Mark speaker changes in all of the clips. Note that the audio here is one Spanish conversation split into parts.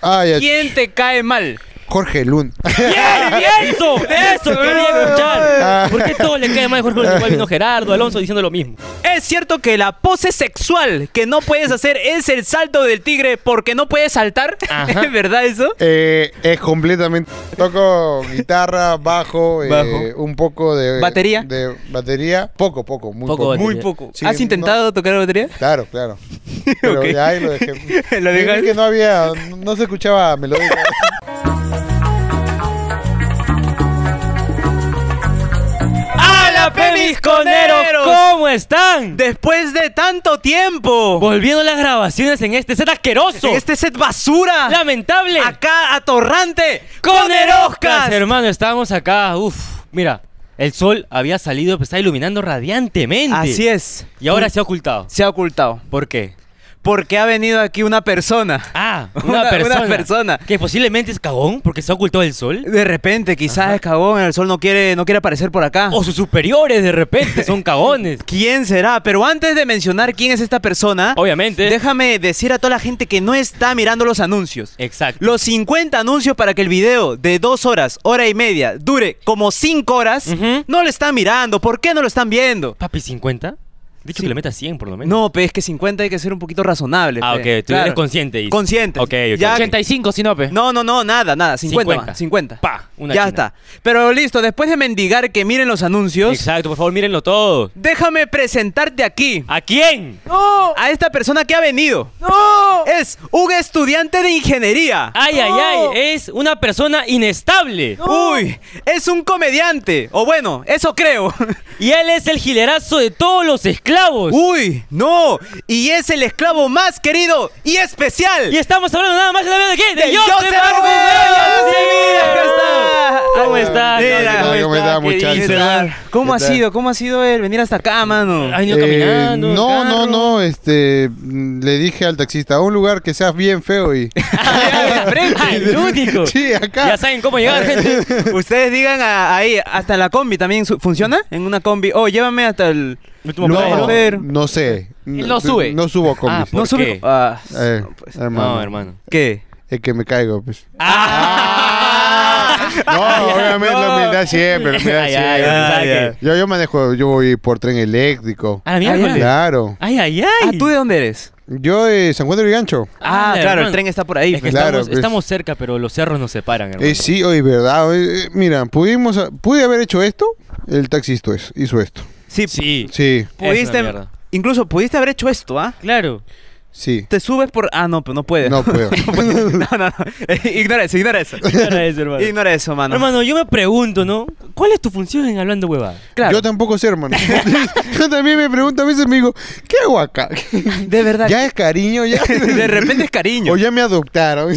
Speaker 1: Ay, ay,
Speaker 2: ¿Quién te cae mal?
Speaker 1: Jorge Lund.
Speaker 3: ¡Bien, bien! ¡Eso! ¡Eso quería escuchar!
Speaker 1: Ah,
Speaker 3: ¿Por qué todo le cae mal a Jorge Lund? Igual vino Gerardo, Alonso diciendo lo mismo.
Speaker 2: Es cierto que la pose sexual que no puedes hacer es el salto del tigre porque no puedes saltar.
Speaker 3: Ajá.
Speaker 2: ¿Es verdad eso?
Speaker 1: Eh, es completamente. Toco guitarra, bajo, eh,
Speaker 2: Bajo.
Speaker 1: un poco de.
Speaker 2: ¿Batería?
Speaker 1: De batería. Poco, poco, muy
Speaker 3: Poco
Speaker 1: poco.
Speaker 3: batería.
Speaker 2: Muy poco.
Speaker 1: Sí,
Speaker 2: ¿Has
Speaker 1: no-
Speaker 2: intentado tocar la batería?
Speaker 1: Claro, claro. Pero
Speaker 2: Ok.
Speaker 1: ya ahí lo dejé.
Speaker 2: Lo
Speaker 1: Yo
Speaker 2: dejaste.
Speaker 1: vi que no había. No se escuchaba melodía.
Speaker 2: ¡A la
Speaker 3: ¡Pemisconeros!
Speaker 2: Co-
Speaker 3: ¿Cómo están?
Speaker 2: Después de tanto tiempo.
Speaker 3: Volviendo las grabaciones en este set asqueroso.
Speaker 2: Este set basura.
Speaker 3: Lamentable.
Speaker 2: Acá atorrante.
Speaker 3: con Eroscas,
Speaker 2: Eroscas.
Speaker 3: hermano, estábamos acá. Uf, mira, el sol había salido, pero está iluminando radiantemente.
Speaker 2: Así es.
Speaker 3: Y ahora se ha ocultado.
Speaker 2: Se ha ocultado.
Speaker 3: ¿Por qué?
Speaker 2: Porque ha venido aquí una persona.
Speaker 3: Ah,
Speaker 2: Una-
Speaker 3: una,
Speaker 2: una
Speaker 3: persona.
Speaker 2: persona.
Speaker 3: Que posiblemente es cagón porque se ha ocultado el sol.
Speaker 2: De repente, quizás
Speaker 3: Ajá.
Speaker 2: es cagón, el sol no quiere, no quiere aparecer por acá.
Speaker 3: O sus superiores de repente son cagones.
Speaker 2: ¿Quién será? Pero antes de mencionar quién es esta persona,
Speaker 3: Obviamente.
Speaker 2: déjame decir a toda la gente que no está mirando los anuncios.
Speaker 3: Exacto.
Speaker 2: Los 50 anuncios para que el video de dos horas, hora y media, dure como 5 horas,
Speaker 3: Ujú.
Speaker 2: no lo están mirando. ¿Por qué no lo están viendo?
Speaker 3: Papi, 50. Dicho que le meta 100 por lo menos.
Speaker 2: No, pe, es que 50 hay que ser un poquito razonable.
Speaker 3: Ah, ok,
Speaker 2: pe.
Speaker 3: tú eres consciente. dices.
Speaker 2: Consciente.
Speaker 3: Ok, ok.
Speaker 2: Ya-
Speaker 4: 85, si no, pe.
Speaker 2: No, no, no, nada, nada. 50.
Speaker 3: 50.
Speaker 2: 50. 50.
Speaker 3: Pa, una
Speaker 2: ya
Speaker 3: china.
Speaker 2: está. Pero listo, después de mendigar que miren los anuncios,
Speaker 3: Exacto, por favor, mírenlo todo.
Speaker 2: déjame presentarte aquí.
Speaker 3: ¿A quién?
Speaker 2: a esta persona que ha venido. ¡No! Es un estudiante de ingeniería.
Speaker 3: Ay, ay, ay. Es una persona inestable.
Speaker 2: Uy, es un comediante. O bueno, eso creo.
Speaker 3: Y él es el gilerazo de todos los esclavos.
Speaker 2: Uy, no. Y es el esclavo más querido y especial.
Speaker 3: Y estamos hablando nada más y nada menos de quién?
Speaker 2: ¡De
Speaker 3: De Joseph
Speaker 2: Joseph
Speaker 3: Arguello.
Speaker 2: Arguello!
Speaker 3: ¡Sí!
Speaker 2: ¡Acá está!
Speaker 3: ¿Cómo está?
Speaker 2: Mira,
Speaker 1: ¿cómo está,
Speaker 3: ¿Qué
Speaker 1: muchacho?
Speaker 3: dice?
Speaker 1: ¿Qué tal?
Speaker 2: ¿Cómo ha
Speaker 1: ¿Qué tal?
Speaker 2: sido? ¿Cómo ha sido el venir hasta acá, mano?
Speaker 3: Ha venido
Speaker 1: Eh,
Speaker 3: caminando. en
Speaker 1: no, no,
Speaker 3: carro.
Speaker 1: no. Este, mm, le dije al taxista, un lugar que seas bien feo y.
Speaker 3: Ah, de frente, el único.
Speaker 1: Sí, acá.
Speaker 3: Ya saben cómo llegar, gente.
Speaker 2: Ustedes digan a- ahí, hasta la combi también su- funciona. En una combi. Oh, llévame hasta el.
Speaker 3: Último
Speaker 1: No,
Speaker 3: paradero.
Speaker 2: Pero-
Speaker 1: no sé.
Speaker 4: Él no sube.
Speaker 1: No subo con
Speaker 3: Ah, ¿Por
Speaker 2: no sube.
Speaker 3: qué?
Speaker 2: co- ah,
Speaker 1: Eh,
Speaker 2: no, pues.
Speaker 1: hermano.
Speaker 3: No, hermano.
Speaker 2: ¿Qué?
Speaker 1: Es que me caigo, pues.
Speaker 3: Ah.
Speaker 1: No, obviamente
Speaker 3: No.
Speaker 1: la humildad siempre, la humildad
Speaker 3: Ay, ay,
Speaker 1: siempre.
Speaker 3: ay, ay.
Speaker 1: Yo, yo manejo, yo voy por tren eléctrico.
Speaker 3: A la Ah, miércoles.
Speaker 1: Claro.
Speaker 3: Ay, ay, ay.
Speaker 2: Ah, ¿tú de dónde eres?
Speaker 1: Yo eh, San Juan del Gancho.
Speaker 2: Ah,
Speaker 3: Anda,
Speaker 2: claro,
Speaker 3: hermano.
Speaker 2: el tren está por ahí.
Speaker 3: Es que
Speaker 2: pues.
Speaker 1: Claro,
Speaker 3: estamos,
Speaker 1: pues.
Speaker 3: estamos cerca, pero los cerros nos separan, hermano.
Speaker 1: Eh, sí, hoy, verdad. Eh, eh, mira, pudimos, pude haber hecho esto, el taxista es- hizo esto.
Speaker 2: Sí,
Speaker 3: Sí.
Speaker 1: Sí,
Speaker 3: Es una
Speaker 2: pudiste.
Speaker 3: mierda.
Speaker 2: Incluso pudiste haber hecho esto, ¿ah?
Speaker 3: Claro.
Speaker 1: sí.
Speaker 2: Te subes por. Ah, no, pero no puedes.
Speaker 1: No puedo.
Speaker 2: no, no, no. Eh, Ignora eso, ignora eso.
Speaker 3: Para eso, hermano.
Speaker 2: Ignora eso, mano.
Speaker 3: Hermano, yo me pregunto, ¿no? ¿Cuál es tu función en hablando huevada?
Speaker 2: claro.
Speaker 1: Yo tampoco sé, hermano. yo también me pregunto a veces, me digo, ¿qué hago acá?
Speaker 2: de verdad.
Speaker 1: ya es cariño, ya.
Speaker 2: de repente es cariño.
Speaker 1: O ya me adoptaron.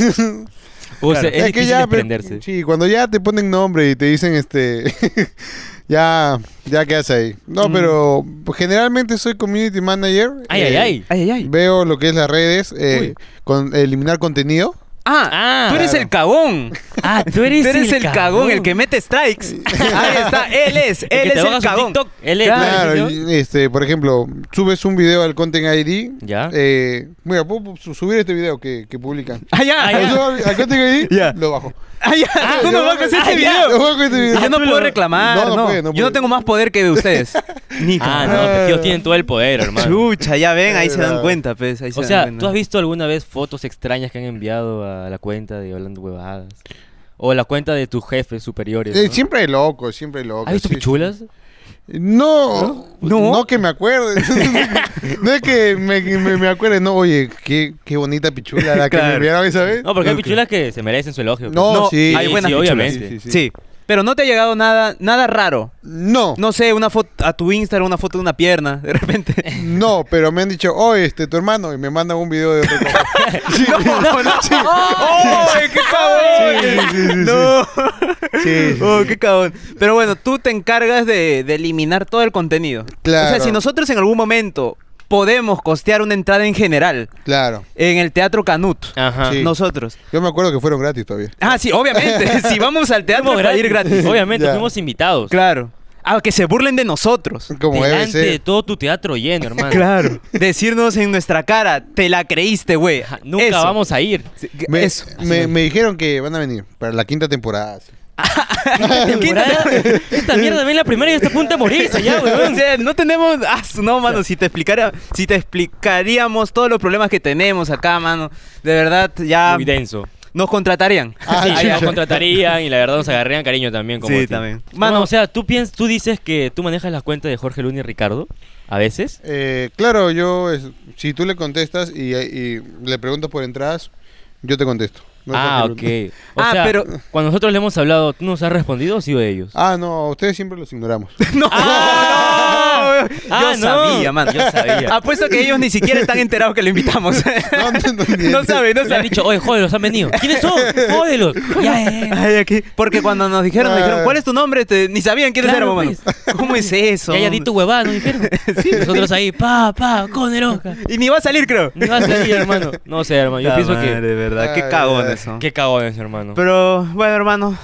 Speaker 3: O sea,
Speaker 2: Claro.
Speaker 3: es, difícil
Speaker 1: ya, pe-
Speaker 3: desprenderse.
Speaker 1: Sí, cuando ya te ponen nombre y te dicen este ya ya quedas ahí. No, pero generalmente soy community manager.
Speaker 3: Ay,
Speaker 1: Eh,
Speaker 3: ay, ay.
Speaker 2: Mm. Ay, ay, ay.
Speaker 1: Veo lo que es las redes, eh, con eliminar contenido.
Speaker 2: Ah,
Speaker 3: Ah.
Speaker 2: tú eres el cagón.
Speaker 3: Ah, tú
Speaker 2: Tú
Speaker 3: eres,
Speaker 2: eres el cagón, el que mete strikes. Ahí está, él es,
Speaker 3: que
Speaker 2: él
Speaker 3: te
Speaker 2: es
Speaker 3: baja
Speaker 2: el
Speaker 3: su
Speaker 2: cagón.
Speaker 3: TikTok, él es-
Speaker 1: Claro,
Speaker 3: ¿no?
Speaker 1: y, este, por ejemplo, subes un video al Content ID.
Speaker 3: Ya.
Speaker 1: Eh, mira, puedo su- subir este video que, que publican.
Speaker 2: Ah, ya.
Speaker 3: Ah,
Speaker 1: Lo subo al al Content ID,
Speaker 2: Ya.
Speaker 1: lo bajo.
Speaker 2: Ah, ya. Tú
Speaker 1: yo-
Speaker 2: no bajas este
Speaker 3: ah, ya.
Speaker 2: video.
Speaker 1: Lo bajo este video.
Speaker 2: Yo no
Speaker 3: tú
Speaker 2: puedo
Speaker 3: lo-
Speaker 2: reclamar,
Speaker 1: No,
Speaker 2: no,
Speaker 1: no
Speaker 3: pues,
Speaker 1: puede, no
Speaker 2: Yo no
Speaker 1: puede.
Speaker 2: tengo más poder que de ustedes. Ni
Speaker 3: Ah,
Speaker 2: cagando.
Speaker 3: no, pues ellos tienen todo el poder, hermano.
Speaker 2: Chucha, ya ven, ahí se dan
Speaker 1: Claro.
Speaker 2: cuenta, pues. Ahí se
Speaker 3: O
Speaker 2: dan
Speaker 3: sea,
Speaker 2: cuenta.
Speaker 3: ¿tú has visto alguna vez fotos extrañas que han enviado a la cuenta de Hablando Huevadas? O la cuenta de tus jefes superiores.
Speaker 1: Eh,
Speaker 3: ¿no?
Speaker 1: siempre hay loco, siempre hay loco.
Speaker 2: Ah,
Speaker 3: ¿Has visto
Speaker 1: sí, sí.
Speaker 3: pichulas?
Speaker 1: No,
Speaker 2: ¿No?
Speaker 1: no, que me acuerde. no es que me, me, me acuerde, no, oye, qué, qué bonita pichula la que
Speaker 2: Claro.
Speaker 1: me enviaron esa vez.
Speaker 3: No, porque hay pichulas que se merecen su elogio. pues.
Speaker 1: No,
Speaker 2: No,
Speaker 1: sí.
Speaker 2: hay buenas
Speaker 3: sí,
Speaker 2: pichulas.
Speaker 3: obviamente.
Speaker 1: Sí, sí, sí.
Speaker 2: Sí. Pero no te ha llegado nada, nada raro.
Speaker 1: No, no,
Speaker 2: No sé, una foto a tu Instagram, una foto de una pierna, de repente.
Speaker 1: pero me han dicho, oye, este, tu hermano, y me mandan un video de otro. compa. sí,
Speaker 2: no, no. ¡Oh, qué cabrón!
Speaker 1: Sí, sí, sí, sí, sí.
Speaker 2: no.
Speaker 1: sí, sí,
Speaker 2: Oh,
Speaker 1: sí.
Speaker 2: qué cabrón. Pero bueno, tú te encargas de, de eliminar todo el contenido.
Speaker 1: Claro.
Speaker 2: O sea, si nosotros en algún momento podemos costear una entrada en general
Speaker 1: Claro.
Speaker 2: en el Teatro Canut,
Speaker 3: Ajá.
Speaker 1: Ah, Sí.
Speaker 2: nosotros.
Speaker 1: Yo me acuerdo que fueron gratis todavía.
Speaker 2: Ah, sí, obviamente. si vamos al teatro,
Speaker 3: Fuimos
Speaker 2: para ir gratis.
Speaker 3: Obviamente,
Speaker 1: Ya.
Speaker 3: fuimos invitados.
Speaker 2: Claro. A que se burlen de nosotros.
Speaker 1: Como debe
Speaker 3: delante de
Speaker 1: ser.
Speaker 3: todo tu teatro lleno, hermano.
Speaker 2: Claro. Decirnos en nuestra cara, te la creíste, güey.
Speaker 3: Ja, Nunca
Speaker 2: Eso.
Speaker 3: vamos a ir.
Speaker 2: Sí, que-
Speaker 1: Me,
Speaker 2: Eso.
Speaker 1: me- me dijeron que van a venir para la quinta temporada. sí.
Speaker 3: Temporada- Esta mierda ven la primera y está a punto de morirse ya,
Speaker 2: O
Speaker 3: weón.
Speaker 2: sea, no tenemos. Ah, su- no, mano, si te explicara, si te explicaríamos todos los problemas que tenemos acá, mano, de verdad ya
Speaker 3: Muy denso.
Speaker 2: nos contratarían.
Speaker 1: Ah,
Speaker 3: sí, ahí
Speaker 1: chucha.
Speaker 3: nos contratarían y la verdad nos agarrarían cariño también. Como
Speaker 2: Sí,
Speaker 3: a ti.
Speaker 2: también.
Speaker 3: Mano,
Speaker 2: Mano,
Speaker 3: o sea, ¿tú, piens tú dices que tú manejas las cuentas de Jorge Luna y Ricardo a veces.
Speaker 1: Eh, claro, yo, es- si tú le contestas y, y le preguntas por entradas, yo te contesto. No te
Speaker 3: ah, ok.
Speaker 1: preocupes.
Speaker 3: O
Speaker 2: Ah,
Speaker 3: sea,
Speaker 2: pero-
Speaker 3: cuando nosotros le hemos hablado, ¿tú nos has respondido o sí o ellos?
Speaker 1: Ah, no, a ustedes siempre los ignoramos.
Speaker 2: no.
Speaker 3: Ah,
Speaker 2: no.
Speaker 3: ah,
Speaker 2: yo
Speaker 3: no.
Speaker 2: sabía, mano.
Speaker 3: Yo sabía.
Speaker 2: Apuesto que ellos ni siquiera están enterados que lo invitamos.
Speaker 1: No, no, no, ni-
Speaker 2: no saben, no
Speaker 3: Nos han
Speaker 2: saben.
Speaker 3: dicho, oye, jódelos, han venido. ¿Quiénes son? Jódelos. Ya, ya, ya.
Speaker 2: Ay, aquí. Porque cuando nos dijeron, nos dijeron, ¿cuál es tu nombre? Te- ni sabían quiénes
Speaker 3: Ah. Claro, pues.
Speaker 2: éramos, mano. ¿Cómo es eso?
Speaker 3: Ya, ya, di tu huevada, nos dijeron. Nosotros ahí, pa, pa, con el Oscar.
Speaker 2: Y ni va a salir, creo.
Speaker 3: No va a salir, hermano. No sé, hermano. Yo
Speaker 2: La
Speaker 3: pienso
Speaker 2: madre, De verdad, qué
Speaker 1: Ay,
Speaker 2: cagón
Speaker 1: ay.
Speaker 2: eso.
Speaker 3: que. Qué cagones, hermano.
Speaker 2: Pero bueno, hermano,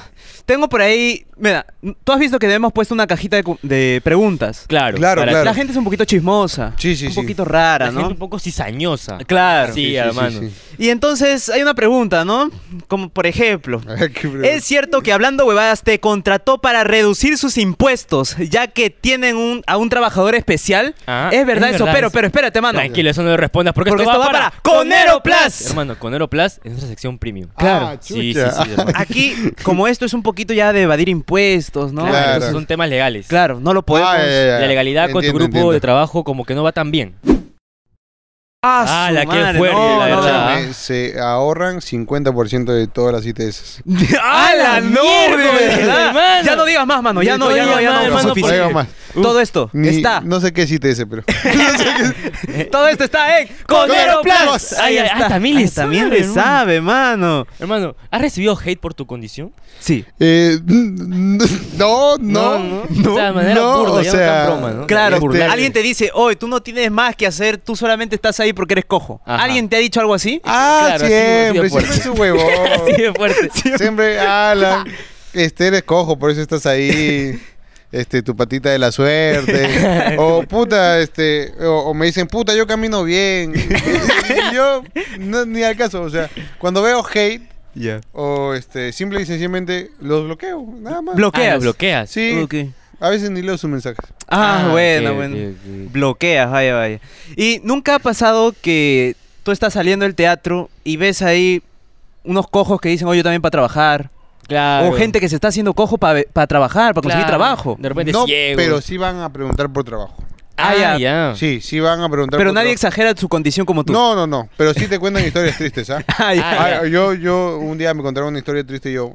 Speaker 2: tengo por ahí. Mira, tú has visto que hemos puesto una cajita de, cu- de preguntas.
Speaker 3: Claro,
Speaker 1: Claro,
Speaker 3: para-
Speaker 1: claro.
Speaker 2: La gente es un poquito chismosa.
Speaker 1: Sí, sí,
Speaker 2: un
Speaker 1: sí.
Speaker 2: poquito rara,
Speaker 3: la gente
Speaker 2: ¿no?
Speaker 3: un poco cizañosa.
Speaker 2: Claro.
Speaker 3: Sí, hermano.
Speaker 2: Y entonces hay una pregunta, ¿no? Como por ejemplo.
Speaker 1: A ver, qué pregunta.
Speaker 2: ¿Es cierto que Hablando Huevadas te contrató para reducir sus impuestos, ya que tienen un, a un trabajador especial?
Speaker 3: Ah,
Speaker 2: es verdad
Speaker 3: es
Speaker 2: eso,
Speaker 3: verdad
Speaker 2: pero,
Speaker 3: eso.
Speaker 2: pero espérate, mano.
Speaker 3: Tranquilo, eso no lo respondas porque,
Speaker 2: Porque
Speaker 3: esto, va, para,
Speaker 2: Conero Plus.
Speaker 3: Hermano, Conero Plus es nuestra sección premium.
Speaker 1: Claro. Ah,
Speaker 3: sí, sí, sí,
Speaker 1: chucha.
Speaker 3: hermano.
Speaker 2: Aquí, como esto es un poquito ya de evadir impuestos, ¿no?
Speaker 3: Claro,
Speaker 1: Claro.
Speaker 3: entonces son temas legales.
Speaker 2: Claro, no lo podemos.
Speaker 1: Ah, ya, ya, ya.
Speaker 3: La legalidad con tu
Speaker 1: Entiendo,
Speaker 3: grupo
Speaker 1: entiendo.
Speaker 3: de trabajo como que no va tan bien.
Speaker 2: Ah,
Speaker 3: Ah,
Speaker 2: su
Speaker 3: la que
Speaker 2: madre,
Speaker 3: fuerte,
Speaker 2: no,
Speaker 3: la
Speaker 2: no,
Speaker 3: verdad. ¿ah?
Speaker 2: no.
Speaker 1: Escúchame, eh, Se ahorran 50% de todas las ITS.
Speaker 2: ¡Hala, no!
Speaker 3: miércoles,
Speaker 2: de verdad!
Speaker 3: hermano!
Speaker 2: Ya no digas más, mano. Ya no, ya no, ya no.
Speaker 3: Hermano,
Speaker 2: no,
Speaker 3: por
Speaker 2: suficiente.
Speaker 1: Traigo más.
Speaker 2: Todo esto
Speaker 1: Ni-
Speaker 2: está.
Speaker 1: No sé qué es ITS, pero.
Speaker 2: Todo esto está en Conero Plus.
Speaker 3: Ay, ay, ah, también le
Speaker 2: Ah, También
Speaker 3: sabe,
Speaker 2: le sabe, mano.
Speaker 3: Hermano, ¿has recibido hate por tu condición?
Speaker 2: Sí.
Speaker 1: Eh, no, no.
Speaker 3: O sea, de manera
Speaker 1: no,
Speaker 3: burda,
Speaker 1: o
Speaker 3: ya
Speaker 1: sea,
Speaker 3: no tan broma, ¿no?
Speaker 2: Claro,
Speaker 1: Este-
Speaker 3: burlarte.
Speaker 2: alguien te dice, oye, tú no tienes más que hacer, tú solamente estás ahí porque eres cojo.
Speaker 3: Ajá.
Speaker 2: ¿Alguien te ha dicho algo así?
Speaker 1: Ah,
Speaker 3: Claro, así- así de
Speaker 1: siempre,
Speaker 3: fuerte.
Speaker 1: siempre es un huevón.
Speaker 2: Oh.
Speaker 3: Así de fuerte. Ah,
Speaker 1: Siempre, ala, este eres cojo, por eso estás ahí. Este, tu patita de la suerte. O puta, este, o, o me dicen, puta, yo camino bien. Y yo, no, ni al caso, o sea, cuando veo hate,
Speaker 2: Ya.
Speaker 1: o este, simple y sencillamente los bloqueo, nada más.
Speaker 3: Ah,
Speaker 2: ¿Bloqueas?
Speaker 3: lo bloqueas.
Speaker 1: sí,
Speaker 2: Ok.
Speaker 1: a veces ni leo sus mensajes.
Speaker 2: Ah,
Speaker 3: Ah,
Speaker 2: bueno,
Speaker 3: ok,
Speaker 2: bueno.
Speaker 3: ok, ok.
Speaker 2: Bloqueas, vaya, vaya. ¿Y nunca ha pasado que tú estás saliendo del teatro y ves ahí unos cojos que dicen, oye, yo también para trabajar?
Speaker 3: Claro.
Speaker 2: O gente que se está haciendo cojo para trabajar, para conseguir
Speaker 3: Ah, Claro.
Speaker 2: trabajo.
Speaker 3: De repente
Speaker 1: no,
Speaker 3: ciego.
Speaker 1: pero sí van a preguntar por trabajo.
Speaker 3: Ah,
Speaker 2: Ah,
Speaker 3: ya. ya.
Speaker 1: Sí, sí van a preguntar
Speaker 2: Pero
Speaker 1: por
Speaker 2: nadie
Speaker 1: trabajo.
Speaker 2: exagera su condición como tú.
Speaker 1: No, no, no, pero sí te cuentan historias tristes, ¿ah?
Speaker 2: Ah, ya.
Speaker 3: Ah,
Speaker 1: Ah, yo, yo un día me contaron una historia triste y yo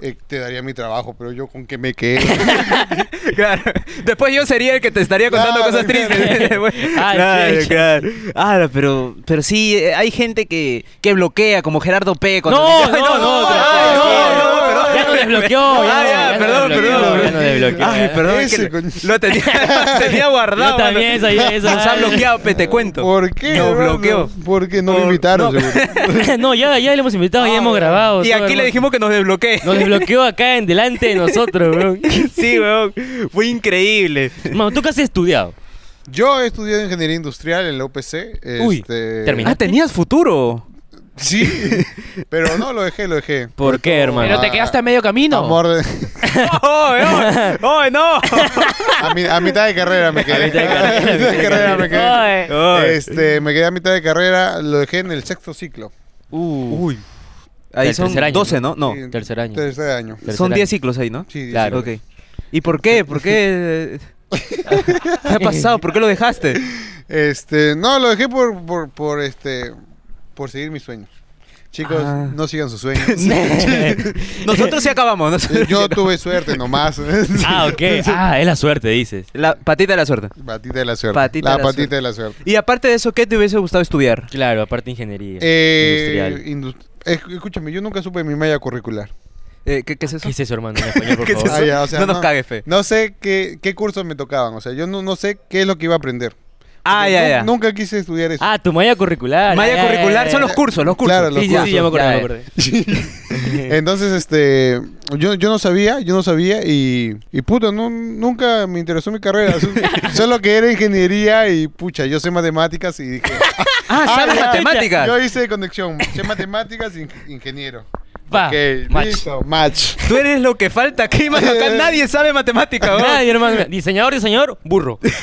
Speaker 1: eh, te daría mi trabajo, pero yo con qué me quedo.
Speaker 2: Claro. Después yo sería el que te estaría contando
Speaker 1: Claro,
Speaker 2: cosas
Speaker 1: claro.
Speaker 2: tristes.
Speaker 3: Ay,
Speaker 2: claro,
Speaker 3: chucha.
Speaker 2: claro. Ah, pero, pero sí, eh, hay gente que, que bloquea, como Gerardo P.
Speaker 3: No,
Speaker 2: cuando-
Speaker 3: no,
Speaker 2: Ay,
Speaker 3: no, no,
Speaker 2: ay, no, no,
Speaker 1: perdón.
Speaker 3: Ya no desbloqueó.
Speaker 2: Ah,
Speaker 3: no,
Speaker 2: ya,
Speaker 3: no
Speaker 2: perdón,
Speaker 3: desbloqueó,
Speaker 2: perdón.
Speaker 3: Ya no desbloqueó.
Speaker 2: Ay, perdón, es que
Speaker 1: Ese
Speaker 2: lo-
Speaker 1: coño.
Speaker 2: lo tenía, lo tenía guardado.
Speaker 3: Yo también
Speaker 2: mano.
Speaker 3: sabía eso,
Speaker 2: Nos ha
Speaker 3: ay.
Speaker 2: bloqueado, pe, te cuento.
Speaker 1: ¿Por qué?
Speaker 2: Nos
Speaker 1: hermano?
Speaker 2: bloqueó.
Speaker 1: Porque no
Speaker 2: Por-
Speaker 1: me invitaron,
Speaker 2: no.
Speaker 1: seguro.
Speaker 3: no, ya, ya le hemos invitado, ya
Speaker 1: Ah,
Speaker 3: hemos
Speaker 1: bueno.
Speaker 3: grabado.
Speaker 2: Y
Speaker 3: todo,
Speaker 2: aquí le
Speaker 3: hermano.
Speaker 2: dijimos que nos desbloquee.
Speaker 3: Nos desbloqueó acá en delante de nosotros, bro.
Speaker 2: sí, weón. Fue increíble.
Speaker 3: Hermano, ¿tú qué has estudiado?
Speaker 1: Yo he estudiado ingeniería industrial en la UPC.
Speaker 3: Uy,
Speaker 1: este,
Speaker 3: terminé.
Speaker 2: Ah, tenías futuro.
Speaker 1: Sí, pero no, lo dejé, lo dejé.
Speaker 3: ¿Por qué, hermano?
Speaker 4: Pero
Speaker 2: Ah.
Speaker 4: te quedaste a medio camino.
Speaker 1: Amor de-
Speaker 2: ¡Oh, weón! ¡Oh, no!
Speaker 1: a, mi- a mitad de carrera me quedé.
Speaker 3: A mitad de carrera,
Speaker 1: A mitad de carrera me quedé.
Speaker 4: Oye.
Speaker 2: Oye.
Speaker 1: Este, me quedé a mitad de carrera, lo dejé en el sexto ciclo.
Speaker 3: Uh,
Speaker 2: Ahí
Speaker 3: Del
Speaker 2: son
Speaker 3: tercer año,
Speaker 2: 12, ¿no? No.
Speaker 1: Sí,
Speaker 3: tercer año.
Speaker 1: Tercer año.
Speaker 3: Tercer
Speaker 2: Son
Speaker 3: año.
Speaker 2: 10 ciclos ahí, ¿no?
Speaker 1: Sí,
Speaker 3: Claro.
Speaker 2: Ok. ¿Y por qué? ¿Por qué? eh, ¿Qué ha pasado? ¿Por qué lo dejaste?
Speaker 1: Este, no, lo dejé por, por, por este, por seguir mis sueños. Chicos,
Speaker 2: Ah.
Speaker 1: no sigan sus sueños.
Speaker 2: Nosotros sí acabamos. nosotros sí
Speaker 1: Yo
Speaker 2: acabamos.
Speaker 1: tuve suerte nomás.
Speaker 3: Ah, ok. Ah, es la suerte, dices.
Speaker 2: La patita de la suerte.
Speaker 1: Patita de la suerte.
Speaker 2: Patita
Speaker 1: la
Speaker 2: de la
Speaker 1: patita
Speaker 2: suerte.
Speaker 1: de la suerte.
Speaker 2: Y aparte de eso, ¿qué te hubiese gustado estudiar?
Speaker 3: Claro, aparte ingeniería.
Speaker 1: Eh,
Speaker 3: industrial.
Speaker 1: indust- esc- escúchame, yo nunca supe mi malla curricular.
Speaker 2: Eh, ¿qué, qué es eso?
Speaker 3: ¿Qué es eso, hermano? En español, por
Speaker 2: ¿Qué es
Speaker 3: favor.
Speaker 2: eso?
Speaker 1: Ah, ya, o sea,
Speaker 2: no nos cagues, fe.
Speaker 1: No sé qué, qué cursos me tocaban, o sea, yo no, no sé qué es lo que iba a aprender.
Speaker 2: Ah, ya,
Speaker 1: Nu-
Speaker 2: ya.
Speaker 1: Nunca quise estudiar eso.
Speaker 3: Ah, tu malla curricular.
Speaker 2: Malla
Speaker 3: Ya, ya,
Speaker 2: curricular
Speaker 3: ya,
Speaker 2: son
Speaker 3: ya.
Speaker 2: los cursos, los cursos.
Speaker 1: Claro, los
Speaker 3: Sí, sí, sí, ya me acordé,
Speaker 2: Ya,
Speaker 3: me
Speaker 2: ya.
Speaker 3: acordé.
Speaker 1: Entonces, este, yo, yo no sabía, yo no sabía y, y puta, no, nunca me interesó mi carrera. Solo- Solo que era ingeniería y pucha, yo sé matemáticas y dije,
Speaker 2: Ah, sabes
Speaker 1: ya.
Speaker 2: matemáticas.
Speaker 1: yo hice conexión, sé matemáticas e ingeniero.
Speaker 3: Va,
Speaker 1: Ok,
Speaker 3: Ah, match.
Speaker 1: listo, match.
Speaker 2: Tú eres lo que falta aquí, mano. Acá nadie sabe matemática, weón.
Speaker 3: Nadie, hermano. Diseñador, diseñador, burro.
Speaker 2: Así es,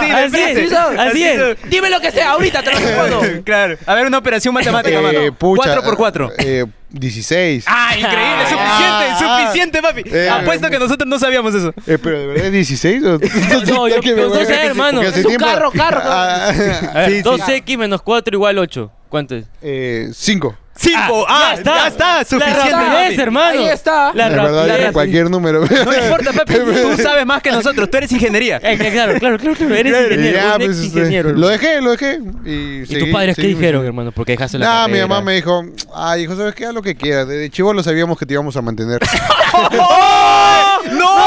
Speaker 2: sí,
Speaker 3: así
Speaker 2: sí,
Speaker 3: es,
Speaker 2: sí, son,
Speaker 3: así
Speaker 2: son.
Speaker 3: es. Dime lo que sea, ahorita te lo respondo.
Speaker 2: Claro. A ver, una operación matemática,
Speaker 1: Eh,
Speaker 2: mano.
Speaker 1: pucha,
Speaker 2: 4 por 4
Speaker 1: eh, 16.
Speaker 2: Ah, increíble,
Speaker 1: Ah,
Speaker 2: suficiente,
Speaker 1: ah.
Speaker 2: suficiente, papi.
Speaker 1: Eh,
Speaker 2: Apuesto que nosotros no sabíamos eso.
Speaker 1: Eh, pero de verdad es 16 o
Speaker 3: No, yo- yo no sé, hermano.
Speaker 1: hace
Speaker 3: Es un
Speaker 1: tiempo-
Speaker 3: carro, carro, carro.
Speaker 1: Ah,
Speaker 3: A ver,
Speaker 1: sí, sí.
Speaker 3: 2x menos 4 igual 8. ¿Cuánto es?
Speaker 1: Eh, 5.
Speaker 2: 5. Ah, ya está, suficiente.
Speaker 3: La rapidez,
Speaker 2: papi.
Speaker 3: hermano.
Speaker 4: Ahí está.
Speaker 3: La
Speaker 1: de
Speaker 3: rap-
Speaker 1: verdad,
Speaker 3: la
Speaker 1: era
Speaker 3: rap-
Speaker 1: cualquier número.
Speaker 2: No importa, papi. Tú sabes más que nosotros. Tú eres ingeniería.
Speaker 3: Eh, Claro, claro, claro, claro. Eres
Speaker 1: Y
Speaker 3: ingeniero.
Speaker 1: ya,
Speaker 3: un
Speaker 1: pues,
Speaker 3: ex
Speaker 1: este,
Speaker 3: ingeniero,
Speaker 1: Lo
Speaker 3: hermano.
Speaker 1: dejé, lo dejé. ¿Y,
Speaker 3: ¿Y tus padres qué dijeron, hermano? Porque dejaste la
Speaker 1: No, mi
Speaker 3: carrera.
Speaker 1: mamá me dijo, ay, hijo, ¿sabes qué? Haz lo que quieras. Desde chivo lo sabíamos que te íbamos a mantener. Eh,
Speaker 2: ¡Oh! ¡No!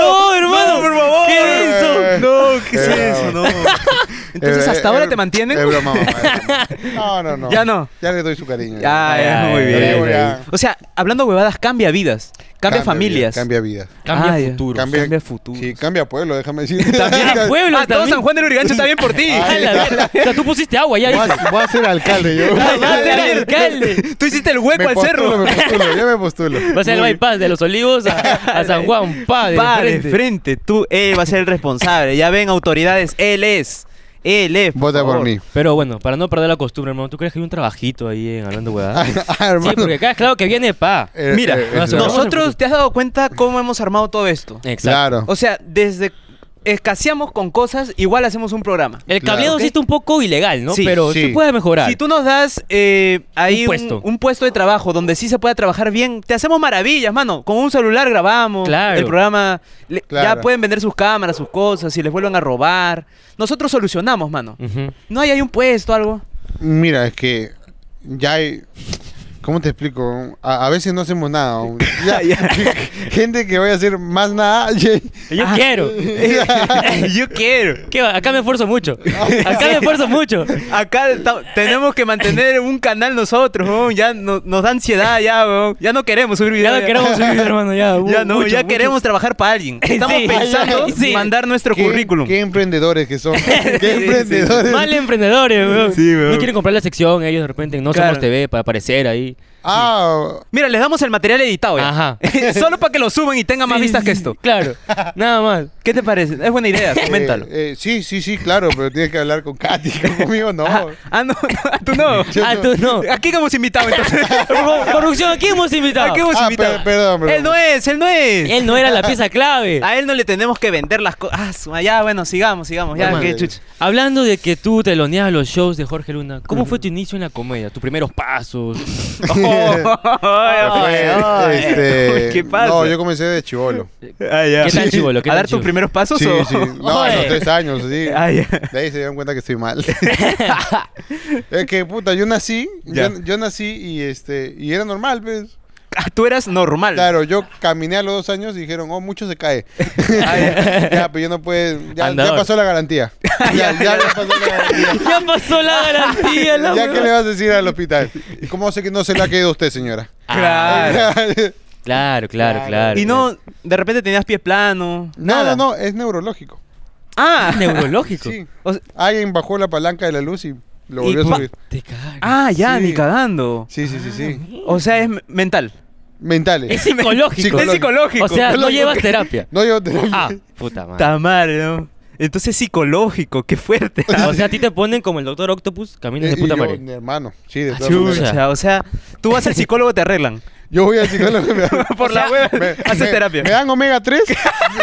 Speaker 3: No, hermano,
Speaker 2: por favor.
Speaker 3: ¿qué es
Speaker 1: eso?
Speaker 2: No, ¿qué es
Speaker 1: Eh,
Speaker 2: eso? No. Entonces,
Speaker 1: Eh,
Speaker 2: ¿hasta
Speaker 1: eh,
Speaker 2: ahora
Speaker 1: eh,
Speaker 2: te mantienen?
Speaker 1: Es broma, mamá. es broma. No, no, no.
Speaker 2: Ya no.
Speaker 1: Ya le doy su cariño.
Speaker 2: Ya, ya,
Speaker 3: Ya,
Speaker 2: muy
Speaker 3: ya,
Speaker 2: bien.
Speaker 3: ya,
Speaker 1: ya, ya.
Speaker 2: O sea, hablando huevadas, cambia vidas, cambia,
Speaker 1: vida,
Speaker 2: familias.
Speaker 1: Cambia vida.
Speaker 3: Cambia
Speaker 2: Ah, ya.
Speaker 3: futuros.
Speaker 1: Cambia-
Speaker 2: cambia futuro.
Speaker 1: Sí, cambia pueblo, déjame decir.
Speaker 3: Cambia pueblo
Speaker 2: Ah, todo
Speaker 3: también.
Speaker 2: San Juan del Urigancho está bien por ti.
Speaker 3: A la verga. O sea, tú pusiste agua ya.
Speaker 1: Voy
Speaker 3: dices.
Speaker 1: a, voy a ser alcalde yo.
Speaker 3: Ay, va a ser alcalde.
Speaker 2: Tú hiciste el hueco
Speaker 1: me
Speaker 2: al
Speaker 1: postulo,
Speaker 2: cerro.
Speaker 1: me postulo, yo me postulo.
Speaker 3: Va a ser el
Speaker 1: Muy-
Speaker 3: bypass de los olivos a, a San Juan, padre.
Speaker 2: Pa, de frente, tú, él va a ser el responsable. Ya ven, autoridades, él es. Él es.
Speaker 1: Vota por
Speaker 2: favor.
Speaker 1: mí.
Speaker 3: Pero bueno, para no perder la costumbre, hermano, ¿tú crees que hay un trabajito ahí en hablando huevadas?
Speaker 1: Ah,
Speaker 3: sí,
Speaker 1: hermano.
Speaker 3: porque acá claro que viene pa.
Speaker 1: Eh,
Speaker 2: Mira,
Speaker 1: eh,
Speaker 3: no,
Speaker 1: es verdad.
Speaker 3: no, Eh. no.
Speaker 2: Nosotros, ¿te has dado cuenta cómo hemos armado todo esto?
Speaker 3: Exacto.
Speaker 1: Claro.
Speaker 2: O sea, desde escaseamos con cosas, igual hacemos un programa.
Speaker 3: El
Speaker 1: Claro.
Speaker 3: cableado
Speaker 1: Ok.
Speaker 3: sí está un poco ilegal, ¿no?
Speaker 2: Sí,
Speaker 3: Pero
Speaker 1: sí.
Speaker 3: se puede mejorar.
Speaker 2: Si tú nos das eh, ahí un
Speaker 3: Un
Speaker 2: puesto.
Speaker 3: puesto.
Speaker 2: Un, puesto de trabajo donde sí se pueda trabajar bien, te hacemos maravillas, mano. Con un celular grabamos
Speaker 3: Claro.
Speaker 2: el programa. le- Ya
Speaker 1: Claro.
Speaker 2: pueden vender sus cámaras, sus cosas, si les vuelven a robar. Nosotros solucionamos, mano.
Speaker 3: Ujú.
Speaker 2: No hay ahí un puesto, algo.
Speaker 1: Mira, es que ya hay. ¿Cómo te explico? A, a veces no hacemos nada. Ya- gente que vaya a hacer más nada. ya-
Speaker 3: Yo
Speaker 2: Ah.
Speaker 3: quiero.
Speaker 2: Yo quiero.
Speaker 3: ¿Qué va? Acá me esfuerzo mucho. Acá me esfuerzo mucho.
Speaker 2: Acá ta- tenemos que mantener un canal nosotros, weón. Ya no- nos da ansiedad, ya, weón. Ya no queremos subir videos.
Speaker 3: Ya no queremos subir, hermano. Ya, Uh,
Speaker 2: Ya no,
Speaker 3: mucho,
Speaker 2: ya
Speaker 3: mucho.
Speaker 2: queremos trabajar para alguien. Estamos
Speaker 3: Sí.
Speaker 2: pensando
Speaker 3: Sí.
Speaker 2: mandar nuestro
Speaker 1: ¿Qué,
Speaker 2: currículum.
Speaker 1: Qué emprendedores que son. Qué
Speaker 2: sí, sí.
Speaker 1: emprendedores.
Speaker 3: Mal emprendedores, weón.
Speaker 2: Sí, weón.
Speaker 3: No quieren comprar la sección ellos de repente. No
Speaker 2: Claro.
Speaker 3: somos TV para aparecer ahí.
Speaker 1: Ah,
Speaker 2: Mira, les damos el material editado ya.
Speaker 3: Ajá.
Speaker 2: Solo para que lo suban y tengan más
Speaker 3: Sí,
Speaker 2: vistas
Speaker 3: sí,
Speaker 2: que
Speaker 3: sí,
Speaker 2: esto.
Speaker 3: Claro. Nada más.
Speaker 2: ¿Qué te parece? Es buena idea, coméntalo.
Speaker 1: eh, eh, sí, sí, sí, claro, pero tienes que hablar con Katy, conmigo no.
Speaker 2: Ah, ah, no, no, tú no.
Speaker 1: Yo
Speaker 3: ah,
Speaker 1: no-
Speaker 3: tú no.
Speaker 2: Aquí que hemos invitado entonces.
Speaker 3: Corrupción, aquí hemos invitado.
Speaker 2: Aquí hemos
Speaker 1: Ah,
Speaker 2: invitado.
Speaker 1: per- perdón, perdón.
Speaker 2: Él no es, él no es.
Speaker 3: Él no era la pieza clave.
Speaker 2: A él no le tenemos que vender las cosas. Ah, su- ya, bueno, sigamos, sigamos. Ya,
Speaker 1: Bueno,
Speaker 2: qué
Speaker 1: eh,
Speaker 2: chucha.
Speaker 3: Hablando de que tú teloneas los shows de Jorge Luna, ¿cómo fue tu inicio en la comedia? ¿Tus primeros pasos?
Speaker 2: oh,
Speaker 1: Fue, este,
Speaker 2: ¿Qué pasa?
Speaker 1: No, yo comencé de chivolo.
Speaker 3: ¿Qué tal, chibolo? ¿Qué
Speaker 2: ¿A
Speaker 3: tal,
Speaker 2: dar tus
Speaker 3: chibolo?
Speaker 2: primeros pasos
Speaker 1: Sí,
Speaker 2: o...?
Speaker 1: sí. No, a los
Speaker 3: Oye.
Speaker 1: tres años, sí.
Speaker 2: Ah, ya.
Speaker 1: De ahí se dieron cuenta que estoy mal. es que, puta, yo nací,
Speaker 2: Ya.
Speaker 1: yo, yo nací y este, y era normal, pues.
Speaker 2: Ah, Tú eras normal.
Speaker 1: Claro, yo caminé a los dos años y dijeron, oh, mucho se cae. ya. pero yo no puedo. Ya, ya
Speaker 3: Andador.
Speaker 1: pasó la garantía. Ya, ya, ya pasó la garantía.
Speaker 3: ya pasó la garantía, la
Speaker 1: ¿Ya qué
Speaker 3: huevada.
Speaker 1: le vas a decir al hospital? ¿Y ¿Cómo sé que no se la ha quedado usted, señora?
Speaker 2: Ah, Claro.
Speaker 3: Claro, claro, claro.
Speaker 2: Y no, de repente tenías pie plano.
Speaker 1: no,
Speaker 2: nada.
Speaker 1: no, no, es neurológico.
Speaker 2: Ah,
Speaker 3: Neurológico.
Speaker 1: Sí.
Speaker 2: O sea-
Speaker 1: Alguien bajó la palanca de la luz y lo
Speaker 2: Y
Speaker 1: volvió
Speaker 2: pa-
Speaker 1: a subir.
Speaker 3: Te cago.
Speaker 2: ah, ya,
Speaker 1: Sí.
Speaker 2: ni cagando.
Speaker 1: Sí, sí, sí, sí.
Speaker 2: O sea, es mental.
Speaker 1: Mentales.
Speaker 3: Es psicológico.
Speaker 2: Es
Speaker 1: Psicológico.
Speaker 2: psicológico.
Speaker 3: O sea, no llevas terapia.
Speaker 1: No, yo
Speaker 3: Ah, puta madre.
Speaker 2: Está mal, ¿no? Entonces psicológico, qué fuerte.
Speaker 3: O sea, a ti te ponen como el doctor Octopus, caminas de
Speaker 1: Eh, Y
Speaker 3: puta
Speaker 1: yo,
Speaker 3: madre.
Speaker 1: Mi hermano, sí, de
Speaker 2: Ah,
Speaker 1: todas maneras.
Speaker 2: chucha, o sea, tú vas al psicólogo te arreglan.
Speaker 1: Yo voy al psicólogo. me dan-
Speaker 2: Por la web,
Speaker 1: me-
Speaker 2: haces
Speaker 1: me-
Speaker 2: terapia.
Speaker 1: Me dan omega 3.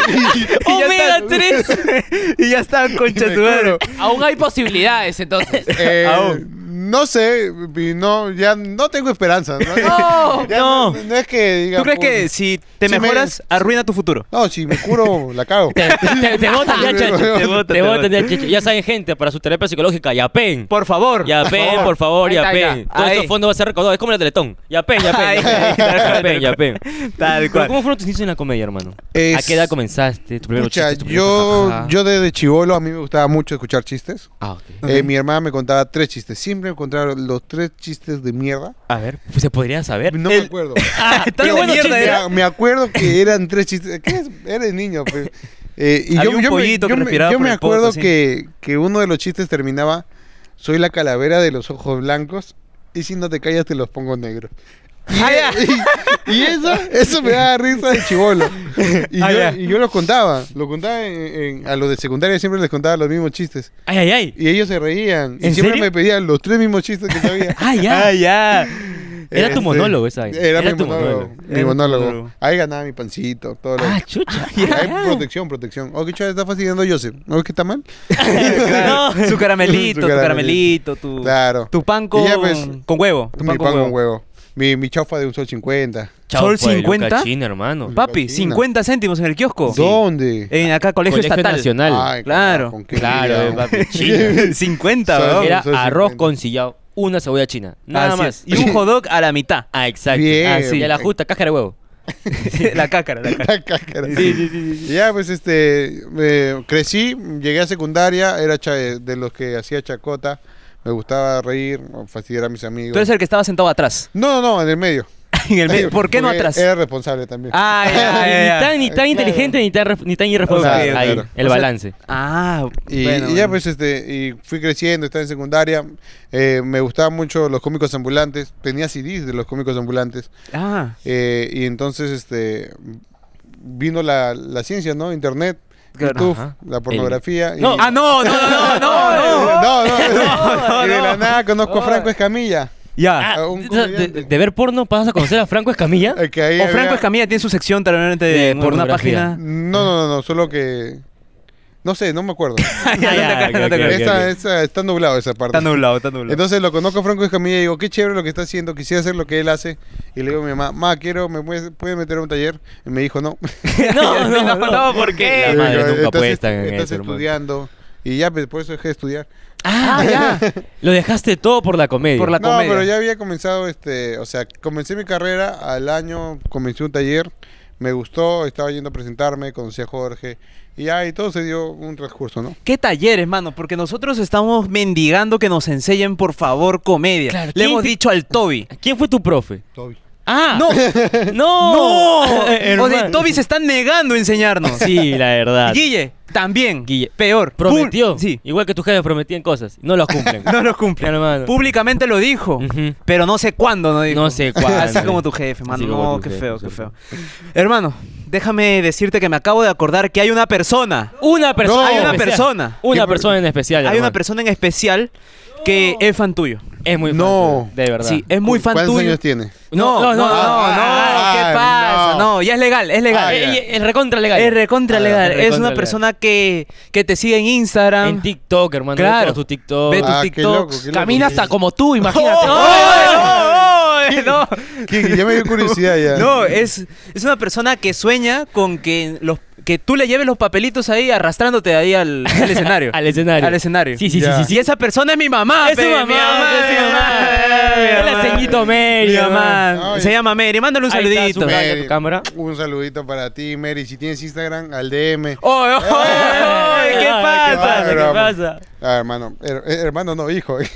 Speaker 1: y,
Speaker 2: Y ya
Speaker 3: ¡Oh, Omega
Speaker 2: está. y ya está, concha
Speaker 1: Me
Speaker 2: tu madre.
Speaker 1: curo.
Speaker 4: Aún hay posibilidades, entonces.
Speaker 1: eh,
Speaker 2: Aún.
Speaker 1: No sé, y no, ya no tengo esperanza. ¿no?
Speaker 2: No.
Speaker 1: Ya
Speaker 2: No.
Speaker 1: no es que diga.
Speaker 2: ¿Tú crees
Speaker 1: puta.
Speaker 2: que si te
Speaker 1: Sí me-
Speaker 2: mejoras, arruina tu futuro?
Speaker 1: No, si me curo, la cago.
Speaker 3: Te, te, te botan ya, chacho. Te
Speaker 2: botan,
Speaker 3: botan,
Speaker 2: te
Speaker 3: ya, chacho. Ya saben, gente, para su terapia psicológica, ya pen.
Speaker 2: Por favor. Ah,
Speaker 3: Ya pen, por favor,
Speaker 2: Ahí
Speaker 3: ya
Speaker 2: está, ahí
Speaker 3: pen.
Speaker 2: está.
Speaker 3: Todos
Speaker 2: Ahí.
Speaker 3: estos fondos van a ser recaudados. Es como el teletón. Ya pen, ya
Speaker 2: Ahí,
Speaker 3: pen.
Speaker 2: ahí,
Speaker 3: Ya
Speaker 2: tal
Speaker 3: pen,
Speaker 2: cual,
Speaker 3: ya pen.
Speaker 2: Tal
Speaker 3: Pero
Speaker 2: cual.
Speaker 3: ¿cómo fueron tus inicios en la comedia, hermano? ¿A
Speaker 1: Es-
Speaker 3: qué edad comenzaste? ¿Tu primer
Speaker 1: Pucha,
Speaker 3: chiste? tu primer
Speaker 1: yo,
Speaker 3: jajaja?
Speaker 1: yo desde chivolo a mí me gustaba mucho escuchar chistes.
Speaker 3: Ah, ok.
Speaker 1: Eh, mi hermana me contaba tres chistes. Siempre me contaba los tres chistes de mierda.
Speaker 3: A ver, pues, se podría saber.
Speaker 1: No
Speaker 2: Er, El-
Speaker 1: me acuerdo.
Speaker 2: Ah,
Speaker 3: Pero
Speaker 2: tan
Speaker 3: bueno,
Speaker 2: mierda
Speaker 3: chiste,
Speaker 2: era.
Speaker 1: Me- Me acuerdo que eran tres chistes. ¿Qué es? Eres niño. pues. Eh,
Speaker 2: Había un pollito
Speaker 1: me, yo
Speaker 2: que
Speaker 1: me-
Speaker 2: respiraba
Speaker 1: yo
Speaker 2: por
Speaker 1: me
Speaker 2: el poto,
Speaker 1: acuerdo
Speaker 2: sí.
Speaker 1: que, que uno de los chistes terminaba: Soy la calavera de los ojos blancos. Y si no te callas, te los pongo negros. Y, e-
Speaker 2: Ah, ya.
Speaker 1: y- y eso, eso me daba risa de chivolo. Y,
Speaker 2: Ah,
Speaker 1: yo,
Speaker 2: ya.
Speaker 1: y yo los contaba. Lo contaba en- en- a los de secundaria, siempre les contaba los mismos chistes.
Speaker 3: Ay, ay, ay.
Speaker 1: Y ellos se reían. Y
Speaker 3: ¿En
Speaker 1: siempre
Speaker 3: serio?
Speaker 1: me pedían los tres mismos chistes que sabía.
Speaker 3: Ah, ya.
Speaker 2: Ah, ya.
Speaker 3: Era tu
Speaker 1: Este,
Speaker 3: monólogo esa vaina.
Speaker 1: Era,
Speaker 3: Era
Speaker 1: mi
Speaker 3: tu
Speaker 1: monólogo.
Speaker 3: monólogo.
Speaker 1: Mi
Speaker 2: Era tu
Speaker 1: monólogo.
Speaker 2: monólogo.
Speaker 1: Ahí ganaba mi pancito, todo lo
Speaker 3: Ah, chucha.
Speaker 1: Ahí, protección, protección. Oh, qué chévere, está fastidiando a Joseph. ¿No ves que está mal?
Speaker 2: Claro.
Speaker 1: Su
Speaker 2: Su caramelito, tu caramelito,
Speaker 1: caramelito.
Speaker 2: tu,
Speaker 1: Claro.
Speaker 2: tu pan con,
Speaker 1: Y ya, pues,
Speaker 2: con huevo. Tu
Speaker 1: mi pan con huevo. Mi, mi chaufa de un sol 50.
Speaker 3: Chao,
Speaker 2: Sol
Speaker 3: fue
Speaker 2: 50.
Speaker 3: Lucachín, hermano.
Speaker 2: Papi,
Speaker 1: Lucachina.
Speaker 2: 50 céntimos en el kiosco.
Speaker 1: ¿Dónde?
Speaker 2: En acá, Colegio,
Speaker 3: Colegio
Speaker 2: Estatal.
Speaker 3: Nacional.
Speaker 1: Ay,
Speaker 2: claro.
Speaker 1: con qué
Speaker 3: Claro, eh,
Speaker 1: vida.
Speaker 3: papi. China.
Speaker 2: 50,
Speaker 1: Soy-
Speaker 2: weón.
Speaker 3: Era
Speaker 1: Soy
Speaker 3: arroz
Speaker 1: 50.
Speaker 3: con sillao, una cebolla china. Nada
Speaker 2: Así
Speaker 3: más.
Speaker 2: es. Y un hot dog a la mitad.
Speaker 3: Ah, exacto.
Speaker 1: Bien.
Speaker 3: Ah, sí. Y a la justa, cáscara de huevo.
Speaker 2: la cácara, la cácara.
Speaker 1: La cácara. Y Ya, pues, este, eh, crecí, llegué a secundaria, era cha- eh, de los que hacía chacota, me gustaba reír, fastidiar a mis amigos.
Speaker 2: Tú eres el que estaba sentado atrás.
Speaker 1: No, no, no, en el medio.
Speaker 2: En el medio. ¿Por qué no
Speaker 1: Porque
Speaker 2: atrás?
Speaker 1: Era responsable también.
Speaker 2: Ah, ya,
Speaker 3: Ni
Speaker 2: ya, ya.
Speaker 3: tan, ni tan inteligente, ni tan, ref- ni tan irresponsable.
Speaker 1: Claro,
Speaker 3: Ahí,
Speaker 1: claro.
Speaker 3: el
Speaker 2: O sea,
Speaker 3: balance.
Speaker 2: Ah,
Speaker 1: Y,
Speaker 2: bueno,
Speaker 1: y ya
Speaker 2: bueno.
Speaker 1: pues este, y fui creciendo, estaba en secundaria, eh, me gustaban mucho los cómicos ambulantes, tenía CDs de los cómicos ambulantes,
Speaker 2: Ah,
Speaker 1: eh, y entonces este vino la, la ciencia, ¿no? Internet,
Speaker 2: Claro.
Speaker 1: YouTube,
Speaker 3: Ajá.
Speaker 1: la pornografía. y-
Speaker 3: No,
Speaker 2: Ah, no, no, no, no, no, no.
Speaker 1: no, no,
Speaker 2: No,
Speaker 1: y de la
Speaker 2: no.
Speaker 1: nada conozco a Franco Escamilla.
Speaker 2: Ya.
Speaker 1: Ah,
Speaker 3: Ah,
Speaker 1: un
Speaker 3: de, de-
Speaker 1: comediante.
Speaker 3: de ver porno pasas a conocer a Franco Escamilla.
Speaker 1: eh, que ahí
Speaker 2: O
Speaker 1: había-
Speaker 2: Franco Escamilla tiene su sección totalmente
Speaker 3: De
Speaker 2: de, por una
Speaker 3: pornografía.
Speaker 2: página.
Speaker 1: No, no, no, no, solo que... No sé, no me acuerdo.
Speaker 2: Ya, ya, no te
Speaker 3: Ah, ok,
Speaker 2: creo, no te
Speaker 3: ok,
Speaker 2: creo.
Speaker 3: ok.
Speaker 1: Mm. Esa- esa- está nublado esa parte.
Speaker 2: Está nublado, está nublado.
Speaker 1: Entonces lo conozco a Franco Escamilla y digo, qué chévere lo que está haciendo, quisiera hacer lo que él hace. Y le digo a mi mamá, ma, quiero, ¿me puedes, puedes meter a un taller? Y me dijo, no.
Speaker 3: no, no, no.
Speaker 2: por
Speaker 3: La
Speaker 1: Y
Speaker 2: qué.
Speaker 1: le
Speaker 3: madre
Speaker 1: digo,
Speaker 3: nunca
Speaker 1: estás,
Speaker 3: apuesta en
Speaker 1: estu- estás
Speaker 3: eso, hermano".
Speaker 1: estudiando. Y ya, pues, por eso dejé de estudiar.
Speaker 3: Ah, ya. Lo dejaste todo por la comedia.
Speaker 2: Por la-
Speaker 1: no,
Speaker 2: comedia.
Speaker 1: pero ya había comenzado, este, o sea, comencé mi carrera, al año comencé un taller, me gustó, estaba yendo a presentarme, conocí a Jorge. Y ya, y todo se dio un transcurso, ¿no?
Speaker 2: ¿Qué talleres, mano? Porque nosotros estamos mendigando que nos enseñen, por favor, comedia.
Speaker 3: Claro,
Speaker 2: Le
Speaker 3: ¿quién
Speaker 2: hemos
Speaker 3: te-
Speaker 2: dicho al Toby.
Speaker 3: ¿Quién fue tu profe?
Speaker 1: Toby.
Speaker 3: Ah,
Speaker 2: ¡No!
Speaker 3: no.
Speaker 2: ¡No! o sea,
Speaker 3: Hermano.
Speaker 2: Toby se está negando a enseñarnos.
Speaker 3: Sí, la verdad.
Speaker 2: Guille, también.
Speaker 3: Guille.
Speaker 2: Peor. Pul-
Speaker 3: Prometió.
Speaker 2: Sí.
Speaker 3: Igual que tus jefes prometían cosas. No las cumplen.
Speaker 2: No lo cumple.
Speaker 3: hermano.
Speaker 2: Públicamente lo dijo.
Speaker 3: Ujú.
Speaker 2: Pero no sé cuándo, ¿no? Dijo.
Speaker 3: No sé cuándo.
Speaker 2: Así como tu jefe, mano.
Speaker 3: Así como
Speaker 2: No,
Speaker 3: tu
Speaker 2: qué
Speaker 3: jefe,
Speaker 2: feo,
Speaker 3: sí.
Speaker 2: qué feo. Hermano, déjame decirte que me acabo de acordar que hay una persona.
Speaker 3: Una persona.
Speaker 1: No.
Speaker 3: en
Speaker 1: Hay una
Speaker 3: especial.
Speaker 2: persona.
Speaker 3: Una persona en especial.
Speaker 2: Hay una
Speaker 3: hermano.
Speaker 2: persona en especial que es fan tuyo.
Speaker 3: Es muy fan
Speaker 1: No.
Speaker 3: tuyo, De verdad.
Speaker 2: Sí, es muy
Speaker 1: ¿Cu-
Speaker 2: fan
Speaker 1: ¿Cuántos
Speaker 2: tuyo.
Speaker 1: años tiene?
Speaker 2: No, no, no, no,
Speaker 1: ah, ah,
Speaker 2: no, ¿qué
Speaker 1: ah,
Speaker 2: pasa? No.
Speaker 1: no.
Speaker 2: ya es legal, es legal.
Speaker 1: Ah,
Speaker 3: Eh,
Speaker 1: ya.
Speaker 3: eh, el recontra legal.
Speaker 2: Es recontra
Speaker 3: Ah,
Speaker 2: legal.
Speaker 3: es
Speaker 2: es
Speaker 3: recontra
Speaker 2: una
Speaker 3: legal.
Speaker 2: persona que, que te sigue en Instagram.
Speaker 3: En TikTok, hermano.
Speaker 2: Claro.
Speaker 3: Claro. tu TikTok.
Speaker 2: Ve tus
Speaker 1: Ah, qué
Speaker 2: TikToks.
Speaker 1: loco, qué loco.
Speaker 4: Camina hasta como tú,
Speaker 2: ¡Oh,
Speaker 4: imagínate.
Speaker 2: oh, oh, oh, no.
Speaker 1: ¿Quién? Ya me dio curiosidad ya.
Speaker 2: No, es, es una persona que sueña con que los que tú le lleves los papelitos ahí arrastrándote ahí al, al escenario.
Speaker 3: Al escenario.
Speaker 2: ¡Oh! Al escenario.
Speaker 3: Sí, sí,
Speaker 1: Ya.
Speaker 3: sí, sí,
Speaker 2: Si
Speaker 3: sí.
Speaker 2: esa persona es mi mamá,
Speaker 3: Es su
Speaker 2: pe,
Speaker 3: mamá,
Speaker 2: mi mamá,
Speaker 3: es su
Speaker 2: mi
Speaker 3: mamá.
Speaker 2: mi
Speaker 3: Es la
Speaker 2: mamá.
Speaker 3: ceñito Mary,
Speaker 2: Mi
Speaker 3: hermano.
Speaker 2: mamá.
Speaker 1: Ay.
Speaker 2: Se llama Mary, mándale un
Speaker 3: Ahí está
Speaker 2: saludito.
Speaker 3: su cara. Mira tu cámara.
Speaker 1: Un saludito para ti, Mary. Si tienes Instagram, al DM.
Speaker 2: ¡Oh, oh, oh, oh!
Speaker 3: Ay,
Speaker 2: ¿Qué
Speaker 3: ay,
Speaker 2: pasa?
Speaker 1: bárbaro.
Speaker 3: ¿Qué pasa?
Speaker 1: Ah, hermano. her- hermano, no, hijo.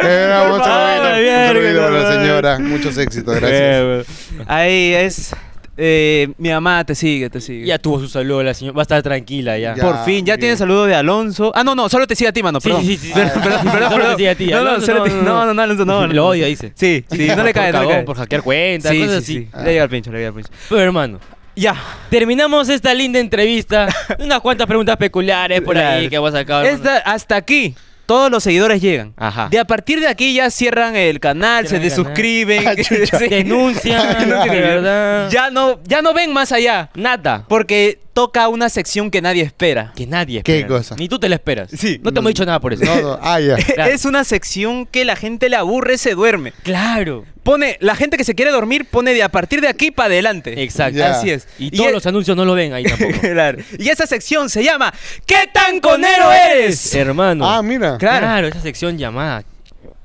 Speaker 1: Era un
Speaker 2: Por favor,
Speaker 1: saludito, un
Speaker 2: verga,
Speaker 1: saludito para la
Speaker 2: hermano.
Speaker 1: señora. Muchos éxitos, gracias.
Speaker 3: Eh,
Speaker 2: Ahí es. eh, mi mamá te sigue, te sigue.
Speaker 3: Ya tuvo su saludo la señora. Va a estar tranquila ya.
Speaker 1: Ya.
Speaker 2: Por fin, ya
Speaker 1: bien.
Speaker 2: tiene saludo de Alonso. Ah, no, no, solo te sigue a ti, mano.
Speaker 3: Sí,
Speaker 2: Perdón.
Speaker 3: sí, sí, sí.
Speaker 2: Perdón, perdón,
Speaker 3: Solo
Speaker 2: perdón,
Speaker 3: te
Speaker 2: perdón.
Speaker 3: sigue a ti,
Speaker 2: No, no,
Speaker 3: Alonso,
Speaker 2: solo te-
Speaker 3: no, no,
Speaker 2: no,
Speaker 3: no.
Speaker 2: no, no, Alonso, no. no.
Speaker 3: Lo odia, dice.
Speaker 2: Sí, sí, no le cae,
Speaker 3: Por
Speaker 2: no le
Speaker 3: cagón,
Speaker 2: cae.
Speaker 3: Por hackear cuentas,
Speaker 2: Sí,
Speaker 3: cosas
Speaker 2: sí,
Speaker 3: así.
Speaker 2: sí. Le llega el pincho, le llega el pincho.
Speaker 3: Pero hermano,
Speaker 2: Ya.
Speaker 3: terminamos esta linda entrevista. Unas cuantas preguntas peculiares por ahí
Speaker 2: Claro.
Speaker 3: que hemos sacado. hermano.
Speaker 2: Esta- hasta aquí, todos los seguidores llegan.
Speaker 3: Ajá.
Speaker 2: De a partir de aquí ya cierran el canal,
Speaker 3: Cierran
Speaker 2: se
Speaker 3: el canal. Ah,
Speaker 2: desuscriben, sí.
Speaker 3: Denuncian, de verdad.
Speaker 2: Ya no, ya no ven más allá.
Speaker 3: Nada.
Speaker 2: Porque toca una sección que nadie espera.
Speaker 3: Que nadie
Speaker 1: ¿Qué
Speaker 3: espera.
Speaker 1: cosa?
Speaker 3: Ni tú te la esperas.
Speaker 2: Sí.
Speaker 3: No te hemos dicho nada por eso.
Speaker 1: No, no, ah, ya.
Speaker 3: Claro.
Speaker 2: Es una sección que la gente le aburre, se duerme.
Speaker 3: Claro.
Speaker 2: Pone, la gente que se quiere dormir pone de a partir de aquí para adelante.
Speaker 3: Exacto.
Speaker 1: Ya.
Speaker 2: Así es.
Speaker 3: Y todos
Speaker 2: e-
Speaker 3: los anuncios no lo ven ahí tampoco.
Speaker 2: Claro. Y esa sección se llama ¿Qué tan conero eres?
Speaker 3: Hermano.
Speaker 1: Ah, mira.
Speaker 2: claro.
Speaker 3: claro. esa sección llamada.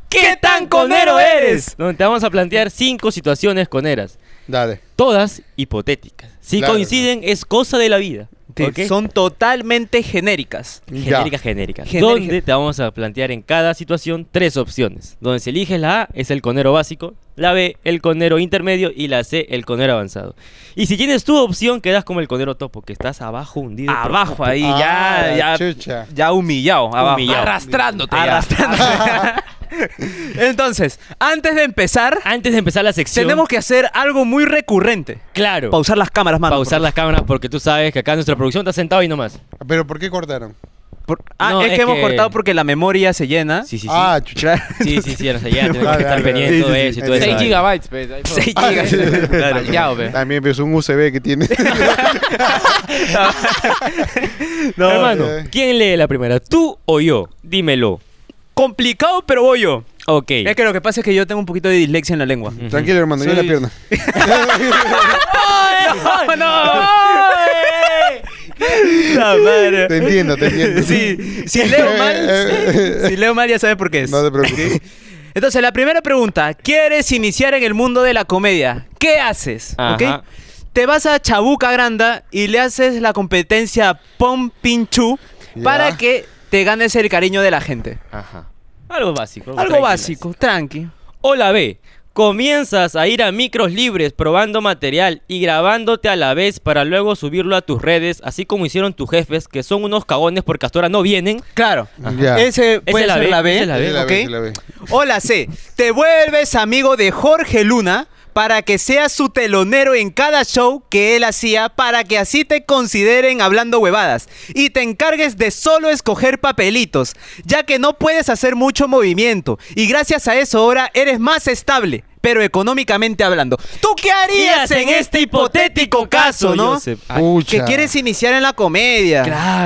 Speaker 2: ¿Qué tan conero eres?
Speaker 3: Donde te vamos a plantear cinco situaciones coneras.
Speaker 1: Dale.
Speaker 3: Todas hipotéticas. Si
Speaker 1: Claro,
Speaker 3: coinciden, es cosa de la vida.
Speaker 2: Te-
Speaker 3: ¿ok?
Speaker 2: Son totalmente genéricas.
Speaker 1: Ya.
Speaker 3: Genérica, genérica.
Speaker 2: Genérica.
Speaker 3: Donde te vamos a plantear en cada situación tres opciones. Donde se eliges la A es el conero básico, la B el conero intermedio y la C el conero avanzado. Y si tienes tu opción, quedas como el conero topo, que estás abajo hundido.
Speaker 2: Abajo ahí,
Speaker 1: Ah, la
Speaker 2: ya, ya,
Speaker 1: chucha.
Speaker 2: ya humillado, abajo.
Speaker 3: Humillado.
Speaker 4: Arrastrándote. ya.
Speaker 2: Arrastrando. Entonces, antes de empezar,
Speaker 3: Antes de empezar la sección,
Speaker 2: tenemos que hacer algo muy recurrente.
Speaker 3: claro,
Speaker 2: Pausar las cámaras, mano.
Speaker 3: pausar las cámaras porque tú sabes que acá nuestra producción está sentado y nomás.
Speaker 1: Pero ¿por qué cortaron?
Speaker 2: Por- Ah,
Speaker 3: No,
Speaker 2: es,
Speaker 3: es
Speaker 2: que hemos
Speaker 3: que-
Speaker 2: cortado porque la memoria se llena.
Speaker 3: Sí, sí, sí.
Speaker 1: Ah, chucha.
Speaker 3: Sí, sí, sí, no sé, ya tenemos
Speaker 1: Vale,
Speaker 3: que estar
Speaker 1: vale,
Speaker 3: pendiente
Speaker 1: vale. Ah,
Speaker 3: de
Speaker 1: Sí, sí,
Speaker 3: eso y
Speaker 1: sí,
Speaker 3: todo eso.
Speaker 4: 6
Speaker 1: Vale.
Speaker 4: gigabytes, pues. ahí fue.
Speaker 2: Seis
Speaker 4: Ah,
Speaker 2: gigas.
Speaker 4: sí.
Speaker 2: Claro.
Speaker 4: Maleado, pe.
Speaker 1: También es un USB que tiene.
Speaker 2: No,
Speaker 3: Hermano,
Speaker 1: eh.
Speaker 3: ¿quién lee la primera? ¿Tú o yo? Dímelo.
Speaker 2: Complicado, pero voy yo.
Speaker 3: Ok.
Speaker 2: Es que lo que pasa es que yo tengo un poquito de dislexia en la lengua.
Speaker 1: Tranquilo, hermano, yo en la
Speaker 2: Soy-
Speaker 1: pierna.
Speaker 2: ¡No, La madre.
Speaker 1: Te entiendo, te entiendo. Eh,
Speaker 2: Sí, si leo mal, si leo mal ya sabes por qué es.
Speaker 1: No te preocupes.
Speaker 2: Entonces, la primera pregunta, ¿quieres iniciar en el mundo de la comedia? ¿Qué haces?
Speaker 3: Ajá.
Speaker 2: ¿Ok? Te vas a Chabuca Granda y le haces la competencia a Pom Pinchu
Speaker 1: Ya.
Speaker 2: para que te ganes el cariño de la gente.
Speaker 3: Ajá. Algo básico.
Speaker 2: Algo
Speaker 3: tranquilas.
Speaker 2: básico, tranqui.
Speaker 3: O la B. Comienzas a ir a micros libres probando material y grabándote a la vez para luego subirlo a tus redes, así como hicieron tus jefes, que son unos cagones porque hasta ahora no vienen.
Speaker 2: Claro.
Speaker 1: Ya.
Speaker 2: Ese puede
Speaker 3: es la
Speaker 2: ser
Speaker 3: B,
Speaker 2: la B,
Speaker 3: esa es la B,
Speaker 1: Sí, la
Speaker 2: ¿ok?
Speaker 1: ve, sí, la ve.
Speaker 2: O la C. Te vuelves amigo de Jorge Luna para que seas su telonero en cada show que él hacía para que así te consideren hablando huevadas y te encargues de solo escoger papelitos, ya que no puedes hacer mucho movimiento y gracias a eso ahora eres más estable. Pero económicamente hablando, ¿tú qué harías en este hipotético caso, no?
Speaker 3: Joseph? Ay,
Speaker 1: Pucha.
Speaker 2: Que quieres iniciar en la comedia.
Speaker 3: Ah,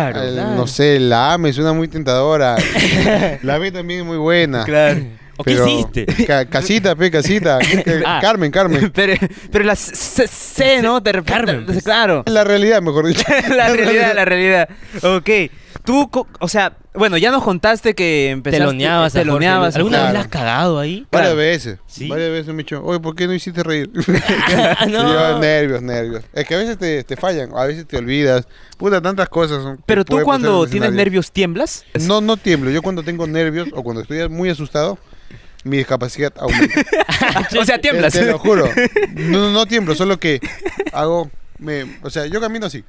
Speaker 3: Claro.
Speaker 1: El-
Speaker 3: claro.
Speaker 1: No sé, la A me suena muy tentadora. la B también es muy buena.
Speaker 2: Claro.
Speaker 3: ¿O qué
Speaker 1: Pero-
Speaker 3: hiciste?
Speaker 1: Ca- casita, pe, casita. Que- que-
Speaker 3: Ah.
Speaker 1: Carmen, Carmen.
Speaker 2: Pero, pero la C- C, C, ¿no? De repente-
Speaker 3: Carmen, pues.
Speaker 2: Claro.
Speaker 1: La realidad, mejor dicho.
Speaker 2: la realidad, la realidad. Ok. Tú, co- o sea, bueno, ya nos contaste que empezaste...
Speaker 3: Teloneabas, a Jorge
Speaker 2: teloneabas.
Speaker 3: Luis. ¿Alguna
Speaker 1: claro.
Speaker 3: vez la has cagado ahí?
Speaker 1: Varias
Speaker 2: Claro.
Speaker 1: veces.
Speaker 3: Sí.
Speaker 1: Varias veces me he dicho, oye, ¿por qué no hiciste reír?
Speaker 3: No.
Speaker 1: Y yo, nervios, nervios. Es que a veces te, te fallan, a veces te olvidas. Puta, tantas cosas. son- que
Speaker 2: Pero tú
Speaker 1: puede pasar pues, en
Speaker 2: cuando
Speaker 1: el
Speaker 2: tienes
Speaker 1: escenario.
Speaker 2: nervios tiemblas.
Speaker 1: No, no tiemblo. Yo cuando tengo nervios o cuando estoy muy asustado, mi discapacidad aumenta.
Speaker 2: Ah,
Speaker 1: Eh,
Speaker 2: o sea, tiemblas.
Speaker 1: Te, te Este, lo juro. No, no tiemblo, solo que hago... me- o sea, yo camino así,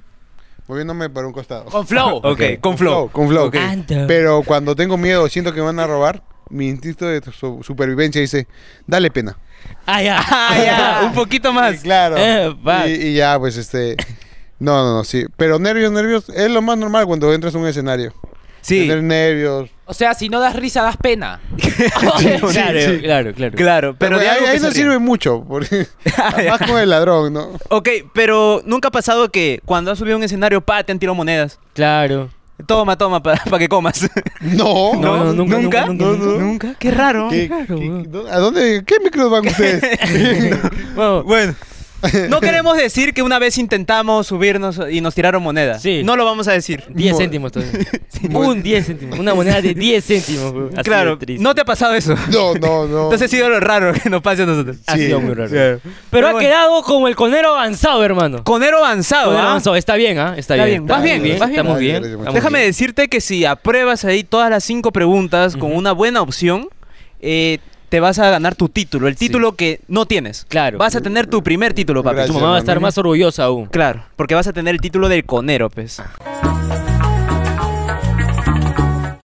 Speaker 1: moviéndome para un costado.
Speaker 4: Con flow.
Speaker 2: Ok, con flow.
Speaker 1: Con flow.
Speaker 2: Ok.
Speaker 3: Anda.
Speaker 1: Pero cuando tengo miedo, siento que me van a robar, mi instinto de su- supervivencia dice, dale pena.
Speaker 3: Ah, ya.
Speaker 2: Ah, ya, un poquito
Speaker 1: Sí,
Speaker 2: más.
Speaker 1: claro.
Speaker 3: Eh, va.
Speaker 1: y, y ya, pues este... No, no, no, sí. Pero nervios, nervios, es lo más normal cuando entras a un escenario.
Speaker 2: Sí,
Speaker 1: Tener nervios.
Speaker 4: O sea, si no das risa, das pena.
Speaker 3: claro,
Speaker 1: sí.
Speaker 3: claro, claro.
Speaker 2: claro. Pero,
Speaker 1: Pero
Speaker 2: de
Speaker 1: ahí,
Speaker 2: algo que
Speaker 1: ahí
Speaker 2: se
Speaker 1: no
Speaker 2: ríen.
Speaker 1: sirve mucho, porque
Speaker 2: Ah, ya.
Speaker 1: más con el ladrón, ¿no?
Speaker 2: Ok, pero nunca ha pasado que cuando has subido a un escenario, pa, te han tirado monedas.
Speaker 3: Claro.
Speaker 2: Toma, toma, para que comas.
Speaker 1: No.
Speaker 3: No, no, nunca,
Speaker 2: ¿Nunca?
Speaker 3: nunca, nunca, nunca,
Speaker 1: nunca.
Speaker 2: ¿Nunca? Qué raro.
Speaker 1: ¿Qué-
Speaker 3: Claro,
Speaker 1: qué-
Speaker 3: weón.
Speaker 1: dó- ¿A dónde? ¿Qué micros van ustedes?
Speaker 3: Bueno,
Speaker 2: Bueno. No queremos decir que una vez intentamos subirnos y nos tiraron monedas.
Speaker 3: Sí.
Speaker 2: No lo vamos a decir.
Speaker 3: 10
Speaker 1: Mo-
Speaker 3: céntimos todavía.
Speaker 1: Mo-
Speaker 3: Un 10 céntimos. Una moneda de 10 céntimos. weón. Ha sido
Speaker 2: claro,
Speaker 3: triste.
Speaker 2: no te ha pasado eso.
Speaker 1: no, no, no.
Speaker 2: Entonces ha sido lo raro que nos pase a nosotros.
Speaker 3: Ha
Speaker 1: Sí,
Speaker 3: sido muy raro.
Speaker 2: Claro.
Speaker 3: Pero
Speaker 2: Pero
Speaker 3: ha
Speaker 2: bueno.
Speaker 3: quedado como el conero avanzado, hermano.
Speaker 2: Conero avanzado,
Speaker 3: Conero
Speaker 2: ¿ah?
Speaker 3: avanzado. Está bien, ¿ah? Está,
Speaker 2: Está
Speaker 3: bien.
Speaker 2: bien, vas bien, vas bien.
Speaker 3: Estamos bien.
Speaker 1: Gracias,
Speaker 3: estamos
Speaker 1: muchachos.
Speaker 2: Déjame
Speaker 3: bien.
Speaker 2: decirte que si apruebas ahí todas las cinco preguntas con una buena opción, eh, te vas a ganar tu título, el título que no tienes.
Speaker 3: Claro.
Speaker 2: Vas a tener tu primer título, papi.
Speaker 1: Gracias,
Speaker 3: Tu mamá va a estar
Speaker 1: hermano.
Speaker 3: más orgullosa aún.
Speaker 2: Claro, porque vas a tener el título del conero, pues.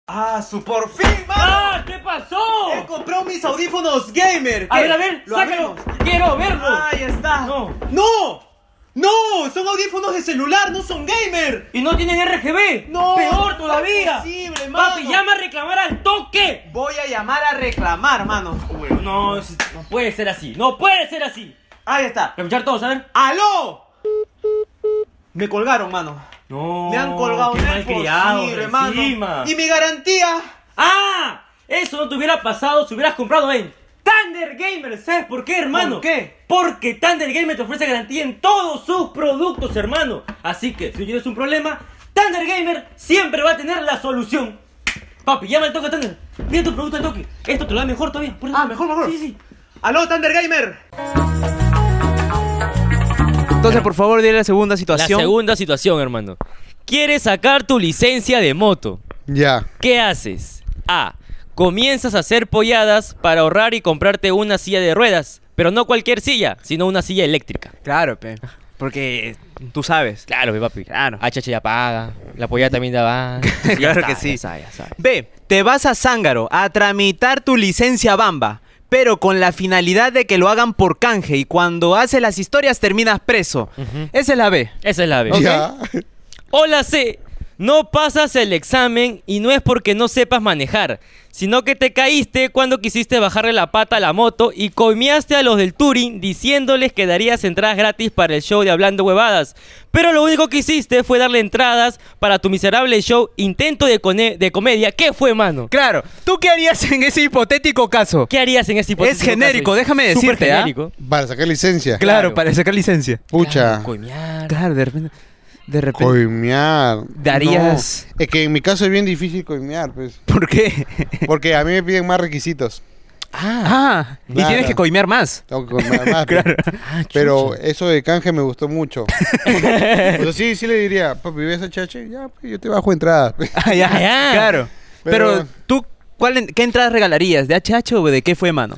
Speaker 2: ¡Ah, su por fin,
Speaker 4: ¡Ah! ¿Qué pasó?
Speaker 2: He comprado mis audífonos gamer.
Speaker 4: A ver, a ver,
Speaker 2: ¿Lo
Speaker 4: sácalo.
Speaker 2: abrimos? Ah.
Speaker 4: Quiero verlo.
Speaker 2: Ahí está.
Speaker 4: No.
Speaker 2: no, no, son audífonos de celular, no son gamer.
Speaker 4: Y no tienen RGB.
Speaker 2: No,
Speaker 4: Peor
Speaker 2: no
Speaker 4: todavía.
Speaker 2: es posible, mano.
Speaker 4: Papi, llama a reclamar al toque.
Speaker 2: Voy a llamar a reclamar, mano.
Speaker 4: Bueno, no, es- no puede ser así. No puede ser así.
Speaker 2: Ahí está.
Speaker 4: Escuchar todos, a ver.
Speaker 2: ¡Aló! Me colgaron, mano.
Speaker 4: No.
Speaker 2: Me han
Speaker 3: Oh,
Speaker 2: colgado
Speaker 4: qué
Speaker 2: no es
Speaker 4: malcriado,
Speaker 2: posible,
Speaker 4: de
Speaker 2: mano.
Speaker 4: encima.
Speaker 2: Y mi garantía.
Speaker 4: ¡Ah! Eso no te hubiera pasado si hubieras comprado en Thunder Gamer. ¿Sabes por qué, hermano?
Speaker 2: ¿Por qué?
Speaker 4: Porque Thunder Gamer te ofrece garantía en todos sus productos, hermano. Así que si tienes un problema, Thunder Gamer siempre va a tener la solución. Papi, llama al toque a Thunder. Mira tu producto al toque. Esto te lo da mejor todavía. Por eso-
Speaker 2: Ah, mejor, mejor.
Speaker 4: Sí, sí.
Speaker 2: ¡Aló, Thunder Gamer! Entonces, por favor, dile la segunda
Speaker 3: La
Speaker 2: situación.
Speaker 3: segunda situación, hermano. Quieres sacar tu licencia de moto.
Speaker 1: Ya.
Speaker 3: ¿Qué haces? A. Comienzas a hacer polladas para ahorrar y comprarte una silla de ruedas. Pero no cualquier silla, sino una silla eléctrica.
Speaker 2: Claro, pe. Porque tú sabes.
Speaker 3: Claro, mi papi.
Speaker 2: Claro.
Speaker 3: HH ya paga. La pollada también da va.
Speaker 2: Claro que sí.
Speaker 3: Ya sabes, ya sabes.
Speaker 2: B. Te vas a Zángaro a tramitar tu licencia Bamba, pero con la finalidad de que lo hagan por canje y cuando haces las historias terminas preso. Esa es la B.
Speaker 3: Esa es la B.
Speaker 1: Ya.
Speaker 3: O la C. No pasas el examen y no es porque no sepas manejar, sino que te caíste cuando quisiste bajarle la pata a la moto y comiaste a los del Turing diciéndoles que darías entradas gratis para el show de Hablando Huevadas. Pero lo único que hiciste fue darle entradas para tu miserable show Intento de, cone- de Comedia. ¿Qué fue, mano?
Speaker 2: Claro. ¿Tú qué harías en ese hipotético caso?
Speaker 3: ¿Qué harías en ese hipotético
Speaker 2: Es genérico,
Speaker 3: caso?
Speaker 2: déjame
Speaker 3: Súper
Speaker 2: decirte, ¿ah?
Speaker 3: genérico.
Speaker 1: Para sacar licencia.
Speaker 2: Claro,
Speaker 3: Claro.
Speaker 2: para sacar licencia.
Speaker 1: Pucha.
Speaker 3: Claro, coñar.
Speaker 2: Claro, de repente. De repente.
Speaker 1: Coimear.
Speaker 2: Darías-
Speaker 1: No. Es que en mi caso es bien difícil coimear, pues.
Speaker 2: ¿Por qué?
Speaker 1: Porque a mí me piden más requisitos.
Speaker 2: Ah, y
Speaker 1: Claro.
Speaker 2: tienes que coimear más.
Speaker 1: Tengo que coimear más. pues.
Speaker 2: Claro.
Speaker 1: Pero eso de canje me gustó mucho. Pero sí, sí le diría, papi, ¿ves a Chache? Ya, pues, yo te bajo entrada. pues.
Speaker 2: Ah, ya,
Speaker 3: Ah, ya.
Speaker 2: Claro. Pero,
Speaker 1: Pero-
Speaker 2: tú, cuál, en- ¿qué entradas regalarías? ¿De HH o de qué fue, mano?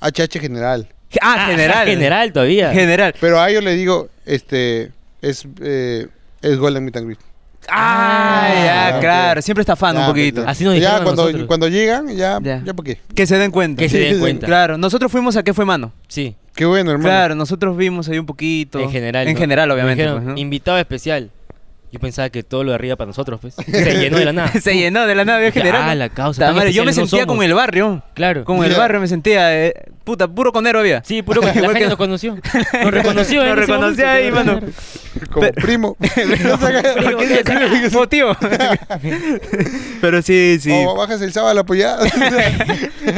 Speaker 1: A Chache general.
Speaker 2: Ah, general.
Speaker 3: General todavía.
Speaker 2: General.
Speaker 1: Pero a ellos le digo, este, es, eh, es Golden Meet and Greet.
Speaker 2: Ah,
Speaker 1: Ah,
Speaker 2: ya,
Speaker 1: ok.
Speaker 2: claro. Siempre estafando
Speaker 1: Ya,
Speaker 2: un poquito.
Speaker 1: pues, ya.
Speaker 3: Así nos
Speaker 1: ya
Speaker 3: dijeron
Speaker 1: cuando,
Speaker 3: nosotros.
Speaker 1: cuando llegan, ya,
Speaker 2: Ya.
Speaker 1: ya, ¿por qué?
Speaker 2: Que se den cuenta.
Speaker 3: Que se
Speaker 1: Sí,
Speaker 3: den
Speaker 1: sí,
Speaker 3: cuenta.
Speaker 2: Claro, nosotros fuimos a qué fue mano.
Speaker 3: Sí.
Speaker 1: Qué bueno, hermano.
Speaker 2: Claro, nosotros vimos ahí un poquito.
Speaker 3: En general.
Speaker 2: En
Speaker 3: ¿no?
Speaker 2: general,
Speaker 3: Me
Speaker 2: obviamente.
Speaker 3: dijeron,
Speaker 2: pues, ¿no?
Speaker 3: Invitado especial. Yo pensaba que todo lo de arriba para nosotros, pues. Se llenó de la nada.
Speaker 2: se llenó de la nave en
Speaker 3: Ya,
Speaker 2: general.
Speaker 3: la causa,
Speaker 2: Ta
Speaker 3: tan
Speaker 2: madre, yo me
Speaker 3: especiales no
Speaker 2: sentía
Speaker 3: somos.
Speaker 2: como el barrio.
Speaker 3: Claro.
Speaker 2: Como el
Speaker 1: Ya.
Speaker 2: barrio me sentía. eh, puta, puro conero había.
Speaker 3: Sí, puro que la
Speaker 2: Igual
Speaker 3: gente
Speaker 2: que-
Speaker 3: nos conoció. Nos reconoció.
Speaker 2: Nos
Speaker 3: en ese
Speaker 2: reconoció
Speaker 3: momento,
Speaker 2: ahí,
Speaker 3: claro.
Speaker 2: mano.
Speaker 1: Como primo. No saca-
Speaker 2: ¿Qué significa eso? Motivo. Pero sí, sí.
Speaker 1: O Oh, bajas el sábado a la apoyada.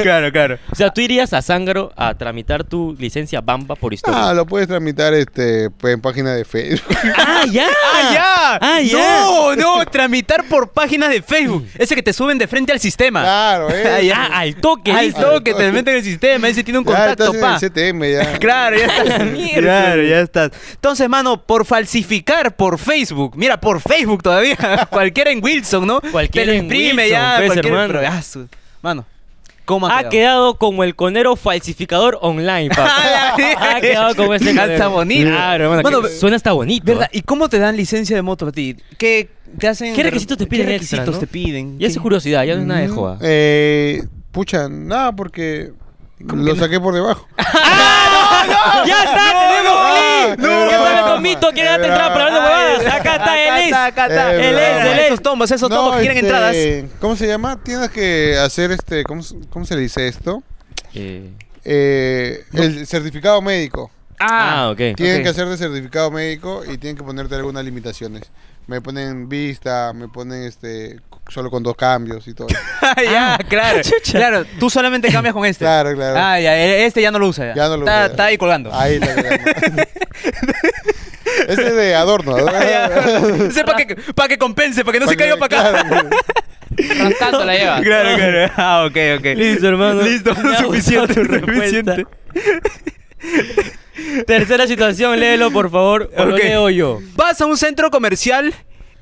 Speaker 2: Claro, claro.
Speaker 3: O sea, tú irías a Zángaro a tramitar tu licencia Bamba por
Speaker 1: Ah,
Speaker 3: historia.
Speaker 1: lo puedes tramitar este pues, en página de Facebook.
Speaker 3: ¡Ah, ya!
Speaker 2: ¡Ah, ya!
Speaker 3: ¡Ah, ya!
Speaker 2: No, no, tramitar por páginas de Facebook. Ese que te suben de frente al sistema.
Speaker 1: Claro, eh.
Speaker 2: Ah, ya.
Speaker 3: Ah, al toque.
Speaker 2: Al
Speaker 3: dice.
Speaker 2: toque, te meten en el sistema, ese tiene un
Speaker 1: Ya
Speaker 2: contacto,
Speaker 1: estás en
Speaker 2: pa.
Speaker 1: el CTM ya.
Speaker 2: Claro, ya estás.
Speaker 3: miércoles.
Speaker 2: claro, ya estás. Entonces, mano, por falsificar por Facebook, mira, por Facebook todavía, cualquiera en Wilson, ¿no?
Speaker 3: Cualquiera
Speaker 2: Te lo
Speaker 3: en
Speaker 2: imprime
Speaker 3: Wilson,
Speaker 2: ya,
Speaker 3: pues,
Speaker 2: cualquier
Speaker 3: hermano.
Speaker 2: pero, ah, su- mano, ¿cómo ha,
Speaker 3: Ha quedado como el conero falsificador online,
Speaker 2: Ah,
Speaker 3: papá. ha quedado Ah, como ese
Speaker 2: Hasta
Speaker 3: conero.
Speaker 2: Ah, bonito.
Speaker 3: Claro, hermano.
Speaker 2: Bueno,
Speaker 3: que
Speaker 2: ve-
Speaker 3: suena hasta bonito.
Speaker 2: ¿Verdad?
Speaker 3: ¿ah?
Speaker 2: ¿Y cómo te dan licencia de moto a ti? ¿Qué te hacen?
Speaker 3: ¿Qué requisitos te piden
Speaker 2: ¿Qué
Speaker 3: extra,
Speaker 2: requisitos
Speaker 3: no?
Speaker 2: te piden?
Speaker 3: Ya es
Speaker 2: ¿Qué-
Speaker 3: curiosidad, ya no es nada
Speaker 2: Mm,
Speaker 3: de joda.
Speaker 1: Eh, pucha, nada, porque lo saqué por debajo.
Speaker 3: ¡Ah, no! ¡Ya está!
Speaker 1: no,
Speaker 3: ¡Tenemos clip!
Speaker 1: no,
Speaker 3: ¡Ya
Speaker 1: no,
Speaker 3: sabes,
Speaker 1: no,
Speaker 3: Tomito! que
Speaker 1: no,
Speaker 3: date entrada
Speaker 1: no,
Speaker 3: para hablando
Speaker 1: no,
Speaker 3: huevadas! Acá está él
Speaker 2: Acá
Speaker 3: es.
Speaker 2: está, acá está.
Speaker 1: Él es, él
Speaker 3: es.
Speaker 2: Esos tombos, esos
Speaker 1: No,
Speaker 2: tombos que quieren
Speaker 1: este,
Speaker 2: entradas.
Speaker 1: ¿Cómo se llama? Tienes que hacer este, ¿cómo, se- cómo se le dice esto?
Speaker 3: Eh,
Speaker 1: Eh, el certificado médico.
Speaker 3: Ah, ok.
Speaker 1: Tienen
Speaker 2: Ok.
Speaker 1: que hacer de certificado médico y tienen que ponerte algunas limitaciones. Me ponen vista, me ponen este solo con dos cambios y todo.
Speaker 2: Ah, ya, claro. Claro, tú solamente cambias con este.
Speaker 1: Claro, claro.
Speaker 2: Ah, ya, e- este ya no lo usa. Ya,
Speaker 1: Ya no lo
Speaker 2: está,
Speaker 1: usa.
Speaker 2: Está ahí colgando.
Speaker 1: Ahí está. Ese es de adorno. adorno.
Speaker 2: para que, pa' que compense, para que no se
Speaker 1: Porque,
Speaker 2: caiga para acá.
Speaker 1: claro,
Speaker 5: Rascando la lleva.
Speaker 2: Claro, claro. Ah, ok, ok.
Speaker 3: Listo, hermano.
Speaker 2: Listo,
Speaker 3: Me ha gustado
Speaker 2: suficiente,
Speaker 3: tu respuesta.
Speaker 2: suficiente.
Speaker 3: Tercera situación, léelo, por favor. O lo
Speaker 2: Ok.
Speaker 3: leo yo.
Speaker 2: Vas a un centro comercial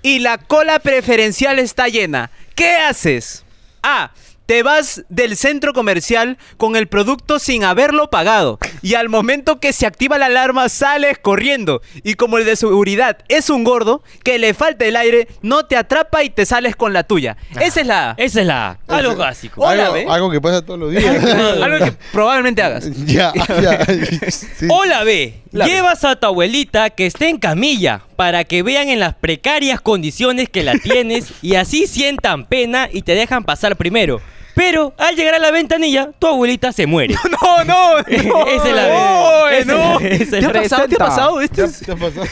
Speaker 2: y la cola preferencial está llena. ¿Qué haces? A. Te vas del centro comercial con el producto sin haberlo pagado y al momento que se activa la alarma sales corriendo y como el de seguridad es un gordo que le falta el aire no te atrapa y te sales con la tuya.
Speaker 3: Ah.
Speaker 2: Esa es la A.
Speaker 3: Esa es la A. Algo
Speaker 1: Ese-
Speaker 3: básico.
Speaker 2: Hola, ve.
Speaker 1: algo, algo que pasa todos los días.
Speaker 2: Algo que probablemente hagas.
Speaker 1: ya, ya. Sí.
Speaker 3: O la B.
Speaker 2: La B.
Speaker 3: Llevas a tu abuelita que esté en camilla para que vean en las precarias condiciones que la tienes y así sientan pena y te dejan pasar primero. Pero al llegar a la ventanilla, tu abuelita se muere.
Speaker 2: No, no, no.
Speaker 3: Esa es la
Speaker 2: no,
Speaker 3: vez. Esa
Speaker 2: no.
Speaker 3: es la- esa es
Speaker 2: ¿Te
Speaker 3: la
Speaker 2: ha pasado? ¿Te ha
Speaker 5: presenta.
Speaker 2: pasado? Este es-
Speaker 1: ¿Qué pasó?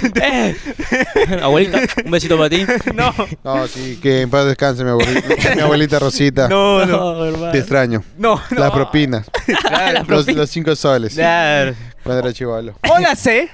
Speaker 3: Eh. Abuelita, un besito para ti.
Speaker 2: No,
Speaker 1: No, sí, que en paz descanse mi abuelita, mi abuelita Rosita.
Speaker 2: no, no.
Speaker 3: hermano.
Speaker 1: Te extraño.
Speaker 2: No, no. Ah,
Speaker 1: Las propinas.
Speaker 3: Claro.
Speaker 1: Los, los cinco soles.
Speaker 2: Claro.
Speaker 1: Cuando era chivalo.
Speaker 2: Hola C.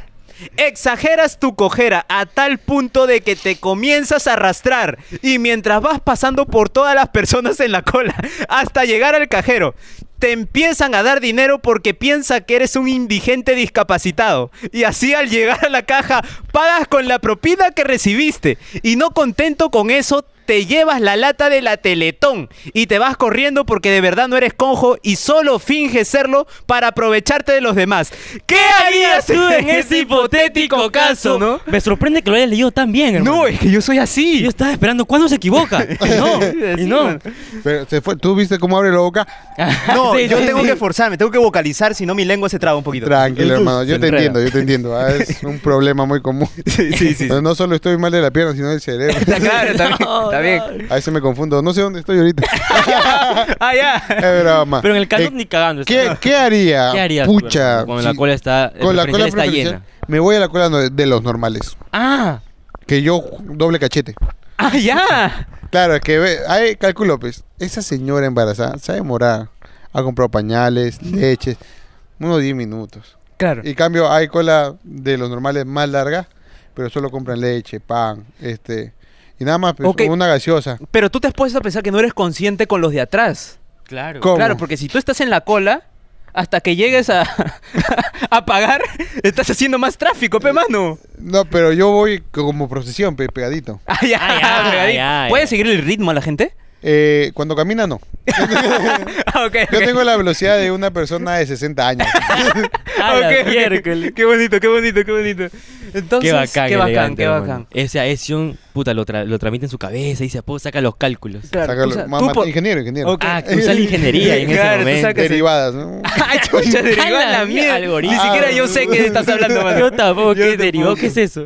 Speaker 2: Exageras tu cojera a tal punto de que te comienzas a arrastrar y mientras vas pasando por todas las personas en la cola hasta llegar al cajero, te empiezan a dar dinero porque piensa que eres un indigente discapacitado y así al llegar a la caja pagas con la propina que recibiste y no contento con eso te llevas la lata de la Teletón y te vas corriendo porque de verdad no eres conjo y solo finges serlo para aprovecharte de los demás. ¿Qué harías tú en ese hipotético caso, no?
Speaker 3: Me sorprende que lo hayas leído tan bien, hermano.
Speaker 2: No, es que yo soy así.
Speaker 3: Yo estaba esperando cuándo se equivoca. Y No, y
Speaker 2: Sí,
Speaker 3: no.
Speaker 2: man.
Speaker 1: Pero se fue. ¿Tú viste cómo abre la boca?
Speaker 2: No,
Speaker 3: Sí,
Speaker 2: yo
Speaker 3: sí,
Speaker 2: tengo
Speaker 3: sí.
Speaker 2: que esforzarme, tengo que vocalizar, si no mi lengua se traba un poquito.
Speaker 1: Tranquilo, hermano. Yo
Speaker 3: Se
Speaker 1: te
Speaker 3: enreda.
Speaker 1: entiendo, yo te entiendo. Ah, Es un problema muy común.
Speaker 2: sí, sí, sí.
Speaker 1: No solo estoy mal de la pierna, sino del cerebro.
Speaker 2: Está claro, está bien,
Speaker 3: No,
Speaker 2: está
Speaker 3: no.
Speaker 2: bien.
Speaker 1: A veces me confundo. No sé dónde estoy ahorita.
Speaker 2: Ah,
Speaker 1: Es
Speaker 2: ya.
Speaker 1: broma.
Speaker 3: Pero en el caso
Speaker 1: Eh,
Speaker 3: ni cagando.
Speaker 1: ¿Qué, ¿Qué haría?
Speaker 3: ¿Qué harías? tú,
Speaker 1: Pucha.
Speaker 3: hermano, Cuando la
Speaker 1: sí,
Speaker 3: cola está,
Speaker 1: con la cola
Speaker 3: está
Speaker 1: preferencial,
Speaker 3: llena.
Speaker 1: Me voy a la cola no- de los normales.
Speaker 3: Ah,
Speaker 1: Que yo doble cachete.
Speaker 2: Ah, ya.
Speaker 1: Claro, es que ve, hay cálculo, pues. Esa señora embarazada se ha demorado. Ha comprado pañales, leches, unos 10 minutos.
Speaker 2: Claro.
Speaker 1: Y cambio, hay cola de los normales más largas, pero solo compran leche, pan, este. Y nada más, pues,
Speaker 2: Ok.
Speaker 1: una gaseosa.
Speaker 2: Pero tú te has puesto a pensar que no eres consciente con los de atrás.
Speaker 3: claro.
Speaker 1: ¿Cómo?
Speaker 2: Claro, porque si tú estás en la cola, hasta que llegues a, a pagar, estás haciendo más tráfico, pe mano.
Speaker 1: No, pero yo voy como procesión, pe- pegadito.
Speaker 2: Ay, ay,
Speaker 3: Ay, ay,
Speaker 2: pegadito.
Speaker 3: ay, ay.
Speaker 2: ¿Puedes seguir el ritmo a la gente?
Speaker 1: Eh, cuando camina, no.
Speaker 2: Ah, ok,
Speaker 1: Yo
Speaker 2: ok.
Speaker 1: tengo la velocidad de una persona de 60 años.
Speaker 3: Ah,
Speaker 2: Ok,
Speaker 3: la
Speaker 2: ok.
Speaker 3: miércoles.
Speaker 2: Qué bonito, qué bonito, qué bonito. Entonces,
Speaker 3: Qué bacán,
Speaker 2: qué bacán,
Speaker 3: elegante,
Speaker 2: qué
Speaker 3: hermano.
Speaker 2: bacán.
Speaker 3: Ese Aesion, puta, lo, tra- lo tramita en su cabeza y se apo- saca los cálculos.
Speaker 2: Claro,
Speaker 1: Sácalo.
Speaker 2: tú sa-
Speaker 1: Mamá,
Speaker 2: tú por-
Speaker 1: Ingeniero, ingeniero.
Speaker 2: Ok.
Speaker 3: Ah, que usa la ingeniería en
Speaker 2: Claro,
Speaker 3: ese
Speaker 2: tú
Speaker 3: momento.
Speaker 2: sacas-
Speaker 1: Derivadas, ¿no?
Speaker 2: Ay, chucha, derivó
Speaker 3: A
Speaker 2: a
Speaker 3: la
Speaker 2: la
Speaker 3: mía,
Speaker 2: mierda. Ni
Speaker 3: algoritmo.
Speaker 2: siquiera yo sé qué estás hablando, mano.
Speaker 3: Yo tampoco,
Speaker 2: Yo
Speaker 3: ¿qué
Speaker 2: tampoco.
Speaker 3: derivó? ¿Qué es eso?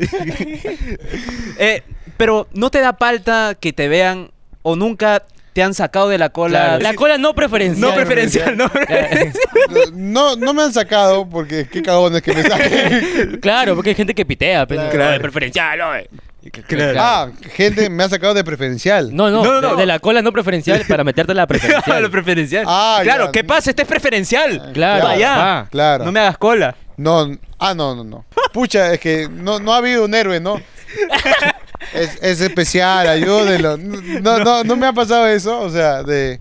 Speaker 2: Eh, pero no te da palta que te vean o nunca te han sacado de la cola.
Speaker 3: Claro. La cola no preferencial.
Speaker 2: no preferencial, no preferencial.
Speaker 1: No, no me han sacado porque qué cagones que me saquen.
Speaker 3: Claro, porque hay gente que pitea. Pero,
Speaker 1: Claro.
Speaker 3: "Oye, preferencial, oye".
Speaker 1: Ah, gente me ha sacado de preferencial.
Speaker 3: No, no,
Speaker 2: No, no.
Speaker 3: De, de la cola no preferencial para meterte a la preferencial.
Speaker 2: Lo preferencial.
Speaker 1: Ah,
Speaker 2: claro,
Speaker 1: ya.
Speaker 2: ¿qué pasa? Este es preferencial.
Speaker 3: Claro,
Speaker 2: Allá.
Speaker 3: ah,
Speaker 1: Claro.
Speaker 2: No me hagas cola.
Speaker 1: No, n- ah, no, no, no. Pucha, es que no, no ha habido un héroe, ¿no? Es, es especial, ayúdenlo. No, no, no me ha pasado eso, o sea, de...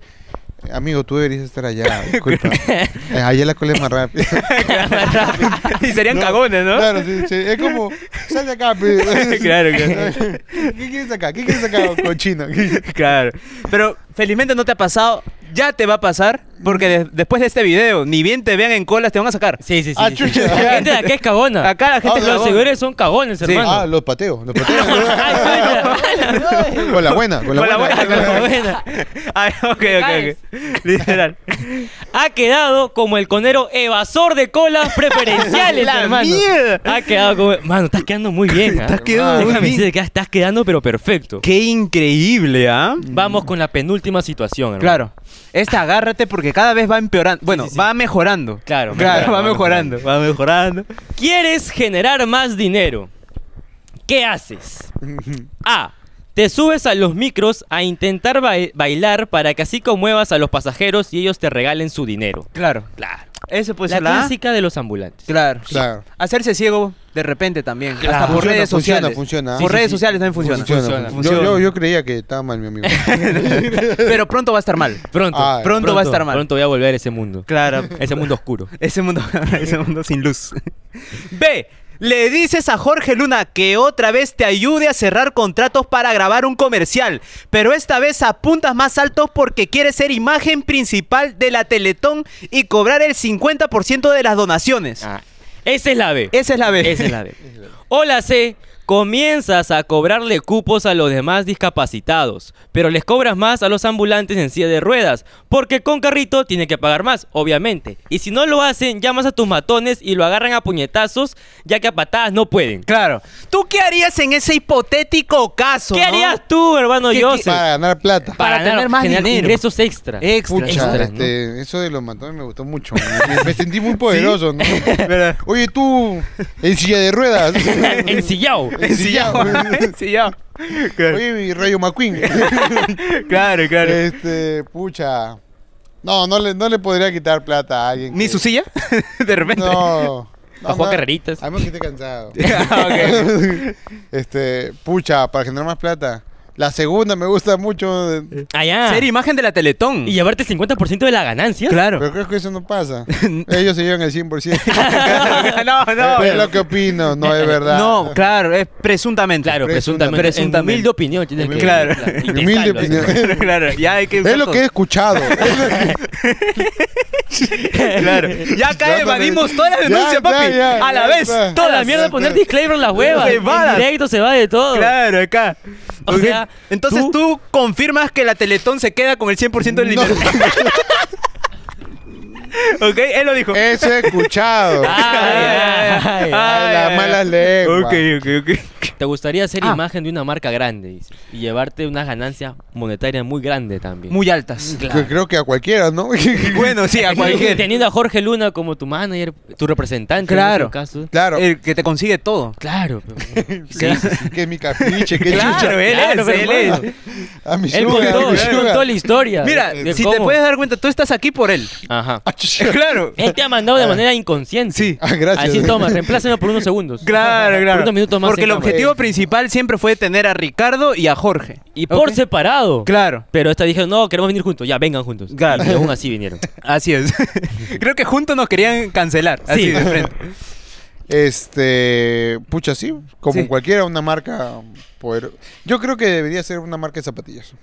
Speaker 1: Amigo, tú deberías estar allá, disculpa. Eh, Allá la cola es más rápida.
Speaker 2: y serían cagones, ¿no?
Speaker 1: Claro, sí, sí. Es como, sal de acá, pe.
Speaker 2: Claro, claro.
Speaker 1: ¿Qué quieres acá? ¿Qué quieres acá, cochino?
Speaker 2: Claro. Pero felizmente no te ha pasado. Ya te va a pasar. Porque de- después de este video, ni bien te vean en colas, te van a sacar.
Speaker 3: Sí, sí, sí.
Speaker 1: Ah,
Speaker 3: sí, sí.
Speaker 1: chucha.
Speaker 3: La gente de acá es cagona.
Speaker 2: Acá la
Speaker 1: Ah,
Speaker 2: gente es
Speaker 1: la
Speaker 3: los
Speaker 2: cagona.
Speaker 3: seguidores son cagones,
Speaker 2: Sí.
Speaker 3: hermano.
Speaker 1: Ah, los pateo, los pateo.
Speaker 3: Ay, chucha.
Speaker 1: con la buena, con la buena.
Speaker 3: Con la buena.
Speaker 2: Ay, ok, ok, ok. Literal.
Speaker 3: Ha quedado como el conero evasor de colas preferenciales,
Speaker 2: La
Speaker 3: hermano.
Speaker 2: mierda.
Speaker 3: Ha quedado como. Mano, estás quedando muy bien. ah. Estás
Speaker 2: quedando muy
Speaker 3: Déjame
Speaker 2: bien.
Speaker 3: decirte que estás quedando, pero perfecto.
Speaker 2: Qué increíble, ¿ah?
Speaker 3: Vamos con la penúltima situación, hermano.
Speaker 2: Claro. Esta agárrate porque cada vez va empeorando. Bueno, va mejorando.
Speaker 3: Claro,
Speaker 2: claro,
Speaker 3: mejorando,
Speaker 2: va mejorando. Va mejorando.
Speaker 3: ¿Quieres generar más dinero? ¿Qué haces? A. Te subes a los micros a intentar bai- bailar para que así conmuevas a los pasajeros y ellos te regalen su dinero.
Speaker 2: Claro.
Speaker 3: Claro. Pues
Speaker 2: Eso puede
Speaker 3: la
Speaker 2: ser la A.
Speaker 3: clásica de los ambulantes.
Speaker 2: Claro.
Speaker 1: Claro.
Speaker 2: Hacerse ciego de repente también. Hasta por
Speaker 1: Funciona,
Speaker 2: redes
Speaker 1: funciona,
Speaker 2: sociales.
Speaker 1: funciona.
Speaker 2: Por
Speaker 1: Sí, sí,
Speaker 2: redes
Speaker 1: sí.
Speaker 2: sociales también funciona.
Speaker 1: Funciona, funciona. Yo, yo, yo creía que estaba mal, mi amigo.
Speaker 2: Pero pronto va a estar mal.
Speaker 3: Pronto,
Speaker 1: Ah,
Speaker 2: pronto va a estar mal.
Speaker 3: Pronto voy a volver a ese mundo.
Speaker 2: Claro.
Speaker 3: Ese mundo oscuro.
Speaker 2: Ese mundo, ese mundo sin luz. B. Le dices a Jorge Luna que otra vez te ayude a cerrar contratos para grabar un comercial, pero esta vez apuntas más altos porque quieres ser imagen principal de la Teletón y cobrar el 50% de las donaciones.
Speaker 3: Ah, Esa es la B.
Speaker 2: Esa es la B.
Speaker 3: Esa es la B. O la C. Comienzas a cobrarle cupos a los demás discapacitados, pero les cobras más a los ambulantes en silla de ruedas, porque con carrito tienen que pagar más, obviamente. Y si no lo hacen, llamas a tus matones y lo agarran a puñetazos, ya que a patadas no pueden.
Speaker 2: Claro. ¿Tú qué harías en ese hipotético caso?
Speaker 3: ¿Qué
Speaker 2: no?
Speaker 3: harías tú, hermano
Speaker 2: ¿Qué- qué-
Speaker 3: Joseph?
Speaker 1: Para ganar plata.
Speaker 2: para
Speaker 3: ganar-
Speaker 2: tener más
Speaker 3: generar
Speaker 2: dinero. Eh,
Speaker 3: ingresos extra.
Speaker 2: Extra.
Speaker 1: Pucha,
Speaker 3: extras, ¿no?
Speaker 1: este, eso de los matones me gustó mucho. Me, me sentí muy poderoso, ¿no? Oye, tú, en silla de ruedas.
Speaker 3: Ensillao.
Speaker 1: Ensillao.
Speaker 2: Ensillado. Claro,
Speaker 1: Oye, mi Rayo McQueen.
Speaker 2: claro. claro.
Speaker 1: Este, pucha. No, no le, no le podría quitar plata a alguien.
Speaker 2: ¿Ni
Speaker 1: que-
Speaker 2: su silla? De repente.
Speaker 1: No. no,
Speaker 3: Bajó
Speaker 1: no.
Speaker 3: carreritas.
Speaker 1: Además que estoy cansado.
Speaker 2: Ah, ok.
Speaker 1: este, pucha, para generar más plata. La segunda me gusta mucho. de-
Speaker 3: Allá.
Speaker 2: Ser imagen de la Teletón.
Speaker 3: Y llevarte el 50% de la ganancia.
Speaker 2: claro.
Speaker 1: Pero creo que eso no pasa. Ellos se llevan el 100%.
Speaker 2: no, no.
Speaker 1: es lo que opino, no es verdad.
Speaker 2: No, claro, es presuntamente.
Speaker 3: Claro, presuntamente.
Speaker 2: Presuntamente.
Speaker 3: En humilde opinión tienes que...
Speaker 2: Claro.
Speaker 3: y te
Speaker 1: Humilde
Speaker 3: salvas.
Speaker 1: opinión.
Speaker 2: Pero claro, ya hay que
Speaker 1: Es
Speaker 2: usar
Speaker 1: lo
Speaker 2: todo.
Speaker 1: que he escuchado. Es lo que-
Speaker 2: Claro. Ya acá
Speaker 1: Ya,
Speaker 2: evadimos
Speaker 1: ya,
Speaker 2: todas las
Speaker 1: ya,
Speaker 2: denuncias,
Speaker 1: ya,
Speaker 2: papi.
Speaker 1: ya,
Speaker 2: a la
Speaker 1: ya
Speaker 2: vez.
Speaker 1: está.
Speaker 3: Toda
Speaker 2: Todas
Speaker 3: la mierda de poner disclaimer en las huevas.
Speaker 2: Huevadas.
Speaker 3: En directo se va de todo.
Speaker 2: Claro, acá.
Speaker 3: O
Speaker 2: Ok.
Speaker 3: sea,
Speaker 2: entonces tú...
Speaker 3: tú-
Speaker 2: confirmas que la Teletón se queda con el 100% del dinero. ok, él lo dijo.
Speaker 1: Eso he escuchado.
Speaker 3: Eh,
Speaker 2: Ah,
Speaker 3: Ay, ay, ay.
Speaker 1: Ay, las malas lenguas.
Speaker 2: Ok, ok, ok.
Speaker 3: Te gustaría ser
Speaker 2: Ah.
Speaker 3: imagen de una marca grande dice, y llevarte unas ganancias monetarias muy grandes también.
Speaker 2: Muy altas.
Speaker 1: Que creo que a cualquiera, ¿no?
Speaker 2: Bueno, sí, a
Speaker 3: Teniendo-
Speaker 2: cualquier.
Speaker 3: Teniendo a Jorge Luna como tu manager, tu representante
Speaker 2: Claro.
Speaker 3: en esos casos.
Speaker 1: claro.
Speaker 2: El que te consigue todo.
Speaker 3: Claro. pero-
Speaker 1: Sí, sí, sí, que mi capiche, que
Speaker 2: Claro, eh.
Speaker 1: chucha.
Speaker 2: él
Speaker 3: Claro,
Speaker 2: es, él
Speaker 3: hermano.
Speaker 2: es.
Speaker 1: A mi
Speaker 3: Él
Speaker 1: sugar, a
Speaker 3: contó,
Speaker 1: mi
Speaker 3: él
Speaker 1: sugar.
Speaker 3: contó la historia.
Speaker 2: Mira,
Speaker 3: de
Speaker 2: si te
Speaker 3: Eh, cómo-
Speaker 2: puedes dar cuenta, tú estás aquí por él.
Speaker 3: Ajá.
Speaker 1: Ah, chucha.
Speaker 2: Claro.
Speaker 3: Él te ha mandado de manera inconsciente.
Speaker 2: Ah. Sí.
Speaker 1: Ah, gracias.
Speaker 3: Así toma, reemplázame por unos segundos.
Speaker 2: Claro,
Speaker 3: Por
Speaker 2: claro.
Speaker 3: unos minutos más.
Speaker 2: Porque
Speaker 3: en
Speaker 2: el
Speaker 3: cámara.
Speaker 2: objetivo principal siempre fue tener a Ricardo y a Jorge.
Speaker 3: Y por
Speaker 2: ¿Ok?
Speaker 3: separado.
Speaker 2: Claro.
Speaker 3: Pero esta dijeron, no, queremos venir juntos. Ya, vengan juntos.
Speaker 2: Claro.
Speaker 3: Y aún así vinieron.
Speaker 2: Así es. Creo que juntos nos querían cancelar. Así
Speaker 3: Sí.
Speaker 2: de frente.
Speaker 1: Este, pucha, sí, como
Speaker 2: Sí.
Speaker 1: cualquiera, una marca poder. Yo creo que debería ser una marca de zapatillas.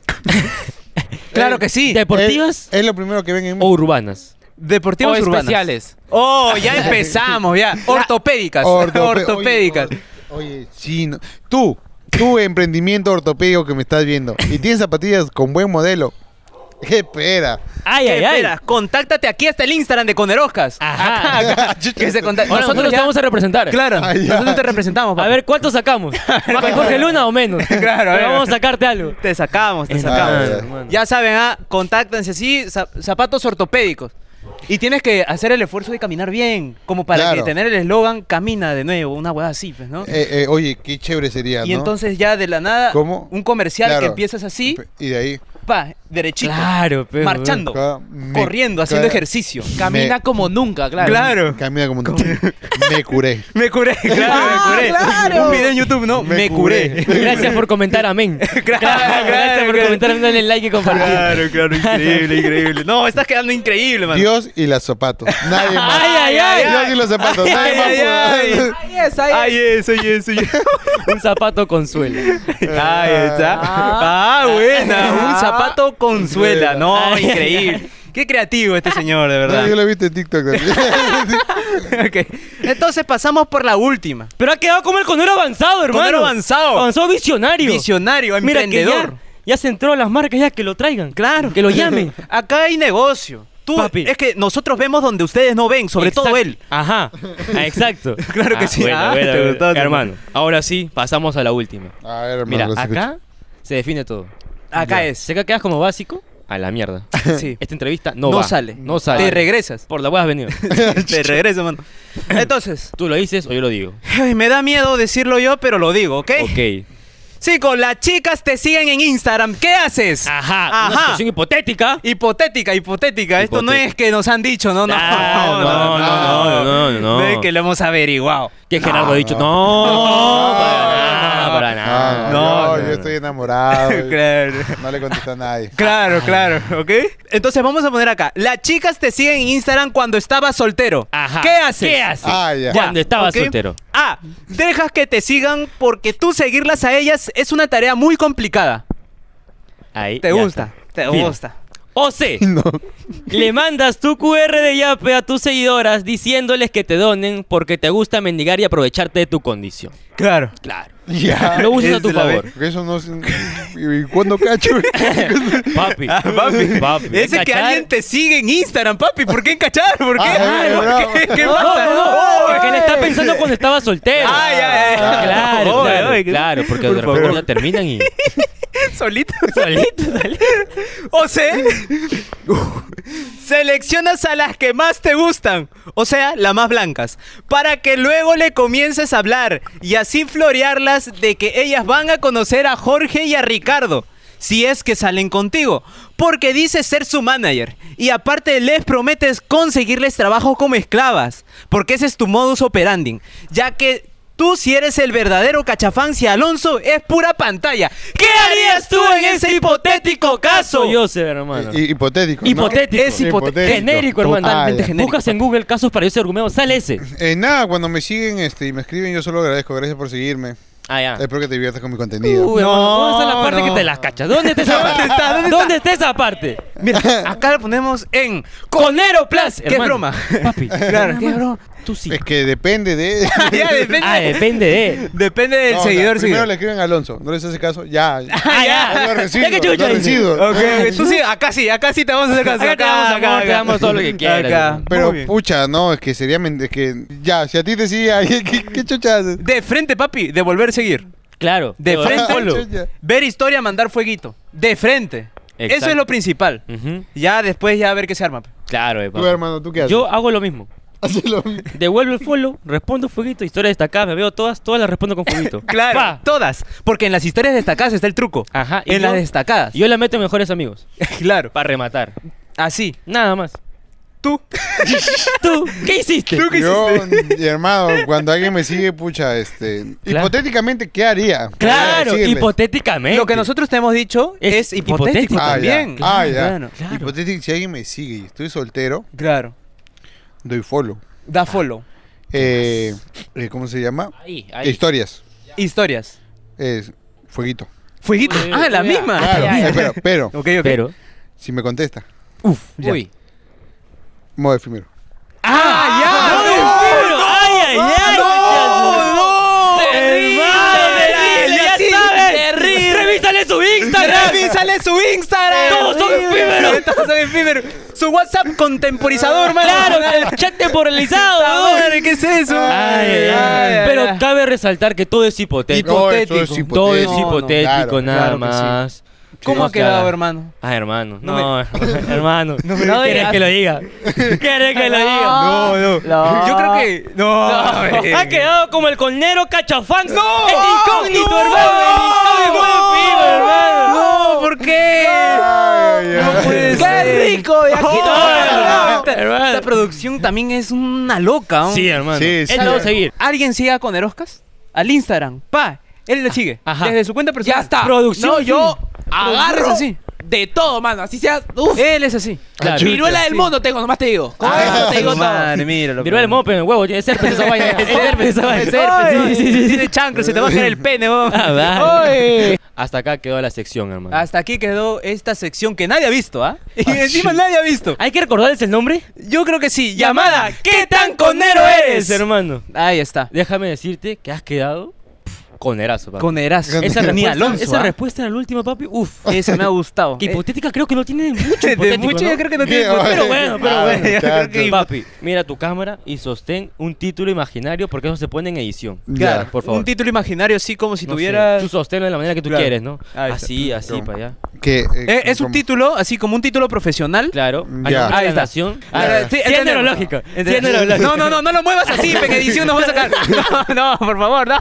Speaker 2: Claro que sí.
Speaker 3: ¿Deportivas
Speaker 1: Es, es lo primero que ven en mí.
Speaker 3: o urbanas?
Speaker 5: O
Speaker 2: Deportivos urbanos.
Speaker 5: especiales.
Speaker 2: Oh, ya empezamos, ya. Ortopédicas.
Speaker 1: Ortope-
Speaker 2: Ortopédicas.
Speaker 1: Oye, or- oye, sí, no- tú, tu emprendimiento ortopédico que me estás viendo y tienes zapatillas con buen modelo. ¿Qué pera?
Speaker 3: Ay,
Speaker 2: ¿Qué
Speaker 3: ay, ay.
Speaker 2: esperas? Contáctate aquí hasta el Instagram de Coneroscas.
Speaker 3: Ajá.
Speaker 2: Acá, acá. Que se contact-
Speaker 3: Ahora nosotros
Speaker 2: ya-
Speaker 3: te vamos a representar.
Speaker 2: Claro,
Speaker 1: Ah, ya.
Speaker 2: nosotros te representamos.
Speaker 3: A
Speaker 2: papi.
Speaker 3: ver, ¿cuánto sacamos? ¿Más que Jorge Luna o menos?
Speaker 2: Claro, a ver.
Speaker 3: Pero vamos a sacarte algo.
Speaker 2: Te sacamos, te
Speaker 3: Es
Speaker 2: sacamos.
Speaker 1: nada,
Speaker 3: hermano.
Speaker 2: ya saben, ah, contáctense así, za- zapatos ortopédicos. Y tienes que hacer el esfuerzo de caminar bien, como para
Speaker 1: Claro.
Speaker 2: que tener el eslogan camina de nuevo, una hueá así, pues, ¿no?
Speaker 1: Eh, eh, oye, qué chévere sería,
Speaker 2: y
Speaker 1: ¿no?
Speaker 2: entonces ya de la nada,
Speaker 1: ¿Cómo?
Speaker 2: un comercial
Speaker 1: Claro.
Speaker 2: que empiezas así,
Speaker 1: Y de ahí.
Speaker 2: pa, derechito,
Speaker 3: Claro, pero.
Speaker 2: marchando,
Speaker 1: Cada- me-
Speaker 2: corriendo, haciendo
Speaker 1: cada-
Speaker 2: ejercicio.
Speaker 5: Camina
Speaker 1: Me-
Speaker 5: como nunca, claro.
Speaker 2: Claro.
Speaker 1: Camina como un. Me curé.
Speaker 2: Me curé, claro, me curé. Un video en YouTube, ¿no? Me,
Speaker 1: Me
Speaker 2: curé.
Speaker 3: Gracias por comentar, amén.
Speaker 2: claro,
Speaker 3: Gracias por
Speaker 2: claro.
Speaker 3: comentar, dale like y compartir.
Speaker 2: Claro, claro, increíble, increíble. No, estás quedando increíble, man.
Speaker 1: Dios y los zapatos. Nadie más.
Speaker 2: Ay, ay, ay.
Speaker 1: Dios y los zapatos.
Speaker 2: Ay,
Speaker 1: Nadie
Speaker 2: ay,
Speaker 1: más.
Speaker 2: ay.
Speaker 1: pudo.
Speaker 5: Ahí es, ahí
Speaker 2: Ay, eso, ay, eso, ay.
Speaker 3: Un zapato consuela.
Speaker 2: Ahí está. Ah, buena. Un zapato consuela. No, increíble. Qué creativo este señor, de
Speaker 1: Ah, Yo
Speaker 2: verdad.
Speaker 1: lo he visto en TikTok también.
Speaker 2: Ok. Entonces pasamos por la última.
Speaker 3: Pero ha quedado como el conero avanzado, hermano.
Speaker 2: Conero avanzado.
Speaker 3: Avanzado visionario.
Speaker 2: Visionario,
Speaker 3: Mira que
Speaker 2: emprendedor.
Speaker 3: ya, ya se entró a las marcas, ya que lo traigan.
Speaker 2: Claro.
Speaker 3: Que lo llamen.
Speaker 2: Acá hay negocio. Tú,
Speaker 3: Papi.
Speaker 2: es que nosotros vemos donde ustedes no ven, sobre todo
Speaker 3: Exacto.
Speaker 2: él.
Speaker 3: Ajá, Ah, exacto.
Speaker 2: Claro que sí.
Speaker 3: bueno,
Speaker 2: Ah,
Speaker 3: bueno,
Speaker 2: te
Speaker 3: bueno.
Speaker 2: gustó, te
Speaker 3: Hermano, ahora sí, pasamos a la última.
Speaker 1: A ver, hermano.
Speaker 3: Mira,
Speaker 1: los
Speaker 3: acá
Speaker 1: escucho.
Speaker 3: se define todo.
Speaker 2: Acá
Speaker 3: Ya.
Speaker 2: es.
Speaker 3: Si acá quedas como básico, a la mierda.
Speaker 2: Sí.
Speaker 3: Esta entrevista no,
Speaker 2: No,
Speaker 3: va.
Speaker 2: sale.
Speaker 3: No sale.
Speaker 2: Te regresas.
Speaker 3: Por la hueá has venido.
Speaker 2: Te regresas, mano. Entonces,
Speaker 3: Tú lo dices o yo lo digo.
Speaker 2: ay, me da miedo decirlo yo, pero lo digo, ¿ok?
Speaker 3: Ok.
Speaker 2: Chicos, las chicas te siguen en Instagram. ¿Qué haces?
Speaker 3: Ajá. Una situación hipotética.
Speaker 2: Hipotética, hipotética. Esto no
Speaker 3: Hipotética.
Speaker 2: es que nos han dicho, no, no.
Speaker 3: Ah, no, no, no, no, no.
Speaker 2: es que lo hemos averiguado.
Speaker 3: Que Gerardo ha dicho, no, para nada, para nada.
Speaker 1: Ah,
Speaker 2: No,
Speaker 1: no, yo estoy enamorado.
Speaker 2: Claro.
Speaker 1: No le contesta a nadie.
Speaker 2: Claro, claro, ¿ok? Entonces vamos a poner acá. Las chicas te siguen en Instagram cuando estabas soltero.
Speaker 3: Ajá.
Speaker 2: ¿Qué haces?
Speaker 3: ¿Qué haces?
Speaker 1: Ah, ya.
Speaker 3: Cuando estabas
Speaker 2: ¿ok?
Speaker 3: soltero.
Speaker 2: A. Dejas que te sigan porque tú seguirlas a ellas es una tarea muy complicada.
Speaker 3: Ahí,
Speaker 2: ¿Te
Speaker 3: ya
Speaker 2: gusta?
Speaker 3: está.
Speaker 2: ¿Te
Speaker 3: Fin.
Speaker 2: gusta?
Speaker 3: O C.
Speaker 1: No.
Speaker 3: Le mandas tu QR de Yape a tus seguidoras diciéndoles que te donen porque te gusta mendigar y aprovecharte de tu condición.
Speaker 2: Claro.
Speaker 3: Claro.
Speaker 1: Ya.
Speaker 3: Lo uses a
Speaker 6: es
Speaker 3: tu
Speaker 6: la
Speaker 3: favor.
Speaker 1: Porque eso no es... ¿Y cuándo cacho?
Speaker 3: Papi,
Speaker 2: Ah, Papi,
Speaker 3: papi.
Speaker 2: Ese que
Speaker 3: Cachar-
Speaker 2: alguien te sigue en Instagram, papi. ¿Por qué encachar? ¿Por qué?
Speaker 1: Ah, es verdad.
Speaker 2: ¿Por qué? ¿Qué
Speaker 3: No,
Speaker 2: pasa? Ah,
Speaker 3: no, Eh. no,
Speaker 2: Oh,
Speaker 3: es que él está pensando cuando estaba soltero.
Speaker 2: Ay, ay, ay.
Speaker 3: Claro,
Speaker 2: Oye,
Speaker 3: claro,
Speaker 2: oye, que-
Speaker 3: claro, porque
Speaker 2: por
Speaker 3: de repente
Speaker 2: favor.
Speaker 3: ya terminan y
Speaker 2: Solito.
Speaker 3: solito dale.
Speaker 2: O sea, seleccionas a las que más te gustan, o sea, las más blancas, para que luego le comiences a hablar y así florearlas de que ellas van a conocer a Jorge y a Ricardo. Si es que salen contigo, porque dices ser su manager y aparte les prometes conseguirles trabajo como esclavas, porque ese es tu modus operandi, ya que tú si eres el verdadero cachafán si Alonso es pura pantalla. ¿Qué harías tú en ese hipotético caso?
Speaker 3: Soy yo, hermano.
Speaker 1: Hi- Hipotético. ¿no?
Speaker 3: Hipotético.
Speaker 2: Es hipote-
Speaker 3: Genérico, hermano.
Speaker 2: Totalmente
Speaker 1: Ah, ya.
Speaker 2: genérico.
Speaker 3: Buscas en Google casos para ese argumento, sale ese.
Speaker 1: Eh, nada, cuando me siguen este, y me escriben, yo solo agradezco. Gracias por seguirme.
Speaker 3: Ah, ya.
Speaker 1: Espero que te diviertas con mi contenido.
Speaker 3: Uy,
Speaker 2: No,
Speaker 3: hermano, esa es la parte
Speaker 2: no.
Speaker 3: que te las cachas. ¿Dónde está esa parte?
Speaker 2: ¿Dónde está? ¿Dónde está?
Speaker 3: ¿Dónde está esa parte?
Speaker 2: Mira, acá lo ponemos en
Speaker 3: Conero Plus.
Speaker 2: Qué broma.
Speaker 3: Papi.
Speaker 2: Claro, qué broma.
Speaker 3: Tú sí.
Speaker 1: Es que depende de...
Speaker 2: Ya depende,
Speaker 3: Ah, depende de.
Speaker 2: depende del
Speaker 1: No, o sea,
Speaker 2: seguidor.
Speaker 1: Primero
Speaker 2: seguidor.
Speaker 1: le escriben a Alonso. No les hace caso. Ya.
Speaker 3: Ah,
Speaker 1: Ya lo
Speaker 3: ya.
Speaker 1: recibo,
Speaker 3: Ya que chucha.
Speaker 1: lo recibo.
Speaker 2: Ok, ok, tú sí, acá sí, acá sí te vamos a hacer caso.
Speaker 3: Ah, Acá te vamos a amor, te damos todo lo que quieras.
Speaker 2: Acá. Muy
Speaker 1: Pero
Speaker 2: bien.
Speaker 1: pucha, no, es que sería... men- Es que ya, si a ti te sigue ahí, ¿qué, qué chucha haces?
Speaker 2: De frente, papi, de volver a seguir.
Speaker 3: Claro.
Speaker 2: De
Speaker 3: Te vas
Speaker 2: frente.
Speaker 3: solo.
Speaker 1: Chucha.
Speaker 2: Ver historia, mandar fueguito. De frente.
Speaker 3: Exacto.
Speaker 2: Eso es lo principal.
Speaker 3: Ujú.
Speaker 2: Ya después ya a ver qué se arma.
Speaker 3: Claro, eh,
Speaker 1: Tú,
Speaker 3: papi.
Speaker 1: hermano, ¿tú qué haces?
Speaker 3: Yo hago lo mismo.
Speaker 1: Haces lo mismo.
Speaker 3: Devuelvo el follow, respondo fueguito, historia destacada, me veo todas, todas las respondo con fueguito.
Speaker 2: Claro,
Speaker 3: Pa.
Speaker 2: todas. Porque en las historias destacadas está el truco.
Speaker 3: Ajá. y
Speaker 2: En
Speaker 3: yo-
Speaker 2: las destacadas.
Speaker 3: Yo la meto en mejores amigos.
Speaker 2: claro.
Speaker 3: Para rematar.
Speaker 2: Así.
Speaker 3: Nada más.
Speaker 2: Tú.
Speaker 3: ¿Tú qué hiciste?
Speaker 2: ¿Tú qué
Speaker 1: Yo,
Speaker 2: hiciste?
Speaker 1: mi hermano, cuando alguien me sigue, pucha, este...
Speaker 3: Claro.
Speaker 1: Hipotéticamente, ¿qué haría?
Speaker 3: Claro,
Speaker 1: Sígueme.
Speaker 3: hipotéticamente.
Speaker 2: Lo que nosotros te hemos dicho es,
Speaker 3: Es
Speaker 2: hipotético,
Speaker 3: hipotético.
Speaker 1: Ah, ya.
Speaker 2: también.
Speaker 1: Ah, ya.
Speaker 2: Claro.
Speaker 3: Claro.
Speaker 1: Hipotético, si alguien me sigue y estoy soltero,
Speaker 2: Claro.
Speaker 1: doy follow.
Speaker 2: Da follow.
Speaker 1: Eh, eh, ¿Cómo se llama?
Speaker 3: Ahí, ahí.
Speaker 1: Historias.
Speaker 2: Historias.
Speaker 1: Es fueguito.
Speaker 2: Fueguito.
Speaker 3: Uy,
Speaker 2: Ah, la
Speaker 3: uy,
Speaker 2: misma.
Speaker 3: Ah,
Speaker 1: Claro,
Speaker 3: ya, ya.
Speaker 1: eh, pero, pero,
Speaker 2: Ok, ok.
Speaker 3: Pero.
Speaker 1: si me contesta,
Speaker 2: Uf. ya.
Speaker 3: Uy.
Speaker 1: modo primero.
Speaker 2: ¡Ah, ya!
Speaker 3: ¡No, juro! ¡Ay, ay, ay!
Speaker 2: Ah, ¡No! ¡No!
Speaker 3: ¡Terrible!
Speaker 2: ¡Terrible!
Speaker 3: ¡Ya
Speaker 2: Sí,
Speaker 3: sabes!
Speaker 2: terrible.
Speaker 3: ¡Revísale su Instagram!
Speaker 2: ¡Revísale su Instagram!
Speaker 3: Todos son efímeros.
Speaker 2: Todos son efímeros. Su WhatsApp contemporizador, mano.
Speaker 3: ¡Claro! ¡El chat temporalizado!
Speaker 2: Puta
Speaker 3: weón.
Speaker 2: madre, ¿Qué es eso?
Speaker 3: Ay, ay, ay.
Speaker 2: ay,
Speaker 3: Pero
Speaker 2: ay.
Speaker 3: cabe resaltar que todo es hipotético.
Speaker 1: No, eso es hipotético.
Speaker 3: Todo es
Speaker 2: No, no,
Speaker 3: hipotético,
Speaker 1: claro,
Speaker 3: nada
Speaker 2: claro que sí.
Speaker 3: más.
Speaker 2: ¿Cómo
Speaker 3: No,
Speaker 2: ha quedado,
Speaker 3: claro.
Speaker 2: hermano?
Speaker 3: Ah, hermano.
Speaker 2: No
Speaker 3: No, hermano. No
Speaker 2: me
Speaker 3: ¿Quieres
Speaker 2: digas.
Speaker 3: que lo diga? ¿Quieres que lo
Speaker 2: Ah.
Speaker 3: diga?
Speaker 5: No, no.
Speaker 2: Yo creo que. No, eh.
Speaker 3: Ha quedado como el colnero cachafán.
Speaker 2: ¡No!
Speaker 3: ¡El incógnito,
Speaker 2: ¡No!
Speaker 3: hermano! ¡El
Speaker 2: ¡No!
Speaker 3: incógnito, hermano!
Speaker 2: ¡No! ¿Por qué?
Speaker 1: Ay, ay,
Speaker 2: No
Speaker 1: ay.
Speaker 5: ¡Qué
Speaker 2: puede ser.
Speaker 5: rico! Y aquí
Speaker 2: No,
Speaker 5: no.
Speaker 2: hermano. Esta, esta producción también es una loca. ¿no?
Speaker 3: Sí, hermano.
Speaker 1: Sí,
Speaker 3: Él
Speaker 1: sí.
Speaker 3: lo va a seguir.
Speaker 2: ¿Alguien sigue con Eroscas? Al Instagram. Pa. Él le sigue.
Speaker 3: Ajá.
Speaker 2: Desde su cuenta personal.
Speaker 5: Ya está.
Speaker 3: Producción.
Speaker 5: No, yo
Speaker 2: Producción
Speaker 5: agarro
Speaker 2: es así.
Speaker 5: de todo, mano. Así seas... Uf.
Speaker 2: Él es así.
Speaker 3: Claro.
Speaker 5: Viruela del mundo tengo, nomás te digo. Con
Speaker 1: Ah,
Speaker 5: eso te digo
Speaker 2: su
Speaker 5: todo.
Speaker 2: madre, mira lo que-
Speaker 3: Viruela el mope, en el huevo. Es herpes esa vaina. Es herpes esa vaina.
Speaker 2: Es herpes, sí, sí, sí. Tiene chancro, se te va a caer el pene, vos.
Speaker 3: Ah, vale.
Speaker 2: Oye.
Speaker 3: Hasta acá quedó la sección, hermano.
Speaker 2: Hasta aquí quedó esta sección que nadie ha visto, ¿ah? Y encima nadie ha visto.
Speaker 3: ¿Hay que recordarles el nombre?
Speaker 2: Yo creo que sí. Llamada, ¿qué tan conero eres, hermano?
Speaker 3: hermano?
Speaker 2: Ahí está.
Speaker 3: Déjame decirte que has quedado pff, conerazo, papi.
Speaker 2: Conerazo.
Speaker 3: Esa
Speaker 2: Ni
Speaker 3: respuesta,
Speaker 2: Alonso.
Speaker 3: esa
Speaker 2: ¿ah?
Speaker 3: respuesta era la última, papi. Uf.
Speaker 2: Esa me ha gustado.
Speaker 3: Que hipotética creo que no tiene mucho
Speaker 2: Eh, de
Speaker 3: hipotético,
Speaker 2: mucho
Speaker 3: ¿no?
Speaker 2: yo creo que no tiene
Speaker 1: Bien,
Speaker 2: hipotético.
Speaker 3: Pero bueno, pero
Speaker 1: Ah,
Speaker 3: bueno.
Speaker 1: muchacho.
Speaker 2: Yo creo que-
Speaker 3: Papi, mira tu cámara y sostén un título imaginario porque eso se pone en edición.
Speaker 1: Ya.
Speaker 3: Claro, por favor.
Speaker 2: Un título imaginario así como si
Speaker 3: No sé,
Speaker 2: tuviera...
Speaker 3: Tú sosténlo de la manera que tú
Speaker 2: Claro.
Speaker 3: quieres, ¿no?
Speaker 2: Ahí está.
Speaker 3: Así, así,
Speaker 1: Toma.
Speaker 3: para allá.
Speaker 1: Que, eh,
Speaker 2: Eh, es un
Speaker 1: como-
Speaker 2: título, así como un título profesional.
Speaker 3: Claro. Ahí
Speaker 1: Ya.
Speaker 2: Ahí está.
Speaker 3: Nación.
Speaker 2: Ah,
Speaker 1: Ya.
Speaker 2: sí,
Speaker 3: Sí,
Speaker 2: entendemos.
Speaker 3: es neurológico. Sí,
Speaker 2: Entendemos.
Speaker 3: es
Speaker 2: No,
Speaker 3: neurológico.
Speaker 2: no, no, no lo muevas así, porque en edición nos va a sacar. No, no, por favor, no.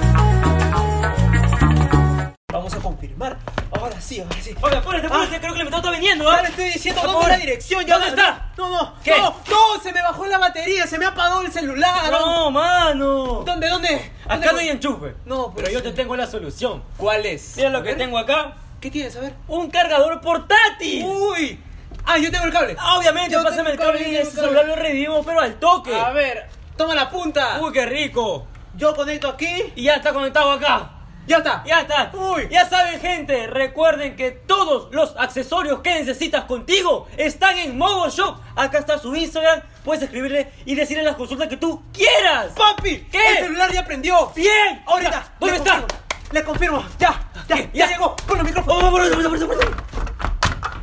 Speaker 5: Vamos a confirmar. Ahora sí, ahora sí.
Speaker 4: Oye, apúrate, apúrate, creo que el invitado está viniendo,
Speaker 5: Ahora
Speaker 4: ¿ah?
Speaker 5: estoy diciendo
Speaker 4: Por
Speaker 5: dónde
Speaker 4: favor.
Speaker 5: es la dirección. Ya
Speaker 4: ¿Dónde está?
Speaker 5: No, no.
Speaker 4: ¿Qué?
Speaker 5: No, no, se me bajó la batería, se me ha apagado el celular.
Speaker 4: No, mano.
Speaker 5: ¿Dónde, dónde?
Speaker 4: Acá no hay enchufe.
Speaker 5: No,
Speaker 4: Pero yo te tengo la solución.
Speaker 5: ¿Cuál es?
Speaker 4: Mira lo que tengo acá.
Speaker 7: ¿Qué tienes? A ver.
Speaker 3: ¡Un cargador portátil!
Speaker 2: Uh,
Speaker 7: ¡Uy! Ah, yo tengo el cable.
Speaker 3: Ah, Obviamente,
Speaker 7: Yo
Speaker 3: pásame el
Speaker 7: tengo un
Speaker 3: cable y ese
Speaker 7: cable.
Speaker 3: celular lo revivimos, pero al toque.
Speaker 7: A ver, toma la punta.
Speaker 3: ¡Uy, qué rico!
Speaker 7: Yo conecto aquí.
Speaker 3: Y ya está conectado acá.
Speaker 7: Ya está.
Speaker 3: Ya está.
Speaker 7: Uy.
Speaker 3: Ya saben, gente, recuerden que todos los accesorios que necesitas contigo están en Mogo Shop. Acá está su Instagram. Puedes escribirle y decirle las consultas que tú quieras.
Speaker 7: ¡Papi!
Speaker 3: ¿Qué?
Speaker 7: El celular ya prendió.
Speaker 3: ¡Bien!
Speaker 7: Ahorita.
Speaker 3: ¿Dónde
Speaker 7: le
Speaker 3: está?
Speaker 7: confirmo. Le confirmo. Ya, ya,
Speaker 3: ¿Qué?
Speaker 7: ya,
Speaker 3: Ya. Oh,
Speaker 7: llegó. Con los micrófonos.
Speaker 3: Vamos, vamos, vamos, vamos, vamos.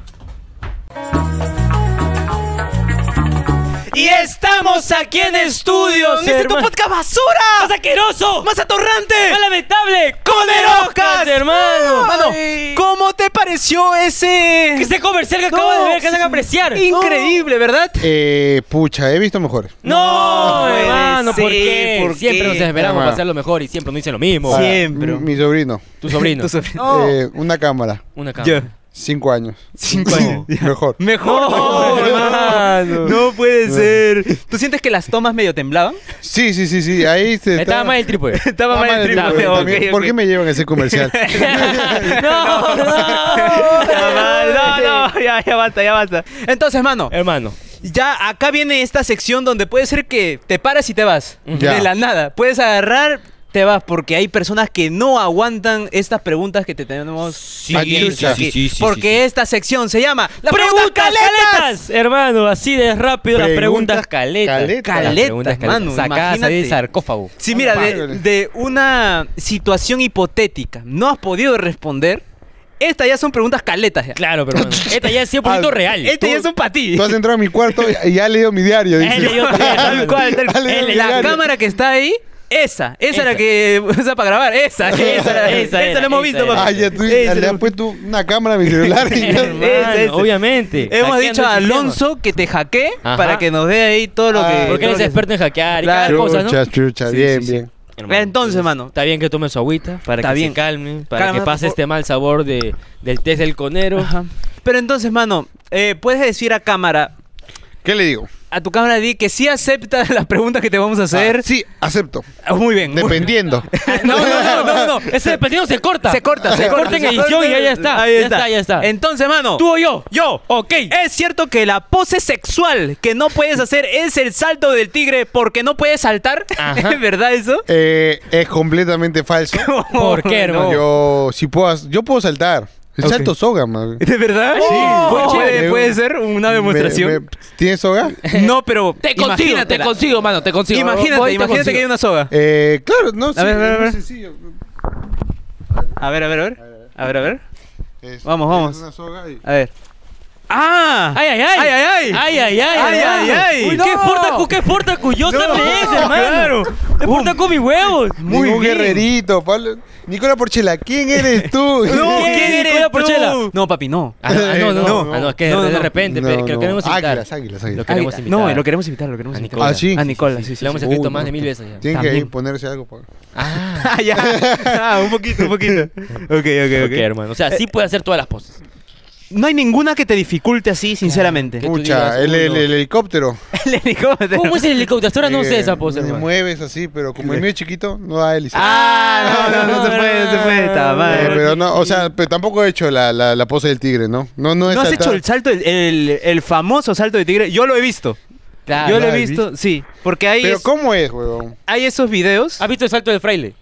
Speaker 2: Y estamos aquí en estudios.
Speaker 6: Este es tu
Speaker 2: podcast basura!
Speaker 6: ¡Más asqueroso!
Speaker 2: ¡Más atorrante!
Speaker 6: ¡Más lamentable!
Speaker 2: ¡Con el Oscar!
Speaker 6: hermano!
Speaker 2: Mano, ¿cómo te pareció ese...?
Speaker 6: Ese comercial que acabo de ver que hacen apreciar.
Speaker 2: Increíble, ¿verdad?
Speaker 1: Eh, pucha, he visto mejores.
Speaker 6: No,
Speaker 2: No,
Speaker 6: hermano,
Speaker 2: sí,
Speaker 6: ¿por qué?
Speaker 2: ¿por
Speaker 6: siempre
Speaker 2: qué?
Speaker 6: nos esperamos
Speaker 1: Hermano.
Speaker 6: para hacer lo mejor y siempre nos dicen lo mismo.
Speaker 1: Ah,
Speaker 2: Siempre.
Speaker 1: Mi sobrino.
Speaker 6: Tu sobrino.
Speaker 2: Tu sobrino.
Speaker 1: Eh, una cámara.
Speaker 6: Una cámara.
Speaker 2: Ya.
Speaker 1: Cinco años.
Speaker 2: Cinco años.
Speaker 1: Sí, Mejor.
Speaker 2: Mejor.
Speaker 6: No, hermano.
Speaker 2: No puede ser. ¿Tú sientes que las tomas medio temblaban?
Speaker 1: Sí, sí, sí, sí. Ahí se está.
Speaker 6: Estaba mal el trípode.
Speaker 2: Estaba mal el
Speaker 1: Está mal
Speaker 2: trípode.
Speaker 1: el
Speaker 2: ok,
Speaker 1: también.
Speaker 2: ok.
Speaker 1: ¿Por qué me llevan a ese comercial?
Speaker 6: no,
Speaker 2: Está mal, No,
Speaker 6: no,
Speaker 2: no, ya, ya basta, ya basta. Entonces, mano,
Speaker 6: Hermano,
Speaker 2: ya acá viene esta sección donde puede ser que te paras y te vas.
Speaker 1: Ya.
Speaker 2: De la nada. Puedes agarrar, te vas, porque hay personas que no aguantan estas preguntas que te tenemos.
Speaker 1: Ah,
Speaker 2: aquí.
Speaker 1: chucha. sí,
Speaker 2: porque esta sección se llama La
Speaker 6: preguntas
Speaker 2: pregunta caletas.
Speaker 6: caletas, hermano, así de rápido las
Speaker 1: Preguntas
Speaker 6: preguntas caletas.
Speaker 1: caletas.
Speaker 6: Las preguntas
Speaker 2: Caletas, mano,
Speaker 6: Sacadas ahí del
Speaker 2: imagínate.
Speaker 6: sarcófago.
Speaker 2: Sí, mira, de,
Speaker 1: Válgame.
Speaker 2: de una situación hipotética no has podido responder, estas ya son preguntas caletas. Ya.
Speaker 6: Claro, pero hermano, esta ya es 100%
Speaker 1: Ah,
Speaker 6: real.
Speaker 2: Estas este ya son para ti.
Speaker 1: Tú has entrado a mi cuarto y ya he leído mi diario.
Speaker 6: Él
Speaker 1: dice.
Speaker 6: leyó tu diario,
Speaker 2: Tal cual, tal cual.
Speaker 1: Ha leído mi
Speaker 2: La
Speaker 1: diario.
Speaker 2: cámara que está ahí, esa, esa,
Speaker 6: Esa.
Speaker 2: la que usa para grabar, esa, esa, esa,
Speaker 6: Esa, esa
Speaker 2: la
Speaker 6: era,
Speaker 2: hemos
Speaker 6: esa
Speaker 2: visto.
Speaker 6: era.
Speaker 2: papá.
Speaker 1: Ah, ya tú
Speaker 2: Esa
Speaker 1: le
Speaker 2: la-
Speaker 1: has puesto una cámara a mi celular. y ya-
Speaker 2: Hermano, ese, ese.
Speaker 6: obviamente.
Speaker 2: Hemos dicho a
Speaker 6: Hackeando el
Speaker 2: Alonso que te hackee
Speaker 6: Ajá.
Speaker 2: para que nos dé ahí todo lo
Speaker 1: Ah,
Speaker 2: que.
Speaker 6: Porque
Speaker 2: todo
Speaker 6: él es
Speaker 2: lo que-
Speaker 6: experto en hackear y
Speaker 2: Claro.
Speaker 6: cada cosa, ¿no?
Speaker 1: Chucha, chucha,
Speaker 6: Sí,
Speaker 1: bien,
Speaker 6: sí, sí.
Speaker 1: bien.
Speaker 6: Hermano,
Speaker 2: Entonces, mano.
Speaker 6: Está bien que tome su agüita para
Speaker 2: Está
Speaker 6: que
Speaker 2: bien.
Speaker 6: se calme, para
Speaker 2: Calma,
Speaker 6: que pase
Speaker 2: por-
Speaker 6: este mal sabor de, del test del conero.
Speaker 2: Ajá. Pero entonces, mano, eh, puedes decir a cámara,
Speaker 1: ¿Qué le digo?
Speaker 2: a tu cámara, di que sí acepta las preguntas que te vamos a hacer.
Speaker 1: Ah, sí, acepto.
Speaker 2: Ah, Muy bien. muy-
Speaker 1: Dependiendo.
Speaker 2: No, no, no, no, no.
Speaker 6: Ese dependiendo se corta.
Speaker 2: Se corta, se, corta
Speaker 6: en
Speaker 2: se
Speaker 6: edición
Speaker 2: corta.
Speaker 6: y ahí ya está.
Speaker 2: Ahí
Speaker 6: ya está. ya está.
Speaker 2: Entonces, mano.
Speaker 6: ¿Tú o yo?
Speaker 2: Yo.
Speaker 6: Ok.
Speaker 2: Es cierto que la pose sexual que no puedes hacer es el salto del tigre porque no puedes saltar.
Speaker 1: Ajá.
Speaker 2: ¿Es verdad eso?
Speaker 1: Eh, es completamente falso.
Speaker 6: ¿Por qué, hermano?
Speaker 1: Yo si puedo, as- yo puedo saltar. El
Speaker 2: Ok.
Speaker 1: salto soga, man.
Speaker 2: ¿De verdad?
Speaker 1: Sí.
Speaker 2: Oh, ¿Puede,
Speaker 1: Me-
Speaker 2: puede ser una
Speaker 1: me-
Speaker 2: demostración.
Speaker 1: me- ¿Tienes soga?
Speaker 2: No, pero.
Speaker 8: Te consigo, te
Speaker 2: imagínatela.
Speaker 8: consigo, mano, te consigo.
Speaker 2: Imagínate,
Speaker 8: Voy y te
Speaker 2: imagínate
Speaker 8: consigo.
Speaker 2: que hay una soga.
Speaker 1: Eh, claro, no, sí,
Speaker 2: ver, a ver,
Speaker 1: es
Speaker 2: a
Speaker 1: muy
Speaker 2: ver.
Speaker 1: sencillo.
Speaker 2: A ver, a ver, a ver. A ver, a ver.
Speaker 1: Es-
Speaker 2: Vamos, vamos.
Speaker 1: es una soga y-
Speaker 2: A ver. ¡Ah!
Speaker 6: Ay, ay, ay.
Speaker 2: Ay, ay, ay.
Speaker 6: Ay, ay, ay.
Speaker 2: Ay,
Speaker 6: hermano.
Speaker 2: ay, ay.
Speaker 6: Uy,
Speaker 2: No.
Speaker 6: ¿Qué porta, qué porta cuyosa
Speaker 2: No,
Speaker 6: me es, hermano?
Speaker 2: claro.
Speaker 6: ¿Qué porta con mis huevos?
Speaker 2: Muy
Speaker 1: Ningún
Speaker 2: bien.
Speaker 1: guerrerito, Pablo. Nicola Porchela, ¿quién eres tú?
Speaker 2: No,
Speaker 6: ¿Quién
Speaker 2: ¿quién
Speaker 6: eres
Speaker 2: eres
Speaker 6: tú?
Speaker 2: tú? No, papi, no.
Speaker 6: Ah, no, ah, no, no,
Speaker 1: No,
Speaker 6: Ah, no, es que
Speaker 2: no,
Speaker 6: de,
Speaker 2: no.
Speaker 6: repente,
Speaker 1: No,
Speaker 6: pe, que
Speaker 1: no.
Speaker 6: lo queremos invitar.
Speaker 1: Águilas, águilas, águilas.
Speaker 6: Lo queremos
Speaker 2: Ay,
Speaker 6: invitar.
Speaker 2: No, lo queremos invitar, lo queremos
Speaker 6: A
Speaker 2: invitar.
Speaker 6: Nicola.
Speaker 1: Ah, sí.
Speaker 2: A Nicola, sí, sí.
Speaker 6: Le
Speaker 2: sí.
Speaker 6: hemos escrito
Speaker 1: Uy,
Speaker 6: más de
Speaker 1: no.
Speaker 6: mil veces ya.
Speaker 1: Tienen que
Speaker 2: También.
Speaker 1: ponerse algo. pa-
Speaker 6: Ah,
Speaker 2: Ah, ya. Ah, un poquito, un poquito. Ok, ok,
Speaker 6: ok,
Speaker 2: ok.
Speaker 6: hermano. O sea, sí puede hacer todas las poses.
Speaker 2: No hay ninguna que te dificulte así, sinceramente.
Speaker 6: tú
Speaker 1: Pucha,
Speaker 6: digas,
Speaker 1: el,
Speaker 6: uy,
Speaker 1: el-
Speaker 6: no.
Speaker 1: el helicóptero.
Speaker 2: El helicóptero.
Speaker 6: ¿Cómo es el helicóptero? Hasta ahora no sé
Speaker 1: Eh,
Speaker 6: esa pose,
Speaker 1: le
Speaker 6: hermano.
Speaker 1: mueves así, pero como el mío es chiquito, no da hélice.
Speaker 2: Ah, no, no, no se puede, no se puede. Está
Speaker 1: Eh,
Speaker 2: mal.
Speaker 1: pero no, o sea, pero tampoco he hecho la, la, la pose del tigre, ¿no? No, no, es
Speaker 2: ¿No has
Speaker 1: saltar.
Speaker 2: hecho el salto, el, el- el famoso salto de tigre? Yo lo he visto.
Speaker 6: Claro.
Speaker 2: Yo lo
Speaker 1: ¿lo
Speaker 2: he
Speaker 1: has
Speaker 2: visto, sí. Porque hay,
Speaker 1: Pero
Speaker 2: es-
Speaker 1: ¿cómo Ah, es, huevón?
Speaker 2: hay esos videos.
Speaker 6: ¿Has visto el salto del fraile?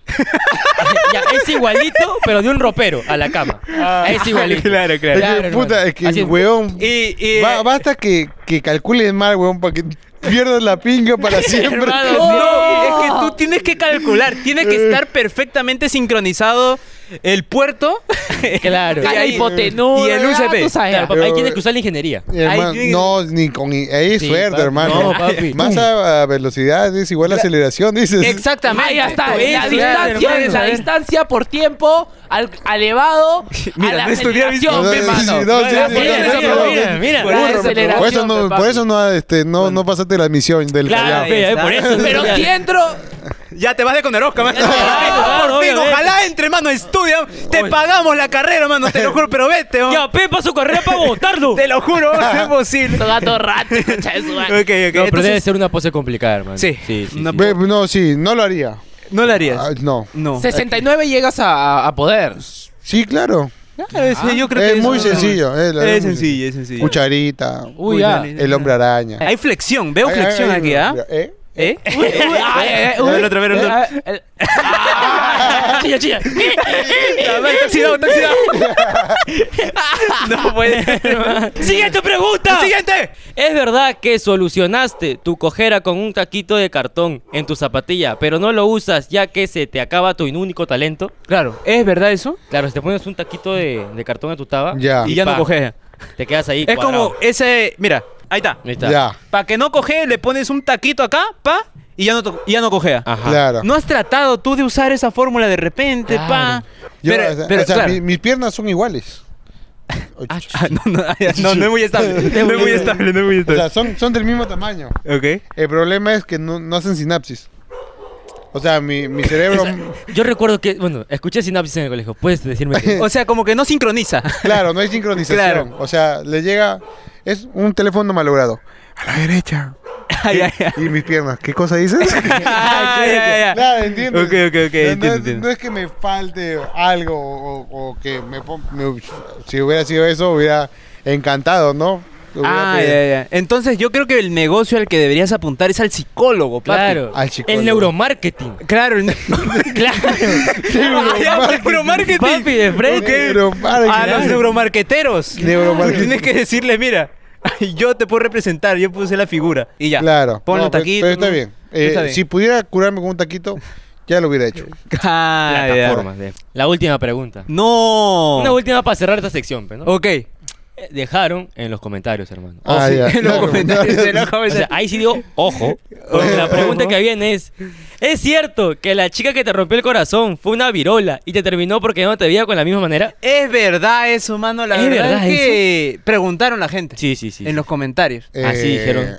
Speaker 6: ya, es igualito, pero de un ropero a la cama.
Speaker 1: Ah,
Speaker 6: es igualito.
Speaker 2: Claro, claro.
Speaker 1: Es
Speaker 6: Claro,
Speaker 1: que,
Speaker 6: hermano.
Speaker 1: puta, es que,
Speaker 6: Así es.
Speaker 1: huevón,
Speaker 2: Y, y,
Speaker 1: ba-
Speaker 2: eh,
Speaker 1: basta que, que calcules mal, huevón, para que pierdas la pinga para siempre.
Speaker 6: Hermano,
Speaker 2: No,
Speaker 6: ¡No!
Speaker 2: es que tú tienes que calcular, tiene que estar perfectamente sincronizado el puerto
Speaker 6: Claro.
Speaker 8: A la
Speaker 2: ahí-
Speaker 8: hipotenusa.
Speaker 2: y el UCP.
Speaker 8: ah, tú sabes.
Speaker 6: Claro, papá,
Speaker 1: Pero-
Speaker 6: ahí tienes que usar la ingeniería.
Speaker 1: Hermano,
Speaker 2: tiene que-
Speaker 1: no, ni con... Ahí es
Speaker 6: Sí,
Speaker 1: suerte,
Speaker 6: papi.
Speaker 1: hermano.
Speaker 6: No, papi.
Speaker 1: Más a, a velocidad es igual a aceleración, dices.
Speaker 2: Exactamente.
Speaker 8: Ahí ya está.
Speaker 2: Eso,
Speaker 8: La
Speaker 2: eso,
Speaker 8: distancia,
Speaker 2: hermano.
Speaker 8: la distancia por tiempo al, elevado
Speaker 2: Mira,
Speaker 8: a la
Speaker 2: no estudié,
Speaker 8: aceleración,
Speaker 1: ¿viste?
Speaker 8: pe,
Speaker 1: No, sí,
Speaker 8: mano.
Speaker 1: sí, no, sí,
Speaker 8: La
Speaker 1: sí, sí,
Speaker 8: aceleración,
Speaker 1: no,
Speaker 8: pe,
Speaker 1: mira,
Speaker 8: mano.
Speaker 6: mira.
Speaker 8: La
Speaker 2: Burro, pe,
Speaker 8: aceleración,
Speaker 1: Por eso no,
Speaker 8: pe,
Speaker 1: por eso no, este, no, no pasaste la misión del
Speaker 6: Claro,
Speaker 1: callao.
Speaker 2: ahí
Speaker 6: pe,
Speaker 2: está.
Speaker 6: por eso.
Speaker 8: Pero
Speaker 6: Claro.
Speaker 8: si entro,
Speaker 2: Ya te vas de Conerosca, mano.
Speaker 6: claro,
Speaker 2: Por fin,
Speaker 6: obviamente.
Speaker 2: ojalá entre, mano, estudia. Te pagamos la carrera, mano, te lo juro, pero vete, oh.
Speaker 6: Ya, Pepa, su carrera para votarlo.
Speaker 2: Te lo juro, no es posible.
Speaker 8: todo gato rato, concha de su
Speaker 2: Ok, ok.
Speaker 8: madre.
Speaker 6: No, pero debe
Speaker 2: entonces,
Speaker 6: ser una pose complicada, hermano.
Speaker 2: Sí.
Speaker 6: sí, sí,
Speaker 2: Una
Speaker 6: sí.
Speaker 1: Ve, No, sí, no lo haría.
Speaker 2: no lo harías.
Speaker 1: Ah, no.
Speaker 2: No.
Speaker 8: 69 llegas a, a- a poder.
Speaker 1: Sí, claro.
Speaker 2: Claro, es- yo creo
Speaker 1: Ah, Es
Speaker 2: que
Speaker 1: muy sencillo, es
Speaker 2: Es,
Speaker 1: la verdad, muy
Speaker 2: sencillo, es sencillo.
Speaker 1: Cucharita.
Speaker 6: Uy, ya.
Speaker 2: dale.
Speaker 1: El hombre araña.
Speaker 2: Hay flexión, veo
Speaker 1: Ay, ay,
Speaker 2: flexión
Speaker 1: ay,
Speaker 2: aquí, ¿ah?
Speaker 1: ¿Eh?
Speaker 2: ¿Eh?
Speaker 6: Uy, uy, ay, ay, ay, uy.
Speaker 2: A ver, otro, a ver,
Speaker 3: Eh,
Speaker 2: otro.
Speaker 6: Ah, el- Ah, Chilla, chilla.
Speaker 2: A ver, taxi down, taxi down. No puede.
Speaker 6: Siguiente pregunta.
Speaker 2: ¡Siguiente!
Speaker 3: ¿Es verdad que solucionaste tu cojera con un taquito de cartón en tu zapatilla, pero no lo usas ya que se te acaba tu único talento?
Speaker 6: Claro, ¿es verdad eso?
Speaker 3: Claro, si te pones un taquito de, de cartón en tu taba
Speaker 1: Ya.
Speaker 2: Y ya no
Speaker 3: pa,
Speaker 2: coge.
Speaker 3: Te quedas ahí.
Speaker 2: Es
Speaker 3: cuadrado.
Speaker 2: como ese. Mira, ahí está.
Speaker 3: Ahí está.
Speaker 1: Ya.
Speaker 2: Para que no coge, le pones un taquito acá, pa, y ya no, to- y ya no cojea.
Speaker 3: Ajá.
Speaker 1: Claro.
Speaker 2: ¿No has tratado tú de usar esa fórmula de repente, pa?
Speaker 1: Yo,
Speaker 2: pero,
Speaker 1: o sea,
Speaker 2: pero,
Speaker 1: o sea,
Speaker 2: claro.
Speaker 1: mi- mis piernas son iguales.
Speaker 2: Ah, no, no, no, no es muy estable. No es muy estable, no es muy
Speaker 1: O sea,
Speaker 2: estable.
Speaker 1: son, son del mismo tamaño.
Speaker 2: Ok.
Speaker 1: El problema es que no, no hacen sinapsis. O sea, mi, mi cerebro.
Speaker 3: Yo recuerdo que, bueno, escuché sinapsis en el colegio. Puedes decirme que.
Speaker 2: O sea, como que no sincroniza.
Speaker 1: claro, no hay sincronización.
Speaker 2: Claro.
Speaker 1: O sea, le llega. Es un teléfono malogrado. A la derecha.
Speaker 2: Ay, ay, ay.
Speaker 1: Y mis piernas. ¿Qué cosa dices?
Speaker 2: Ay, ay, ay.
Speaker 1: Claro, entiendo.
Speaker 2: Ok, ok, ok, entiendo, entiendo.
Speaker 1: no es que me falte algo o, o que me, pon- me- Si hubiera sido eso, hubiera encantado, ¿no? Hubiera
Speaker 2: Ah,
Speaker 1: pedido-
Speaker 2: ya, ya. Entonces yo creo que el negocio al que deberías apuntar es al psicólogo, papi.
Speaker 3: claro.
Speaker 1: Al psicólogo.
Speaker 3: el neuromarketing.
Speaker 2: Claro, el claro. Ay, ya, pues, neuromarketing.
Speaker 3: Papi, de frente.
Speaker 2: Ok.
Speaker 1: Neuromarketing.
Speaker 2: A los neuromarqueteros.
Speaker 1: Neuromarketing.
Speaker 2: Tienes que decirle, mira, yo te puedo representar, yo puse la figura. Y ya.
Speaker 1: Claro.
Speaker 2: Ponle
Speaker 1: No, pero-
Speaker 2: taquito.
Speaker 1: Pero está
Speaker 2: ¿no?
Speaker 1: bien. Eh,
Speaker 2: Está bien.
Speaker 1: Si pudiera curarme con un taquito, ya lo hubiera hecho.
Speaker 2: Ah, ya.
Speaker 3: Plataformas. de- La última pregunta.
Speaker 2: No.
Speaker 3: Una última para cerrar esta sección, pe, ¿no?
Speaker 2: Ok.
Speaker 3: Eh, Dejaron en los comentarios, hermano.
Speaker 2: Oh,
Speaker 1: Ah, ya.
Speaker 2: En los
Speaker 1: Claro.
Speaker 2: comentarios, en los
Speaker 3: O sea,
Speaker 2: comentarios.
Speaker 3: ahí sí digo, ojo, porque la pregunta que viene es, ¿es cierto que la chica que te rompió el corazón fue una virola y te terminó porque no te veía con la misma manera?
Speaker 2: Es verdad eso, mano. La
Speaker 3: ¿Es
Speaker 2: verdad,
Speaker 3: verdad
Speaker 2: es que preguntaron la gente.
Speaker 3: Sí, sí, sí.
Speaker 2: en los comentarios.
Speaker 1: Eh,
Speaker 3: Así dijeron.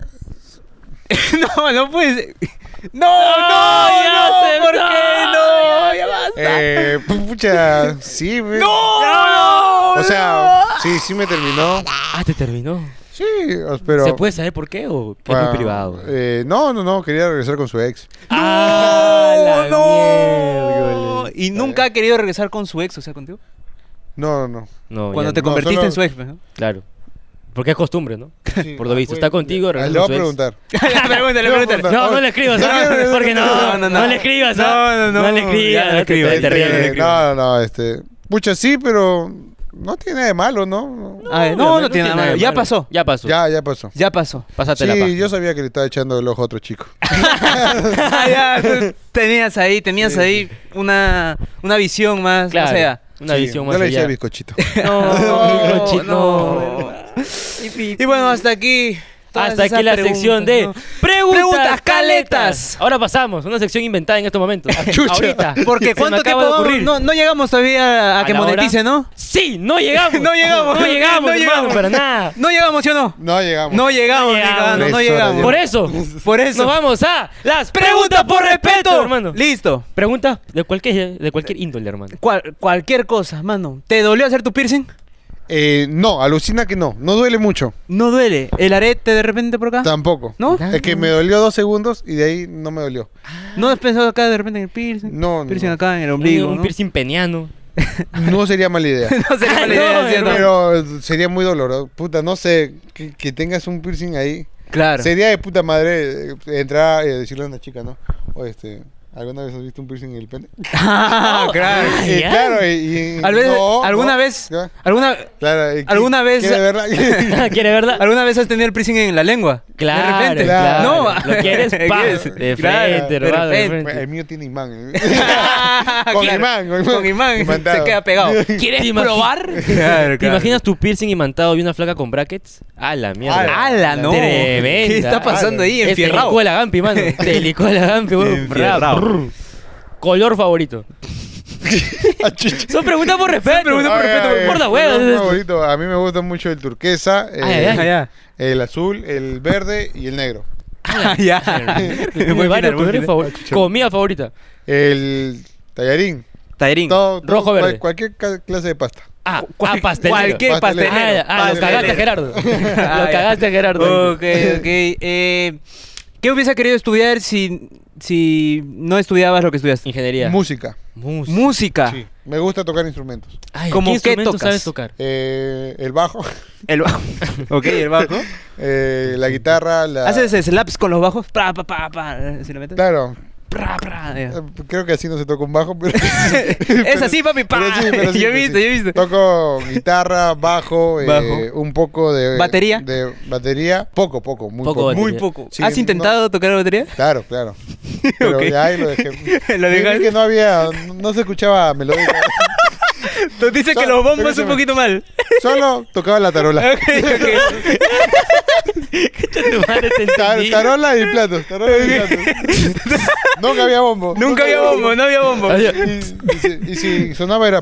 Speaker 2: no, no puede ser. No,
Speaker 3: No,
Speaker 2: no,
Speaker 3: ya
Speaker 2: no,
Speaker 3: se-
Speaker 2: ¿por
Speaker 3: no,
Speaker 2: qué no? Ya basta.
Speaker 1: Eh, pucha, sí. me-
Speaker 2: No.
Speaker 1: O sea, sí, sí me terminó.
Speaker 3: Ah, te terminó.
Speaker 1: Sí, os- pero...
Speaker 3: ¿Se puede saber por qué o es
Speaker 1: ah,
Speaker 3: muy privado?
Speaker 1: eh, no, no, no, quería regresar con su ex.
Speaker 3: ¡Ah, la
Speaker 2: no, no.
Speaker 3: miércoles!
Speaker 2: Y nunca ha querido regresar con su ex, o sea, contigo.
Speaker 1: No, no, no.
Speaker 3: No,
Speaker 2: Cuando
Speaker 3: ya
Speaker 2: te
Speaker 3: no.
Speaker 1: no,
Speaker 2: convertiste
Speaker 1: solo-
Speaker 2: en su ex, pues, ¿no?
Speaker 3: Claro. Porque es costumbre, ¿no?
Speaker 1: Sí,
Speaker 3: Por lo visto,
Speaker 1: ah,
Speaker 3: está
Speaker 1: pues,
Speaker 3: contigo,
Speaker 1: ah,
Speaker 3: regresa
Speaker 1: Le voy
Speaker 3: su
Speaker 1: a
Speaker 3: ex.
Speaker 1: preguntar.
Speaker 2: pregúntale,
Speaker 1: Yo,
Speaker 2: pregúntale.
Speaker 1: por favor.
Speaker 3: No, no le escribas,
Speaker 1: No, no,
Speaker 3: ¿ah?
Speaker 1: no,
Speaker 3: porque no,
Speaker 2: no, no, no.
Speaker 3: no le escribas, ¿ah?
Speaker 2: No, no, no,
Speaker 3: le
Speaker 2: no, ya,
Speaker 3: escribas,
Speaker 2: no
Speaker 3: te- te-
Speaker 2: escribas.
Speaker 3: te
Speaker 1: Este,
Speaker 3: ríes, no le
Speaker 1: no,
Speaker 3: escribas.
Speaker 1: no, este... Pucha, sí, pero... No tiene nada de malo, ¿no? No.
Speaker 2: A ver, no, no, tiene nada.
Speaker 3: de
Speaker 2: Ya
Speaker 3: malo.
Speaker 2: pasó.
Speaker 3: Ya pasó.
Speaker 1: Ya, ya pasó.
Speaker 2: Ya pasó.
Speaker 3: Pásate la
Speaker 1: Sí,
Speaker 3: página.
Speaker 1: yo sabía que le estaba echando el ojo a otro chico.
Speaker 2: Ah, ya, tú tenías ahí, tenías ahí una, una visión más,
Speaker 3: Claro,
Speaker 2: más allá.
Speaker 3: una
Speaker 1: Sí,
Speaker 3: visión más
Speaker 1: Yo le
Speaker 3: allá.
Speaker 1: eché bizcochito.
Speaker 3: No, Rochi, Oh, no.
Speaker 2: Y bueno, hasta aquí. todas
Speaker 3: Hasta
Speaker 2: esas
Speaker 3: aquí la
Speaker 2: preguntas,
Speaker 3: sección de
Speaker 2: ¿no?
Speaker 3: preguntas,
Speaker 2: Preguntas
Speaker 3: caletas.
Speaker 2: caletas.
Speaker 3: Ahora pasamos, una sección inventada en estos momentos.
Speaker 1: chucha.
Speaker 3: Ahorita. Se
Speaker 2: Porque
Speaker 3: me
Speaker 2: cuánto
Speaker 3: acaba
Speaker 2: tiempo
Speaker 3: de ocurrir.
Speaker 2: vamos? no, no llegamos todavía a,
Speaker 3: ¿A
Speaker 2: que
Speaker 3: la hora?
Speaker 2: monetice, ¿no?
Speaker 3: Sí, no llegamos.
Speaker 2: No llegamos.
Speaker 3: No llegamos,
Speaker 2: No
Speaker 3: hermano,
Speaker 2: llegamos.
Speaker 3: para nada.
Speaker 2: No llegamos, ¿sí o no?
Speaker 1: No llegamos.
Speaker 2: No llegamos,
Speaker 3: No
Speaker 2: mi
Speaker 3: llegamos.
Speaker 2: cagando, no
Speaker 1: Tres horas
Speaker 2: llegamos.
Speaker 1: llegamos.
Speaker 3: Por eso.
Speaker 2: Por eso.
Speaker 3: Nos vamos a las
Speaker 2: Pregunta por respeto,
Speaker 3: hermano.
Speaker 2: Listo.
Speaker 3: Preguntas de cualquier de cualquier índole, hermano.
Speaker 2: Cual- cualquier cosa, mano. ¿Te dolió hacer tu piercing?
Speaker 1: Eh, no, alucina que no. No duele mucho.
Speaker 2: No duele. ¿El arete de repente por acá?
Speaker 1: Tampoco.
Speaker 2: Ah. ¿No?
Speaker 3: Eh.
Speaker 1: Es que me dolió dos segundos y de ahí no me dolió.
Speaker 2: ¿No has pensado acá de repente en el piercing?
Speaker 1: No, no,
Speaker 2: Piercing
Speaker 1: no.
Speaker 2: acá en el
Speaker 3: Un-
Speaker 2: ombligo.
Speaker 3: un
Speaker 2: ¿no?
Speaker 3: piercing peniano.
Speaker 1: No sería mala idea.
Speaker 2: No sería
Speaker 3: Ah,
Speaker 2: mala
Speaker 3: no,
Speaker 2: idea, ¿cierto?
Speaker 1: Pero sería muy doloroso. Puta, no sé, que, que tengas un piercing ahí.
Speaker 2: Claro.
Speaker 1: Sería de puta madre eh, entrar y decirle a una chica, ¿no? O este, ¿alguna vez has visto un piercing en el pene?
Speaker 2: Ah, claro.
Speaker 3: Ah,
Speaker 1: Eh,
Speaker 3: ya.
Speaker 1: claro, y, y-
Speaker 2: Al vez-
Speaker 1: no,
Speaker 2: ¿Alguna
Speaker 1: no,
Speaker 2: vez?
Speaker 1: ya.
Speaker 2: ¿Alguna
Speaker 1: Claro. eh, ¿qui-
Speaker 2: ¿Alguna vez-
Speaker 1: quiere verla?
Speaker 3: ¿Quiere verdad?
Speaker 2: ¿Alguna vez has tenido el piercing en la lengua?
Speaker 3: Claro,
Speaker 2: De repente.
Speaker 1: claro.
Speaker 2: No.
Speaker 3: ¿Lo quieres?
Speaker 2: ¿Qué
Speaker 3: Pa.
Speaker 2: quieres?
Speaker 3: De frente,
Speaker 2: Claro, de
Speaker 3: hermano,
Speaker 2: repente. Ah,
Speaker 3: de frente.
Speaker 1: el mío tiene imán. eh.
Speaker 2: Claro.
Speaker 1: Con imán, con imán.
Speaker 2: Con imán.
Speaker 1: Imantado.
Speaker 2: Se queda pegado.
Speaker 6: ¿Quieres
Speaker 3: Te imagi-
Speaker 6: probar?
Speaker 2: Claro,
Speaker 3: ¿Te imaginas tu piercing imantado y una flaca con brackets? A la mierda.
Speaker 2: ¡Hala, no!
Speaker 3: Tremenda. Este,
Speaker 2: ¿Qué está pasando ahí?
Speaker 3: Te
Speaker 2: Enfierrado.
Speaker 3: licó la gampi, mano. Te licó la gampi, weón.
Speaker 2: Enfierrado.
Speaker 3: Brr. Color favorito.
Speaker 1: Ah, chucha.
Speaker 3: Son preguntas por respeto.
Speaker 2: preguntas por
Speaker 1: Ay,
Speaker 2: respeto,
Speaker 1: ay,
Speaker 3: por la
Speaker 1: ay,
Speaker 3: hueva.
Speaker 1: color favorito. A mí me gusta mucho el turquesa,
Speaker 2: Ah,
Speaker 1: eh,
Speaker 3: Ay, ay,
Speaker 2: Allá.
Speaker 1: el azul, el verde y el negro.
Speaker 2: Allá.
Speaker 3: Tiene varios colores favor- Comida favorita.
Speaker 1: El tallarín.
Speaker 2: Tairín.
Speaker 1: Todo, todo,
Speaker 3: Rojo,
Speaker 1: cual-
Speaker 3: verde.
Speaker 1: Cualquier ca- clase de pasta.
Speaker 3: Ah,
Speaker 2: Cual-
Speaker 3: ah, pastelero.
Speaker 2: Cualquier
Speaker 1: Pastelero.
Speaker 2: pastelero.
Speaker 3: Ah, ah, lo
Speaker 2: Pastelero.
Speaker 3: cagaste, Gerardo.
Speaker 2: Ah,
Speaker 3: Lo
Speaker 2: ya.
Speaker 3: cagaste, Gerardo.
Speaker 2: Ok, ok. Eh, ¿Qué hubiese querido estudiar si, si no estudiabas lo que estudiaste?
Speaker 3: Ingeniería.
Speaker 1: Música.
Speaker 3: Música.
Speaker 2: música.
Speaker 1: Sí. Me gusta tocar instrumentos.
Speaker 3: Ay,
Speaker 2: ¿Cómo
Speaker 3: ¿Cómo
Speaker 2: qué
Speaker 3: qué instrumento
Speaker 2: tocas?
Speaker 3: sabes tocar?
Speaker 1: Eh, el bajo,
Speaker 2: El bajo. ok, el bajo.
Speaker 1: eh, la guitarra, la...
Speaker 2: ¿Haces eh, slaps con los bajos? Pra, pa, pa, pa. Si lo metes.
Speaker 1: Claro.
Speaker 2: Pra, pra,
Speaker 1: eh,
Speaker 2: ya.
Speaker 1: Creo que así no se toca un bajo, pero...
Speaker 2: es así, papi. Pa.
Speaker 1: pero sí, pero sí,
Speaker 2: yo he
Speaker 1: pero
Speaker 2: visto,
Speaker 1: sí.
Speaker 2: yo he visto.
Speaker 1: Toco guitarra, bajo, eh,
Speaker 3: Bajo.
Speaker 1: un poco de...
Speaker 2: ¿Batería?
Speaker 1: De batería. Poco, poco, muy
Speaker 3: Poco
Speaker 1: poco.
Speaker 3: batería.
Speaker 2: Muy poco.
Speaker 1: Sí,
Speaker 2: ¿Has
Speaker 1: no-
Speaker 2: intentado tocar la batería?
Speaker 1: Claro, claro. Pero
Speaker 2: Ok.
Speaker 1: ya ahí lo dejé.
Speaker 2: Lo
Speaker 1: Yo
Speaker 2: dejaste.
Speaker 1: vi que no había, no se escuchaba melódica.
Speaker 2: Tú dices que
Speaker 1: Solo-
Speaker 2: los bombos un
Speaker 1: escúchame.
Speaker 2: poquito mal.
Speaker 1: Solo tocaba la tarola.
Speaker 2: Ok, ok.
Speaker 3: Tu madre te
Speaker 1: Ta-
Speaker 3: entendí.
Speaker 1: tarola y platos, tarola y platos. Nunca había bombo.
Speaker 2: Nunca había bombo, no había bombo.
Speaker 3: Ay,
Speaker 1: Y, y si, y si sonaba era...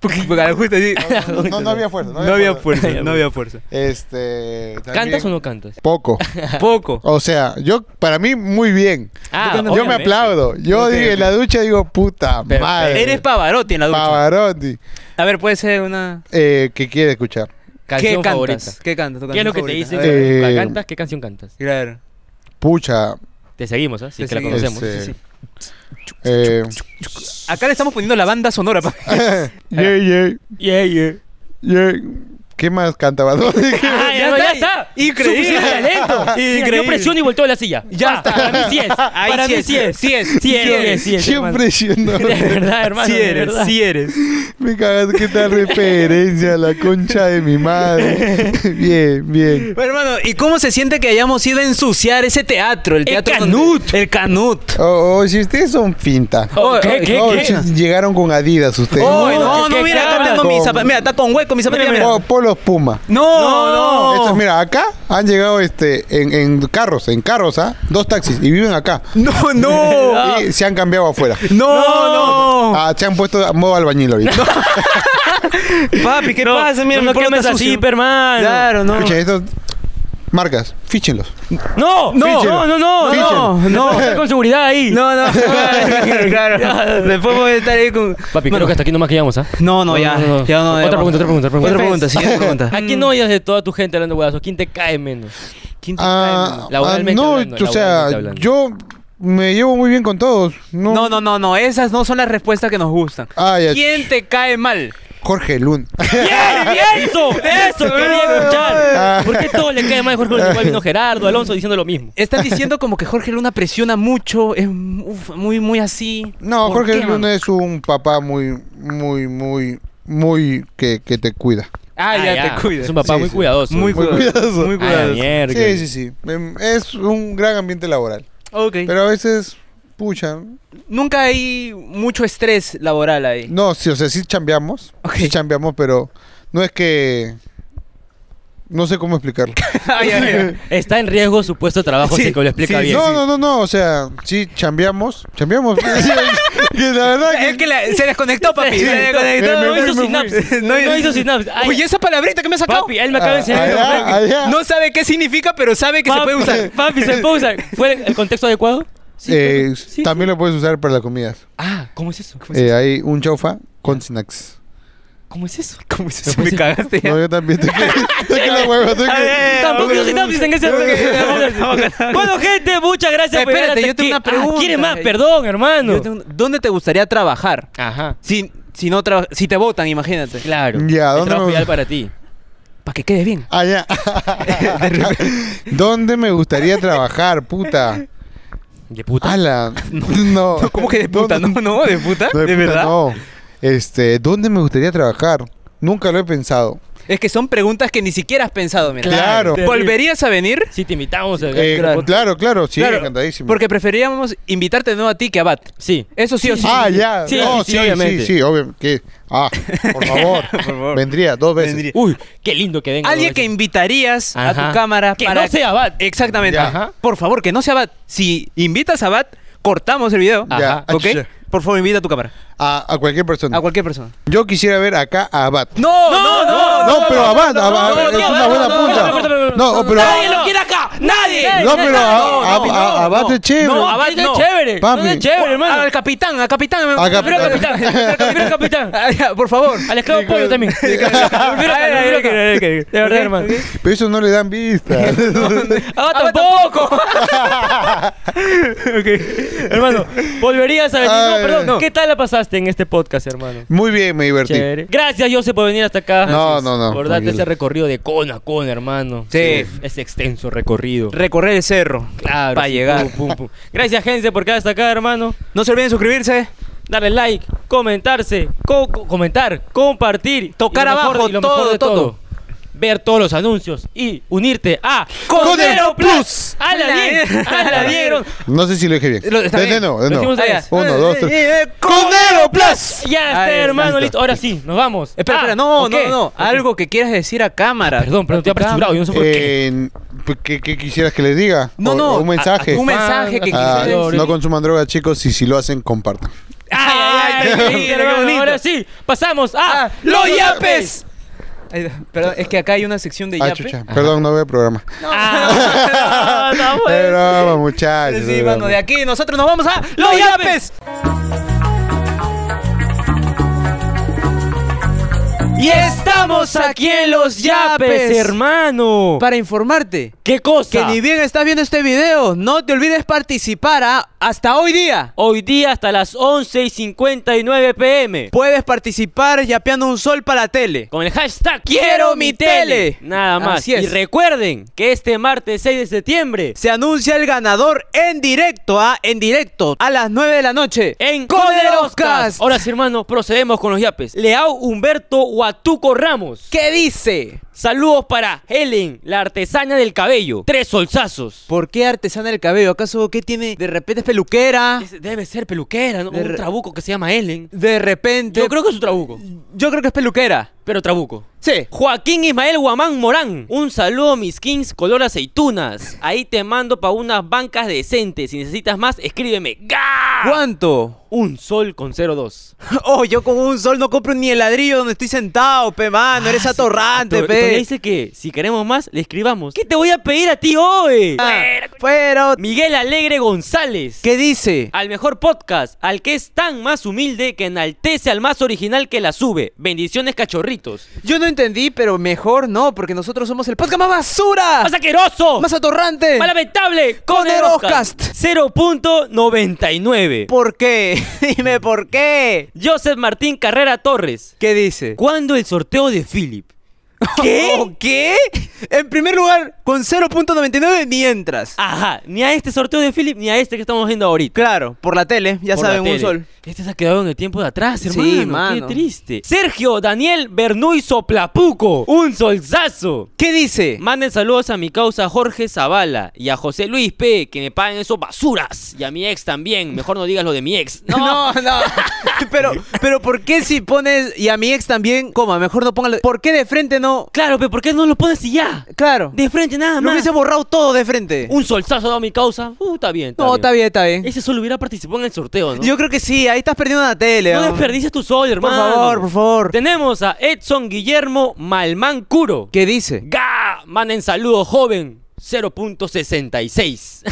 Speaker 2: Porque- porque a lo justo así-
Speaker 1: No, no- no había fuerza.
Speaker 2: No había fuerza,
Speaker 3: había
Speaker 2: no había fuerza.
Speaker 1: Este...
Speaker 3: ¿Cantas o
Speaker 1: también
Speaker 3: no cantas?
Speaker 1: Poco.
Speaker 2: Poco.
Speaker 1: O sea, yo, para mí, muy bien.
Speaker 3: Ah,
Speaker 1: yo me
Speaker 3: obviamente.
Speaker 1: aplaudo. Yo
Speaker 2: Ok,
Speaker 1: digo,
Speaker 2: ok.
Speaker 1: en la ducha digo, puta
Speaker 3: Perfecto.
Speaker 1: madre.
Speaker 2: Eres Pavarotti en la ducha.
Speaker 1: Pavarotti.
Speaker 2: A ver, puede ser una.
Speaker 1: Eh, ¿Qué quiere escuchar?
Speaker 3: Canción
Speaker 2: ¿Qué
Speaker 3: favorita.
Speaker 2: cantas? ¿Qué cantas? tu
Speaker 3: ¿Qué es lo que
Speaker 2: canción
Speaker 3: te dicen?
Speaker 2: favorita? A ver,
Speaker 1: Eh,
Speaker 3: ¿Cuál cantas? ¿Qué canción cantas?
Speaker 2: Claro.
Speaker 1: Pucha.
Speaker 3: Te seguimos, ¿ah? Si
Speaker 2: Te
Speaker 3: es que la
Speaker 2: seguimos.
Speaker 3: conocemos.
Speaker 1: este,
Speaker 2: sí,
Speaker 1: eh,
Speaker 2: Acá le estamos poniendo la banda sonora. pa.
Speaker 1: yeah, yeah,
Speaker 3: Yeah, yeah.
Speaker 1: yeah. ¿Qué más cantaba?
Speaker 3: Ah, ya, no, ya está.
Speaker 2: Increíble.
Speaker 3: Suficiente talento.
Speaker 2: Increíble.
Speaker 3: Mira, Yo presiono y volteo la silla.
Speaker 2: Ya
Speaker 3: Pa,
Speaker 2: está.
Speaker 3: Para mí sí es.
Speaker 2: Ahí
Speaker 3: para mí sí es.
Speaker 2: Sí es.
Speaker 3: Sí es, sí es, sí es, hermano.
Speaker 1: Siempre siendo.
Speaker 3: De verdad, hermano.
Speaker 2: Sí
Speaker 3: de
Speaker 2: eres,
Speaker 3: verdad.
Speaker 2: sí eres.
Speaker 1: Me cagas que tal referencia, la concha de mi madre. bien, bien.
Speaker 2: Bueno, hermano, ¿y cómo se siente que hayamos ido a ensuciar ese teatro? El teatro. donde-
Speaker 3: Canut.
Speaker 2: El Canut.
Speaker 1: Oh, oh, si ustedes son finta.
Speaker 3: Oh, ¿Qué, qué,
Speaker 1: Oh,
Speaker 3: qué?
Speaker 1: si llegaron con Adidas ustedes.
Speaker 2: Oh,
Speaker 3: No,
Speaker 2: no,
Speaker 3: qué-
Speaker 2: no,
Speaker 3: qué
Speaker 2: mira, acá
Speaker 3: cara.
Speaker 2: tengo mi
Speaker 1: Con-
Speaker 2: zapatilla. Mira, está con hueco mi zapatilla. Mira,
Speaker 1: Po- Polos Puma.
Speaker 2: No, no.
Speaker 1: Estos, mira, acá han llegado este en, en carros, en carros, ¿ah? Dos taxis y viven acá.
Speaker 2: No, no.
Speaker 1: Y se han cambiado afuera.
Speaker 2: No, no.
Speaker 1: Ah, se han puesto a modo albañil ahorita.
Speaker 2: Papi, ¿qué
Speaker 3: No,
Speaker 2: pasa? Mira,
Speaker 3: no,
Speaker 2: mi
Speaker 3: no
Speaker 2: polo
Speaker 3: quemes
Speaker 2: está
Speaker 3: así,
Speaker 2: sucio.
Speaker 3: hermano.
Speaker 2: Claro, no.
Speaker 1: Escucha, estos marcas, fíchenlos.
Speaker 3: No, no,
Speaker 1: Fíchelo.
Speaker 3: no, no, no.
Speaker 2: No,
Speaker 1: Fíchelo.
Speaker 2: no.
Speaker 3: Está con seguridad ahí.
Speaker 2: No, no. claro. Después voy a estar ahí con.
Speaker 3: Papi, creo
Speaker 2: Bueno,
Speaker 3: que hasta aquí nomás que llegamos, ¿ah?
Speaker 2: No, no, ya. ya no, ya Mm.
Speaker 3: otra,
Speaker 2: vamos.
Speaker 3: pregunta, otra pregunta, otra pregunta,
Speaker 2: Otra pregunta, siguiente pregunta.
Speaker 3: ¿A quién no oyes de toda tu gente hablando huevazos? ¿Quién te cae menos?
Speaker 2: ¿Quién te cae,
Speaker 1: Ah,
Speaker 2: mano?
Speaker 3: Laboralmente
Speaker 1: ah, no,
Speaker 3: hablando,
Speaker 1: o sea,
Speaker 3: laboralmente hablando.
Speaker 1: yo me llevo muy bien con todos. No,
Speaker 2: No, no, no, no. Esas no son las respuestas que nos gustan.
Speaker 1: Ah, ya.
Speaker 2: ¿Quién te cae mal?
Speaker 1: Jorge Lund.
Speaker 3: ¡Bien, bien! Eso, eso quería
Speaker 1: Ah.
Speaker 3: escuchar. ¿Por qué todo le cae mal a Jorge Luis? Igual vino Gerardo, Alonso diciendo lo mismo.
Speaker 2: Están diciendo como que Jorge Luna presiona mucho, es uf, muy, muy así.
Speaker 1: No,
Speaker 2: ¿Por
Speaker 1: Jorge
Speaker 2: qué,
Speaker 1: Lund
Speaker 2: mano?
Speaker 1: es un papá muy, muy, muy, muy que, que te cuida.
Speaker 2: Ah, ya, te cuidas.
Speaker 3: Es un papá
Speaker 1: Sí,
Speaker 3: muy
Speaker 1: sí.
Speaker 3: cuidadoso.
Speaker 1: Muy
Speaker 2: Muy cuidadoso.
Speaker 1: cuidadoso.
Speaker 2: Muy
Speaker 3: Ah, la
Speaker 2: cuidadoso.
Speaker 3: mierda.
Speaker 1: Sí, sí, sí. Em, Es un gran ambiente laboral.
Speaker 2: Ok.
Speaker 1: Pero a veces, pucha.
Speaker 2: Nunca hay mucho estrés laboral ahí.
Speaker 1: No, sí, o sea, sí chambeamos.
Speaker 2: Ok.
Speaker 1: Sí chambeamos, pero no es que. No sé cómo explicarlo.
Speaker 2: Ah, ya, ya.
Speaker 3: Está en riesgo su puesto de trabajo,
Speaker 2: Sí,
Speaker 3: así que Ah, lo explica
Speaker 2: sí,
Speaker 3: bien.
Speaker 1: no, no, no, no. O sea, sí chambeamos. Chambeamos. que la verdad que-
Speaker 2: Es que la- se desconectó, papi.
Speaker 3: Sí,
Speaker 2: Se desconectó.
Speaker 1: me
Speaker 3: No
Speaker 1: fui,
Speaker 3: hizo
Speaker 1: me
Speaker 3: sinapsis.
Speaker 2: No
Speaker 3: No
Speaker 2: hizo-
Speaker 3: hizo sinapsis. Ay,
Speaker 2: Oye, Ah, esa palabrita que me sacó.
Speaker 3: Papi, él me acaba de enseñar.
Speaker 1: Ah, allá, allá.
Speaker 2: No sabe qué significa, pero sabe que se puede usar.
Speaker 3: Papi, se puede usar. ¿Fue el contexto adecuado?
Speaker 1: Eh,
Speaker 3: fue- sí,
Speaker 1: también lo puedes usar para las comidas.
Speaker 3: Ah, ¿cómo es eso?
Speaker 1: Eh, hay un chaufa con snacks.
Speaker 3: ¿Cómo es eso?
Speaker 2: ¿Cómo se Me cagaste.
Speaker 1: No, yo también. Te que, la hueva. te que-
Speaker 3: Tampoco hizo sinapsis en ese Bueno, gente, muchas gracias por
Speaker 2: Espérate,
Speaker 3: llegar
Speaker 2: yo tengo
Speaker 3: hasta
Speaker 2: una
Speaker 3: aquí. Ah,
Speaker 2: pregunta.
Speaker 3: ¿Quiere más? Perdón, hermano.
Speaker 2: Yo tengo- ¿Dónde te gustaría trabajar?
Speaker 3: Ajá.
Speaker 2: Si, si, no traba- si te votan, imagínate.
Speaker 3: Claro.
Speaker 1: Ya,
Speaker 3: El
Speaker 1: ¿dónde
Speaker 3: trabajo
Speaker 1: me-
Speaker 3: ideal para ti.
Speaker 2: Para que quede bien.
Speaker 1: Ah, ya. ¿Dónde me gustaría trabajar, puta?
Speaker 3: De puta.
Speaker 1: Ala. No.
Speaker 2: ¿Cómo que de puta? No,
Speaker 1: ¿Dónde-
Speaker 2: no, de puta.
Speaker 1: No,
Speaker 2: de,
Speaker 1: puta,
Speaker 2: verdad.
Speaker 1: No. Este, ¿dónde me gustaría trabajar? Nunca lo he pensado.
Speaker 2: Es que son preguntas que ni siquiera has pensado, mira.
Speaker 1: Claro.
Speaker 3: Claro.
Speaker 2: ¿Volverías a venir?
Speaker 3: Si te invitamos. a-
Speaker 1: Eh, claro. claro, sí,
Speaker 2: Claro,
Speaker 1: encantadísimo.
Speaker 2: Porque preferiríamos invitarte de nuevo a ti que a Bat.
Speaker 3: Sí.
Speaker 2: Eso sí o sí.
Speaker 1: Ah, ya.
Speaker 3: Sí,
Speaker 1: no, sí,
Speaker 3: sí, sí,
Speaker 1: sí,
Speaker 3: obviamente.
Speaker 1: sí, obvio. que- Ah, por favor. Vendría dos veces.
Speaker 2: Vendría.
Speaker 3: Uy, qué lindo que venga.
Speaker 2: Alguien
Speaker 3: ¿no?
Speaker 2: que invitarías a
Speaker 3: Ajá.
Speaker 2: tu cámara
Speaker 3: Que
Speaker 2: para
Speaker 3: no sea Bat.
Speaker 2: Exactamente.
Speaker 1: Ya.
Speaker 2: Ajá. Por favor, que no sea Bat. Si invitas a Bat, cortamos el video.
Speaker 1: Ya. Ah,
Speaker 3: Ajá.
Speaker 2: ¿Ok?
Speaker 1: Achucha.
Speaker 2: Por favor, invita a tu cámara.
Speaker 1: A, a cualquier persona.
Speaker 2: A cualquier persona.
Speaker 1: Yo quisiera ver acá a Abad.
Speaker 2: No, no, no.
Speaker 1: No, pero Abad,
Speaker 2: no,
Speaker 1: Abad
Speaker 2: no,
Speaker 1: es
Speaker 2: no,
Speaker 1: una
Speaker 2: no,
Speaker 1: buena
Speaker 2: no, no,
Speaker 1: punta.
Speaker 2: no, no, no,
Speaker 1: No, pero
Speaker 3: ¡Nadie lo quiere acá!
Speaker 6: ¡Ah! ¡Nadie!
Speaker 1: No, pero a- a- a-
Speaker 6: no.
Speaker 1: abate chévere.
Speaker 6: No, abate
Speaker 3: No.
Speaker 6: no. chévere.
Speaker 1: Papi.
Speaker 6: No, no es chévere, hermano.
Speaker 2: Al capitán, al capitán.
Speaker 1: Al cap-
Speaker 6: Prefiero al capitán. Prefiero al capitán.
Speaker 2: Por favor.
Speaker 6: Al esclavo pollo también. Prefiero al capitán,
Speaker 2: Ay, ay,
Speaker 6: prefiero al
Speaker 2: ay,
Speaker 6: capitán. De verdad, hermano.
Speaker 1: Pero eso no le dan vista.
Speaker 6: ¡Ah, tampoco! Ok.
Speaker 3: Hermano, volverías a venir. No,
Speaker 1: Ay.
Speaker 3: perdón, no. ¿Qué tal la pasaste en este podcast, hermano?
Speaker 1: Muy bien, me divertí.
Speaker 3: Chévere. Gracias, Jose, por venir hasta acá.
Speaker 1: No, no, no,
Speaker 3: Por darte
Speaker 1: tranquilo.
Speaker 3: ese recorrido de cona a cona, hermano.
Speaker 2: Sí.
Speaker 3: Uf, Ese extenso recorrido.
Speaker 2: Recorrer el cerro.
Speaker 3: Claro.
Speaker 2: Para
Speaker 3: sí,
Speaker 2: llegar.
Speaker 3: pum, pum, pum. Gracias, gente, por quedar hasta acá, hermano.
Speaker 2: No se olviden suscribirse.
Speaker 3: Darle like, comentarse, co- co- comentar, compartir.
Speaker 2: Tocar
Speaker 3: Y lo mejor
Speaker 2: abajo,
Speaker 3: de- y lo mejor
Speaker 2: todo,
Speaker 3: de
Speaker 2: todo.
Speaker 3: Ver todos los anuncios y unirte a
Speaker 2: Conero
Speaker 3: Plus. ¡A la
Speaker 2: eh.
Speaker 3: bien! ¡A la dieron!
Speaker 1: No sé si lo dije bien.
Speaker 2: Lo- está
Speaker 1: de,
Speaker 2: bien.
Speaker 1: de
Speaker 2: Eh,
Speaker 1: nuevo, de
Speaker 3: Lo
Speaker 1: nuevo.
Speaker 3: hicimos bien.
Speaker 1: Uno, dos, tres.
Speaker 2: Conero Plus.
Speaker 3: Ya está,
Speaker 2: Ahí está.
Speaker 3: hermano, listo. Ahora sí, nos vamos.
Speaker 2: Espera,
Speaker 3: Ah,
Speaker 2: espera, no,
Speaker 3: ¿o
Speaker 2: no,
Speaker 3: qué?
Speaker 2: no. Algo que quieras decir a cámara.
Speaker 3: Ah, Perdón, perdón, te he apresurado, yo no sé por qué.
Speaker 1: Eh, ¿qué, qué quisieras que les diga?
Speaker 2: No,
Speaker 1: O-
Speaker 2: no,
Speaker 1: o Un mensaje.
Speaker 2: a- a- un
Speaker 1: Ah,
Speaker 2: mensaje que
Speaker 1: ah,
Speaker 2: quizás.
Speaker 3: quisieras-
Speaker 1: no consuman droga, chicos, y si lo hacen, compartan.
Speaker 3: ¡Ay, ay, ay! qué Ah, lindo, hermano. Ahora sí, pasamos a
Speaker 2: ¡Los yapes! Ay, Perdón, es que acá hay una sección de
Speaker 1: Ah,
Speaker 2: yapes.
Speaker 1: chucha. Perdón, no veo el programa.
Speaker 3: Ah, no, pues.
Speaker 1: Es broma, muchachos.
Speaker 2: Sí,
Speaker 1: es
Speaker 2: mano,
Speaker 1: broma.
Speaker 2: de aquí nosotros nos vamos a Los Yapes. Y estamos aquí en Los Yapes,
Speaker 3: Yapes, hermano.
Speaker 2: Para informarte
Speaker 3: ¿Qué cosa?
Speaker 2: que ni bien estás viendo este video, no te olvides participar ¿ah? hasta hoy día.
Speaker 3: Hoy día hasta las 11 y 59 pm.
Speaker 2: Puedes participar yapeando un sol para la tele.
Speaker 3: Con el hashtag
Speaker 2: Quiero mi tele.
Speaker 3: Nada más.
Speaker 2: Así es.
Speaker 3: Y recuerden que este martes 6 de septiembre
Speaker 2: Se anuncia el ganador en directo, ¿ah? en directo, a las 9 de la noche.
Speaker 3: en
Speaker 2: Coderoscast.
Speaker 3: Coderoscast. Ahora sí, hermano, procedemos con los yapes. Leao Humberto Huatuco Ramos.
Speaker 2: ¿Qué dice?
Speaker 3: Saludos para Helen, la artesana del cabello. Tres solsazos.
Speaker 2: ¿Por qué artesana del cabello? ¿Acaso qué tiene? De repente es peluquera.
Speaker 3: Es- Debe ser peluquera, ¿no?
Speaker 2: De
Speaker 3: Un
Speaker 2: re-
Speaker 3: trabuco que se llama Helen.
Speaker 2: De repente.
Speaker 3: Yo creo que es un trabuco,
Speaker 2: Yo creo que es peluquera.
Speaker 3: pero trabuco.
Speaker 2: Sí.
Speaker 3: Joaquín Ismael Guamán Morán. Un saludo, mis kings, color aceitunas. Ahí te mando para unas bancas decentes. Si necesitas más, escríbeme. ¡Ga!
Speaker 2: ¿Cuánto?
Speaker 3: Un sol con 02.
Speaker 2: Oh, yo con un sol no compro ni el ladrillo donde estoy sentado, pe mano. Eres atorrante,
Speaker 3: Ah, Pero- pero
Speaker 2: pe.
Speaker 3: dice que si queremos más, le escribamos. ¿Qué te voy a pedir a ti hoy?
Speaker 2: Ah, Pero.
Speaker 3: Miguel Alegre González.
Speaker 2: ¿Qué dice?
Speaker 3: Al mejor podcast, al que es tan más humilde que enaltece al más original que la sube. Bendiciones, cachorritos.
Speaker 2: Yo no entendí, pero mejor no, porque nosotros somos el podcast más basura.
Speaker 3: Ah. ¡Más asqueroso!
Speaker 2: más atorrante.
Speaker 3: ¡Más lamentable!
Speaker 2: Con el
Speaker 3: Eroscast.
Speaker 2: Oscast.
Speaker 3: 0.99.
Speaker 2: ¿Por qué? Dime por qué.
Speaker 3: Joseph Martín Carrera Torres.
Speaker 2: ¿Qué dice?
Speaker 3: ¿Cuándo el sorteo de Philip?
Speaker 2: ¿Qué? ¿Qué? En primer lugar, con 0.99 mientras.
Speaker 3: Ajá, ni a este sorteo de Philip ni a este que estamos viendo ahorita.
Speaker 2: Claro, por la tele, ya
Speaker 3: Por la
Speaker 2: saben, un
Speaker 3: tele.
Speaker 2: sol.
Speaker 3: Este se ha quedado en el tiempo de atrás, hermano.
Speaker 2: Sí, mano.
Speaker 3: Qué triste. Sergio Daniel Bernuy Soplapuco. Un solzazo.
Speaker 2: ¿Qué dice?
Speaker 3: Manden saludos a mi causa Jorge Zavala y a José Luis P. Que me paguen esos basuras. Y a mi ex también. Mejor no digas lo de mi ex. No.
Speaker 2: No, no. pero, pero ¿por qué si pones y a mi ex también, coma, mejor no póngalo. ¿Por qué de frente no?
Speaker 3: Claro, pero ¿por qué no lo pones y ya?
Speaker 2: Claro.
Speaker 3: De frente nada
Speaker 2: Lo
Speaker 3: más.
Speaker 2: hubiese borrado todo de frente.
Speaker 3: Un solzazo dado a mi causa. Uh, está bien.
Speaker 2: no, está bien, está bien.
Speaker 3: Ese solo hubiera participado en el sorteo, ¿no?
Speaker 2: Yo creo que sí, ahí estás perdiendo la tele.
Speaker 3: no
Speaker 2: ¿no?
Speaker 3: desperdices tu sol,
Speaker 2: Por
Speaker 3: hermano.
Speaker 2: favor, por favor.
Speaker 3: Tenemos a Edson Guillermo Malmán Curo.
Speaker 2: ¿Qué dice?
Speaker 3: ¡Ga! Manden saludos, joven. 0.66.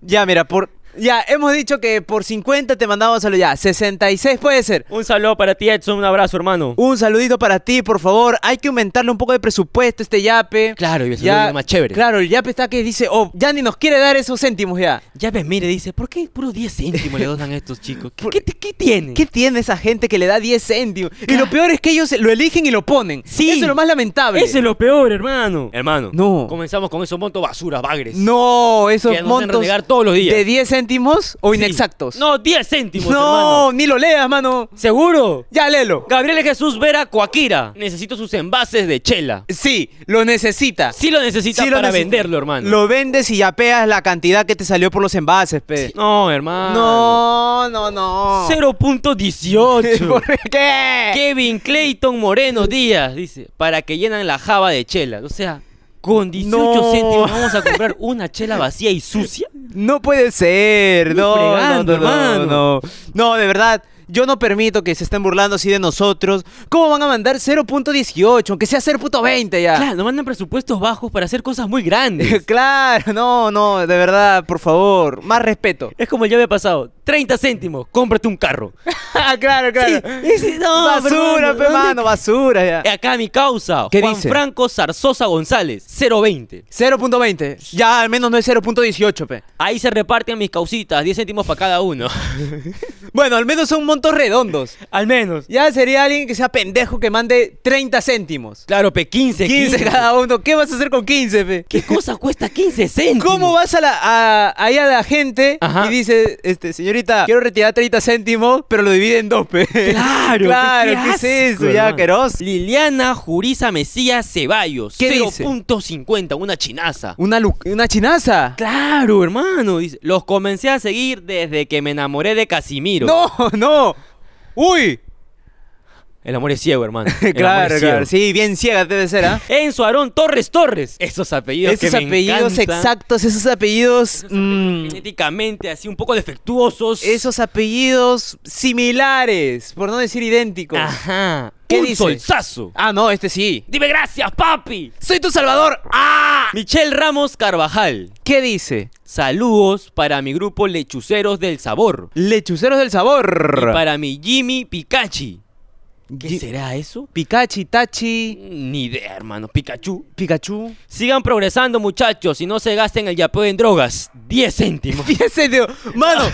Speaker 2: Ya, mira, por. Ya, hemos dicho que por 50 te mandamos saludos. Ya, 66 puede ser.
Speaker 3: un saludo para ti, Edson. Un abrazo, hermano.
Speaker 2: Un saludito para ti, por favor. Hay que aumentarle un poco de presupuesto a este yape.
Speaker 3: Claro, y el saludo
Speaker 2: Ya,
Speaker 3: es más chévere.
Speaker 2: Claro, el yape está que dice, oh, ya ni nos quiere dar esos céntimos ya.
Speaker 3: Ya ves, mire, dice, ¿por qué puros 10 céntimos le donan a estos chicos? ¿Qué,
Speaker 2: Por-
Speaker 3: qué, te- qué tienen?
Speaker 2: ¿Qué tiene esa gente que le da 10 céntimos? Y lo peor es que ellos lo eligen y lo ponen.
Speaker 3: Sí.
Speaker 2: Eso es lo más lamentable.
Speaker 3: Eso es lo peor, hermano. Hermano.
Speaker 2: No.
Speaker 3: Comenzamos con esos montos basura, bagres.
Speaker 2: No, esos
Speaker 3: Que nos hacen
Speaker 2: montos
Speaker 3: renegar todos los días.
Speaker 2: de 10 céntimos o
Speaker 3: Sí.
Speaker 2: inexactos.
Speaker 3: No, 10 céntimos,
Speaker 2: No,
Speaker 3: hermano.
Speaker 2: ni lo leas, mano.
Speaker 3: ¿Seguro?
Speaker 2: Ya léelo.
Speaker 3: Gabriel Jesús Vera Coaquira. Necesito sus envases de chela.
Speaker 2: Sí, lo necesitas.
Speaker 3: Sí lo necesitas
Speaker 2: Sí lo
Speaker 3: para
Speaker 2: necesitas.
Speaker 3: venderlo, hermano.
Speaker 2: Lo vendes y yapeas la cantidad que te salió por los envases, pe.
Speaker 3: No, hermano.
Speaker 2: No, no, no.
Speaker 3: 0.18.
Speaker 2: ¿Por qué?
Speaker 3: Kevin Clayton Moreno Díaz dice, para que llenan la java de chela. O sea, con 18
Speaker 2: No.
Speaker 3: céntimos vamos a comprar una chela vacía y sucia.
Speaker 2: No puede ser.
Speaker 3: Ni
Speaker 2: No,
Speaker 3: fregando,
Speaker 2: no, no, no,
Speaker 3: hermano.
Speaker 2: no. No, de verdad. Yo no permito que se estén burlando así de nosotros. ¿Cómo van a mandar 0.18? Aunque sea 0.20 ya.
Speaker 3: Claro, no mandan presupuestos bajos para hacer cosas muy grandes.
Speaker 2: Claro, no, no, de verdad, por favor, más respeto.
Speaker 3: es como el llave pasado. 30 céntimos, cómprate un carro.
Speaker 2: claro, claro.
Speaker 3: Ese- no,
Speaker 2: basura,
Speaker 3: hermano,
Speaker 2: pe,
Speaker 3: ¿dónde-
Speaker 2: mano, basura ya.
Speaker 3: Acá mi causa,
Speaker 2: ¿Qué
Speaker 3: Juan
Speaker 2: dice?
Speaker 3: Franco Zarzosa González, 020.
Speaker 2: 0.20. Ya, al menos no es 0.18, pe.
Speaker 3: Ahí se reparten mis causitas, 10 céntimos para cada uno.
Speaker 2: Bueno, al menos son montos redondos.
Speaker 3: Al menos.
Speaker 2: Ya sería alguien que sea pendejo que mande 30 céntimos.
Speaker 3: Claro, pe 15,
Speaker 2: 15 cada uno. ¿Qué vas a hacer con 15, pe?
Speaker 3: ¿Qué cosa cuesta 15 céntimos?
Speaker 2: ¿Cómo vas a la, a, ahí a la gente
Speaker 3: Ajá.
Speaker 2: y dice, este, señorita, quiero retirar 30 céntimos, pero lo divide en dos, pe?
Speaker 3: Claro,
Speaker 2: claro, ¿qué,
Speaker 3: asco,
Speaker 2: es eso? Ya,
Speaker 3: hermano.
Speaker 2: queroso.
Speaker 3: Liliana Juriza Mesías Ceballos,
Speaker 2: ¿Qué dice? Uh,
Speaker 3: 0.50, una chinaza.
Speaker 2: Una, lu- una chinaza.
Speaker 3: Claro, hermano, dice. Los comencé a seguir desde que me enamoré de Casimiro.
Speaker 2: No, no. Uy.
Speaker 3: El amor es ciego, hermano. El amor
Speaker 2: Claro,
Speaker 3: es
Speaker 2: claro.
Speaker 3: ciego.
Speaker 2: Sí, bien ciega debe ser, ¿ah?
Speaker 3: Enzo Aarón Torres Torres. Esos apellidos
Speaker 2: Esos
Speaker 3: que me
Speaker 2: apellidos
Speaker 3: encantan.
Speaker 2: exactos, esos apellidos... mm,
Speaker 3: Genéticamente así un poco defectuosos.
Speaker 2: esos apellidos similares, por no decir idénticos.
Speaker 3: Ah. Ajá.
Speaker 2: ¿Qué
Speaker 3: un
Speaker 2: dice?
Speaker 3: solzazo.
Speaker 2: Ah, no, este sí.
Speaker 3: Dime gracias, papi.
Speaker 2: ¡Soy tu salvador! ¡Ah!
Speaker 3: Michelle Ramos Carvajal.
Speaker 2: ¿Qué dice?
Speaker 3: Saludos para mi grupo Lechuceros del Sabor.
Speaker 2: Lechuceros del sabor.
Speaker 3: Y para mi Jimmy Pikachu. ¿Qué
Speaker 2: Gi-
Speaker 3: será eso?
Speaker 2: Pikachu, Tachi,
Speaker 3: Ni idea, hermano. Pikachu.
Speaker 2: Pikachu.
Speaker 3: Sigan progresando, muchachos, y no se gasten el yapeo en drogas. 10 céntimos.
Speaker 2: Fíjense, tío. Mano,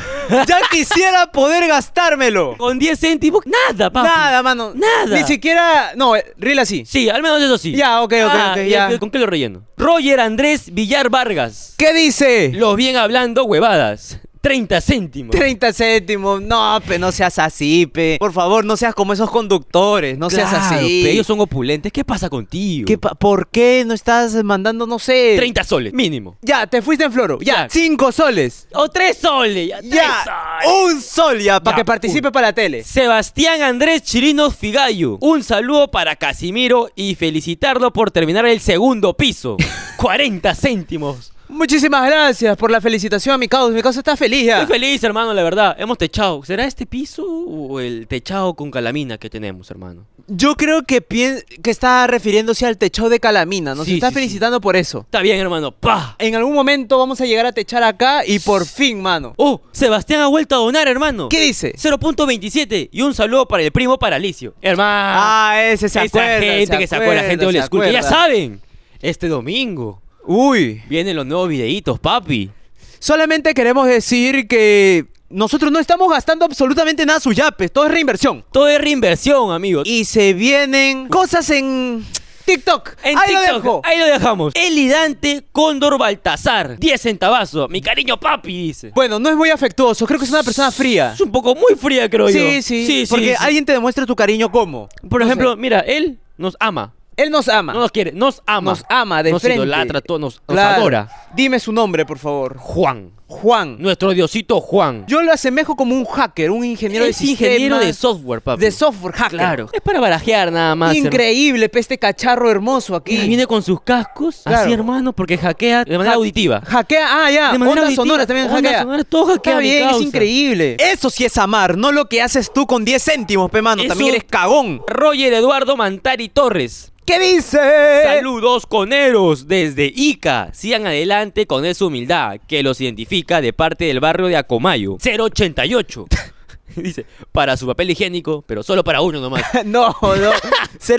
Speaker 2: ya quisiera poder gastármelo.
Speaker 3: Con 10 céntimos, nada, papi.
Speaker 2: Nada, mano.
Speaker 3: Nada.
Speaker 2: Ni siquiera. No, eh, reel así.
Speaker 3: Sí, al menos eso sí. Ah,
Speaker 2: Ya, ok, ok, ok,
Speaker 3: ¿y
Speaker 2: ya.
Speaker 3: ¿Con qué lo relleno? Roger Andrés Villar Vargas.
Speaker 2: ¿Qué dice?
Speaker 3: Los bien hablando huevadas. 30 céntimos.
Speaker 2: 30 céntimos. No, pe, no seas así, pe. Por favor, no seas como esos conductores. No seas
Speaker 3: Claro,
Speaker 2: así.
Speaker 3: pe, ellos son opulentes. ¿Qué pasa contigo?
Speaker 2: ¿Qué pa- ¿Por qué no estás mandando, no sé?
Speaker 3: 30 soles, mínimo.
Speaker 2: Ya, te fuiste en floro. Ya,
Speaker 3: Ya.
Speaker 2: 5 soles.
Speaker 3: O 3 soles. Ya. tres
Speaker 2: Ya,
Speaker 3: soles.
Speaker 2: un sol ya, para
Speaker 3: Ya,
Speaker 2: que participe para la tele.
Speaker 3: Sebastián Andrés Chirino Figallo. Un saludo para Casimiro y felicitarlo por terminar el segundo piso. 40 céntimos.
Speaker 2: Muchísimas gracias por la felicitación a mi causa. Mi causa está feliz ya.
Speaker 3: Estoy feliz, hermano, la verdad. Hemos techado. ¿Será este piso o el techado con calamina que tenemos, hermano?
Speaker 2: Yo creo que, pien- que está refiriéndose al techo de Calamina. Nos
Speaker 3: Sí,
Speaker 2: está
Speaker 3: sí, sí.
Speaker 2: felicitando por eso.
Speaker 3: Está bien, hermano. ¡Pah!
Speaker 2: En algún momento vamos a llegar a techar acá y por fin, mano.
Speaker 3: ¡Oh! Sebastián ha vuelto a donar, hermano.
Speaker 2: ¿Qué dice?
Speaker 3: 0.27 y un saludo para el primo paralicio. Hermano.
Speaker 2: Ah, ese se
Speaker 3: esa
Speaker 2: acuerda.
Speaker 3: gente que se acuerda, gente
Speaker 2: se
Speaker 3: old school. Que ya
Speaker 2: acuerda.
Speaker 3: saben, este domingo
Speaker 2: Uy.
Speaker 3: vienen los nuevos videitos, papi.
Speaker 2: Solamente queremos decir que nosotros no estamos gastando absolutamente nada sus yapes. Todo es reinversión.
Speaker 3: Todo es reinversión, amigos.
Speaker 2: Y se vienen cosas en TikTok.
Speaker 3: En
Speaker 2: Ahí lo
Speaker 3: TikTok,
Speaker 2: dejo.
Speaker 3: ahí lo dejamos. Elidante Cóndor Baltasar, 10 centavazos. Mi cariño, papi, dice.
Speaker 2: Bueno, no es muy afectuoso. Creo que es una persona fría.
Speaker 3: Es un poco muy fría, creo yo.
Speaker 2: Sí, sí, Porque
Speaker 3: sí.
Speaker 2: alguien te demuestra tu cariño como.
Speaker 3: Por ejemplo, mira, él nos ama.
Speaker 2: Él nos ama.
Speaker 3: No nos quiere, nos ama.
Speaker 2: Ah. Nos ama de
Speaker 3: Nos
Speaker 2: frente.
Speaker 3: idolatra, todo, nos, nos
Speaker 2: Claro.
Speaker 3: adora.
Speaker 2: Dime su nombre, por favor.
Speaker 3: Juan.
Speaker 2: Juan.
Speaker 3: Nuestro diosito Juan.
Speaker 2: Yo lo asemejo como un hacker, un ingeniero
Speaker 3: es
Speaker 2: de sistemas.
Speaker 3: ingeniero de software, papi.
Speaker 2: De software, hacker.
Speaker 3: Claro. Es para barajear nada más. hermano.
Speaker 2: Increíble, pe, este cacharro hermoso aquí.
Speaker 3: Y viene con sus cascos,
Speaker 2: Claro.
Speaker 3: así hermano, porque hackea de manera
Speaker 2: Ha-
Speaker 3: auditiva.
Speaker 2: Hackea, ah, ya.
Speaker 3: De manera
Speaker 2: Ondas
Speaker 3: auditiva.
Speaker 2: sonoras también
Speaker 3: Ondas
Speaker 2: hackea.
Speaker 3: sonoras, todo hackea,
Speaker 2: Está
Speaker 3: mi
Speaker 2: bien, es
Speaker 3: causa.
Speaker 2: increíble. Eso sí es amar, no lo que haces tú con 10 céntimos, pe, mano.
Speaker 3: Eso-
Speaker 2: También eres cagón.
Speaker 3: Roger Eduardo Mantari Torres.
Speaker 2: ¿Qué dice?
Speaker 3: Saludos coneros desde Ica. Sigan adelante con esa humildad que los identifica de parte del barrio de Acomayo. 088. Dice, para su papel higiénico, pero solo para uno nomás.
Speaker 2: No, no.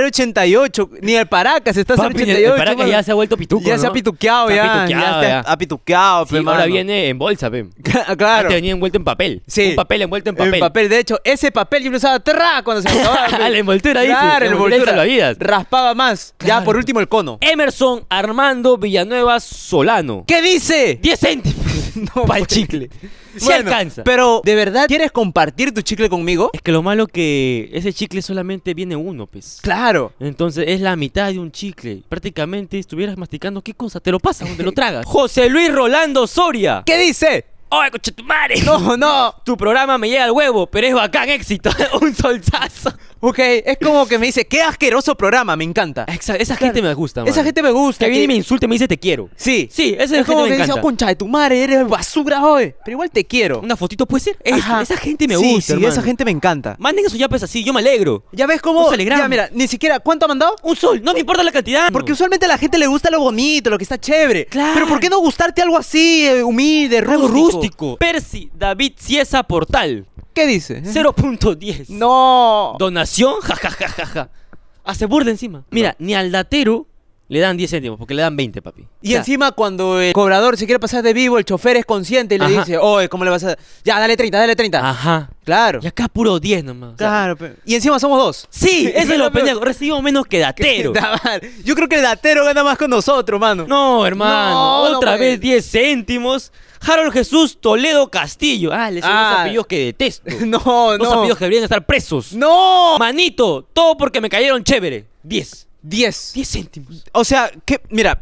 Speaker 2: 088. Ni el Paracas está
Speaker 3: Papi,
Speaker 2: 088.
Speaker 3: el Paracas
Speaker 2: mano.
Speaker 3: ya se ha vuelto pituco,
Speaker 2: Ya
Speaker 3: ¿no?
Speaker 2: se ha pituqueado,
Speaker 3: Está
Speaker 2: ya.
Speaker 3: pituqueado,
Speaker 2: ya,
Speaker 3: ya.
Speaker 2: está- ha pituqueado,
Speaker 3: Sí,
Speaker 2: pe,
Speaker 3: ahora
Speaker 2: mano.
Speaker 3: viene en bolsa, pem.
Speaker 2: claro.
Speaker 3: Antes venía envuelto en papel.
Speaker 2: Sí.
Speaker 3: Un papel envuelto en papel.
Speaker 2: El papel, de hecho, ese papel yo lo usaba tra cuando se me acababa. pe.
Speaker 3: La envoltura, dice.
Speaker 2: Claro,
Speaker 3: La
Speaker 2: la
Speaker 3: envoltura
Speaker 2: envoltura.
Speaker 3: salvavidas.
Speaker 2: Raspaba más. Ya, por último, el cono.
Speaker 3: Emerson Armando Villanueva Solano.
Speaker 2: ¿Qué dice?
Speaker 3: 10 céntimos.
Speaker 2: No,
Speaker 3: para
Speaker 2: pues.
Speaker 3: el chicle. Si
Speaker 2: Bueno,
Speaker 3: alcanza.
Speaker 2: Pero, ¿de verdad quieres compartir tu chicle conmigo?
Speaker 3: Es que lo malo que ese chicle solamente viene uno, pues.
Speaker 2: Claro.
Speaker 3: Entonces es la mitad de un chicle. Prácticamente estuvieras masticando qué cosa. Te lo pasas, te lo tragas. José Luis Rolando Soria.
Speaker 2: ¿Qué dice?
Speaker 3: ¡Oye, coche tu madre!
Speaker 2: No, no.
Speaker 3: Tu programa me llega al huevo, pero es bacán éxito. Un solzazo.
Speaker 2: Ok, es como que me dice, qué asqueroso programa, me encanta.
Speaker 3: Esa, esa gente me gusta,
Speaker 2: Esa
Speaker 3: mano.
Speaker 2: gente me gusta.
Speaker 3: que viene y
Speaker 2: que-
Speaker 3: me insulta y me dice te quiero.
Speaker 2: Sí.
Speaker 3: Sí, esa
Speaker 2: es
Speaker 3: gente
Speaker 2: como
Speaker 3: me
Speaker 2: que dice,
Speaker 3: encanta.
Speaker 2: oh, concha de tu madre, eres basura, joven. Pero igual te quiero.
Speaker 3: Una fotito puede ser. Eso,
Speaker 2: Ajá.
Speaker 3: esa gente me
Speaker 2: Sí,
Speaker 3: gusta.
Speaker 2: Sí,
Speaker 3: hermano.
Speaker 2: esa gente me encanta.
Speaker 3: Manden esos yapes así, yo me alegro.
Speaker 2: Ya ves cómo.
Speaker 3: Un telegrama.
Speaker 2: Ya, mira, ni siquiera. ¿Cuánto ha mandado?
Speaker 3: Un sol, no me importa la cantidad.
Speaker 2: Porque usualmente a la gente le gusta lo bonito, lo que está chévere.
Speaker 3: Mm. Claro.
Speaker 2: Pero ¿por qué no gustarte algo así, eh, humilde, rústico?
Speaker 3: algo rústico. Percy David Ciesa Portal.
Speaker 2: ¿Qué dice?
Speaker 3: 0.10.
Speaker 2: No.
Speaker 3: Donación, jajajajaja. Hace burda encima. Mira, ni al datero le dan 10 céntimos, porque le dan 20, papi.
Speaker 2: Y encima cuando el cobrador se quiere pasar de vivo, el chofer es consciente y le
Speaker 3: Ajá.
Speaker 2: dice, oye, ¿cómo le vas a...? Ya, dale 30, dale 30.
Speaker 3: Ajá.
Speaker 2: Claro.
Speaker 3: Y acá puro 10 nomás. O sea,
Speaker 2: claro. pe- Y encima somos dos.
Speaker 3: Sí, eso es lo pendejo. Recibimos menos que datero.
Speaker 2: Da, man. Yo creo que el datero gana más con nosotros, mano.
Speaker 3: No, hermano.
Speaker 2: No,
Speaker 3: otra
Speaker 2: no puede.
Speaker 3: vez 10 céntimos. Harold Jesús Toledo Castillo. Ah, le son
Speaker 2: Ah.
Speaker 3: unos apellidos que detesto.
Speaker 2: no.
Speaker 3: Los
Speaker 2: No.
Speaker 3: apellidos que deberían estar presos.
Speaker 2: no.
Speaker 3: Manito, todo porque me cayeron chévere. 10.
Speaker 2: 10.
Speaker 3: 10 céntimos.
Speaker 2: O sea, que, mira,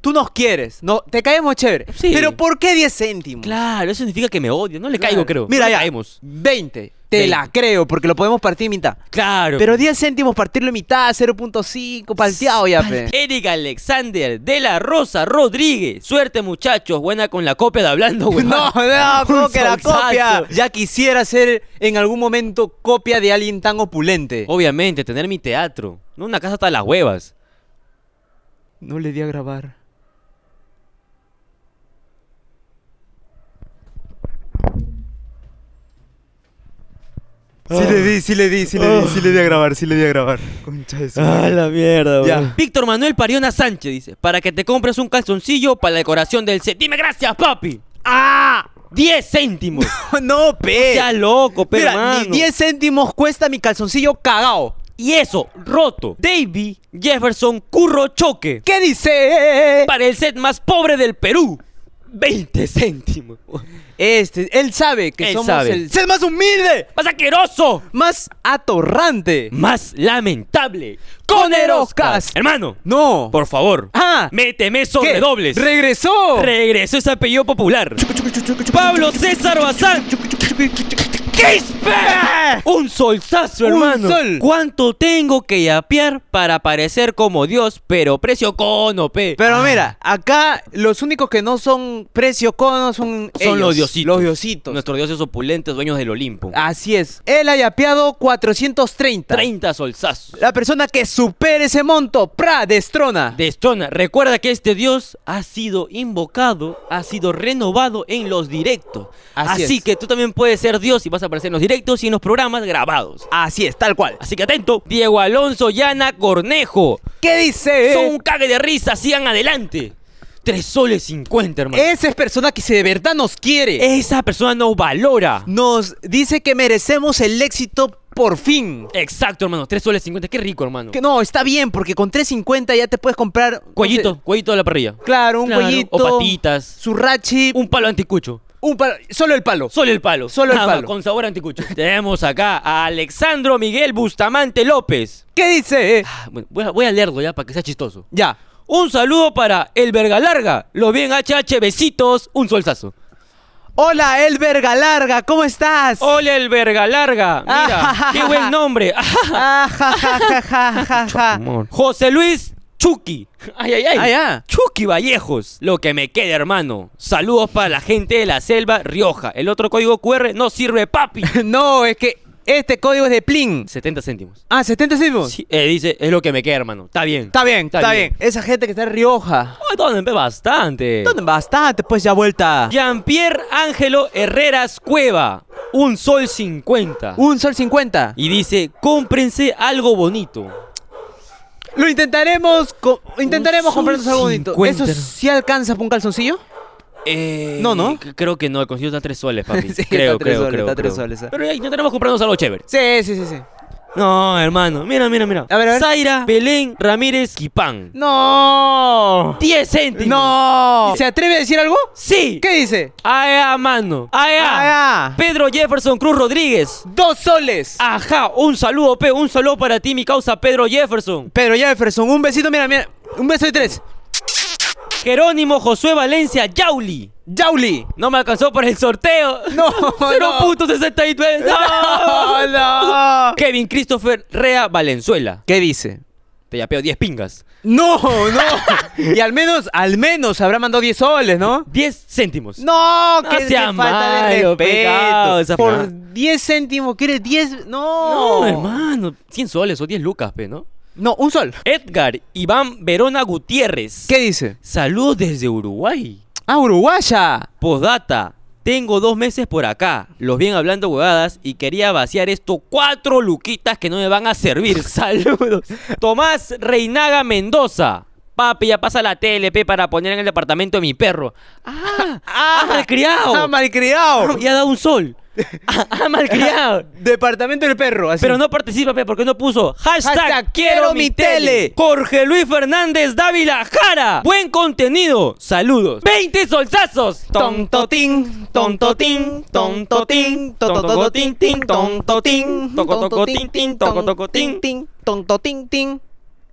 Speaker 2: tú nos quieres, no, te caemos chévere.
Speaker 3: Sí.
Speaker 2: Pero ¿por qué 10 céntimos?
Speaker 3: Claro, eso significa que me odio. No le
Speaker 2: Claro.
Speaker 3: caigo, creo.
Speaker 2: Mira,
Speaker 3: No le
Speaker 2: ya,
Speaker 3: caemos.
Speaker 2: 20. Te
Speaker 3: 20.
Speaker 2: la creo, porque lo podemos partir en mitad.
Speaker 3: Claro.
Speaker 2: Pero 10 céntimos, partirlo en mitad, 0.5, palteado ya, pe.
Speaker 3: Eric Alexander de la Rosa Rodríguez. Suerte, muchachos. Buena con la copia de hablando, güey.
Speaker 2: No, no, como
Speaker 3: Un
Speaker 2: que la
Speaker 3: solsazo.
Speaker 2: copia. Ya quisiera ser en algún momento copia de alguien tan opulente.
Speaker 3: Obviamente, tener mi teatro. No una casa hasta las huevas.
Speaker 2: No le di a grabar. Sí le di, sí le di, sí le di, sí le di a grabar, sí le di a grabar. Concha de su madre.
Speaker 3: la mierda,
Speaker 2: Ya.
Speaker 3: Víctor Manuel Pariona Sánchez dice: Para que te compres un calzoncillo para la decoración del set. Dime gracias, papi. ¡Ah! 10 céntimos.
Speaker 2: Oh. No, pe.
Speaker 3: Ya loco, pero
Speaker 2: Eh. Mira,
Speaker 3: hermano.
Speaker 2: ni 10 céntimos cuesta mi calzoncillo cagao.
Speaker 3: Y eso, roto. Davy Jefferson Curro Choque.
Speaker 2: ¿Qué dice?
Speaker 3: Para el set más pobre del Perú. 20 céntimos.
Speaker 2: Este, él sabe que
Speaker 3: Él
Speaker 2: somos
Speaker 3: sabe.
Speaker 2: el ser más humilde,
Speaker 3: ¡Más asqueroso!
Speaker 2: más atorrante.
Speaker 3: Más lamentable.
Speaker 2: Con el
Speaker 3: Oscar.
Speaker 2: Oscar.
Speaker 3: Hermano,
Speaker 2: No.
Speaker 3: por favor.
Speaker 2: Ah.
Speaker 3: Méteme esos
Speaker 2: ¿Qué?
Speaker 3: redobles.
Speaker 2: Regresó.
Speaker 3: Regresó ese apellido popular. Pablo César Bazán. ¡Quispe! Un solsazo,
Speaker 2: Un
Speaker 3: hermano.
Speaker 2: sol.
Speaker 3: ¿Cuánto tengo que yapear para parecer como Dios, pero precio cono, pe?
Speaker 2: Pero mira, acá los únicos que no son precio cono son
Speaker 3: Son los
Speaker 2: ellos,
Speaker 3: diositos.
Speaker 2: Los diositos.
Speaker 3: Nuestros dioses opulentes, dueños del Olimpo.
Speaker 2: Así es. Él ha yapeado 430.
Speaker 3: 30 solsazos.
Speaker 2: La persona que supere ese monto, pra, destrona.
Speaker 3: Destrona, recuerda que este Dios ha sido invocado, ha sido renovado en los directos.
Speaker 2: Así
Speaker 3: Así,
Speaker 2: es.
Speaker 3: que tú también puedes ser Dios y vas a aparecer en los directos y en los programas grabados.
Speaker 2: Así es, tal cual.
Speaker 3: Así que atento, Diego Alonso Llana Cornejo.
Speaker 2: ¿Qué dice?
Speaker 3: Son un cague de risa, sigan adelante. Tres soles 50, hermano.
Speaker 2: Esa es persona que si de verdad nos quiere.
Speaker 3: Esa persona nos valora.
Speaker 2: Nos dice que merecemos el éxito por fin.
Speaker 3: Exacto, hermano. Tres soles 50. Qué rico, hermano.
Speaker 2: Que no, está bien, porque con 3.50 ya te puedes comprar. no
Speaker 3: Cuellito,
Speaker 2: sé,
Speaker 3: cuellito de la parrilla.
Speaker 2: claro, un
Speaker 3: Claro,
Speaker 2: cuellito.
Speaker 3: O patitas.
Speaker 2: Surrachi.
Speaker 3: Un palo anticucho.
Speaker 2: un palo. Solo el palo.
Speaker 3: Solo el palo.
Speaker 2: Solo el
Speaker 3: Nada más,
Speaker 2: palo.
Speaker 3: Con sabor anticucho. Tenemos acá a Alexandro Miguel Bustamante López.
Speaker 2: ¿Qué dice?
Speaker 3: Ah, bueno, voy, a, voy a leerlo ya para que sea chistoso.
Speaker 2: Ya.
Speaker 3: Un saludo para el verga larga. Los bien HH besitos. Un solsazo.
Speaker 2: Hola, El Verga Larga, ¿cómo estás?
Speaker 3: Hola el verga larga. Mira, qué buen nombre.
Speaker 2: Ah, ja, ja, ja, ja, ja, ja.
Speaker 3: José Luis Chucky. Ay, ay, ay.
Speaker 2: Ah, ya.
Speaker 3: Chucky Vallejos. Lo que me queda, hermano. Saludos para la gente de la selva Rioja. El otro código QR no sirve, papi.
Speaker 2: No, es que este código es de Plin.
Speaker 3: 70 céntimos.
Speaker 2: Ah, 70 céntimos.
Speaker 3: Sí, eh, dice, es lo que me queda, hermano. Está bien.
Speaker 2: Está bien, está, bien. Esa gente que está en Rioja.
Speaker 3: Ay, donen, pe, Oh, bastante.
Speaker 2: ¿Dónde bastante? Pues ya vuelta.
Speaker 3: Jean-Pierre Ángelo Herreras Cueva. Un sol 50.
Speaker 2: Un sol 50.
Speaker 3: Y dice, cómprense algo bonito.
Speaker 2: Lo intentaremos. co- intentaremos
Speaker 3: Un sol
Speaker 2: comprarnos algo bonito.
Speaker 3: 50.
Speaker 2: ¿Eso sí alcanza para un calzoncillo?
Speaker 3: Eh,
Speaker 2: No, ¿no?
Speaker 3: c- Creo que no, el concilio está a 3 soles, papi.
Speaker 2: Sí, está
Speaker 3: creo,
Speaker 2: a tres
Speaker 3: creo,
Speaker 2: soles,
Speaker 3: creo.
Speaker 2: está a tres
Speaker 3: creo.
Speaker 2: soles, ah.
Speaker 3: Pero ya tenemos comprarnos algo chévere.
Speaker 2: Sí, sí, sí, sí.
Speaker 3: No, hermano. Mira, mira, mira.
Speaker 2: A ver, a ver.
Speaker 3: Zaira Belén Ramírez Quipán.
Speaker 2: ¡No!
Speaker 3: 10 céntimos.
Speaker 2: ¡No! ¿Se atreve a decir algo?
Speaker 3: Sí.
Speaker 2: ¿Qué dice?
Speaker 3: Aea, mano. Aea.
Speaker 2: Aea.
Speaker 3: Pedro Jefferson Cruz Rodríguez.
Speaker 2: ¡Dos soles!
Speaker 3: Ajá. Un saludo, pe. Un saludo para ti, mi causa, Pedro Jefferson.
Speaker 2: Pedro Jefferson, un besito, mira, mira. Un beso de tres.
Speaker 3: Jerónimo Josué Valencia Yauli.
Speaker 2: ¡Yauli!
Speaker 3: No me alcanzó para el sorteo.
Speaker 2: No,
Speaker 3: 0.69.
Speaker 2: no.
Speaker 3: No.
Speaker 2: no.
Speaker 3: Kevin Christopher Rea Valenzuela.
Speaker 2: ¿Qué dice?
Speaker 3: Te yapeo 10 pingas.
Speaker 2: No, no. y al menos, al menos habrá mandado 10 soles, ¿no?
Speaker 3: 10 céntimos.
Speaker 2: No,
Speaker 3: No
Speaker 2: que es de
Speaker 3: sea
Speaker 2: falta de respeto.
Speaker 3: malo, pecado, esa
Speaker 2: Por
Speaker 3: fregada.
Speaker 2: 10 céntimos, ¿quieres 10? No.
Speaker 3: No, hermano. 100 soles o 10 lucas, pe, ¿no?
Speaker 2: No, un sol.
Speaker 3: Edgar Iván Verona Gutiérrez.
Speaker 2: ¿Qué dice?
Speaker 3: Saludos desde Uruguay.
Speaker 2: Ah, uruguaya.
Speaker 3: Posdata. Tengo dos meses por acá. Los bien hablando huevadas y quería vaciar esto cuatro luquitas que no me van a servir. Saludos. Tomás Reinaga Mendoza. Papi, ya pasa la TLP para poner en el departamento de mi perro. Ah, ah, malcriado.
Speaker 2: Ah, malcriado.
Speaker 3: y ha dado un sol. Ah, ah, malcriado.
Speaker 2: Departamento del perro, así.
Speaker 3: Pero no participa, pe, porque no puso hashtag,
Speaker 2: Hashtag
Speaker 3: quiero mi tele. Jorge Luis Fernández Dávila Jara. Buen contenido. Saludos. 20 solsazos.
Speaker 2: Tontotín,
Speaker 3: Tontotín, tontotín, totototín, tin, tontotín, tocotocotín, tin, tocotocotín.
Speaker 2: tontotín, tin.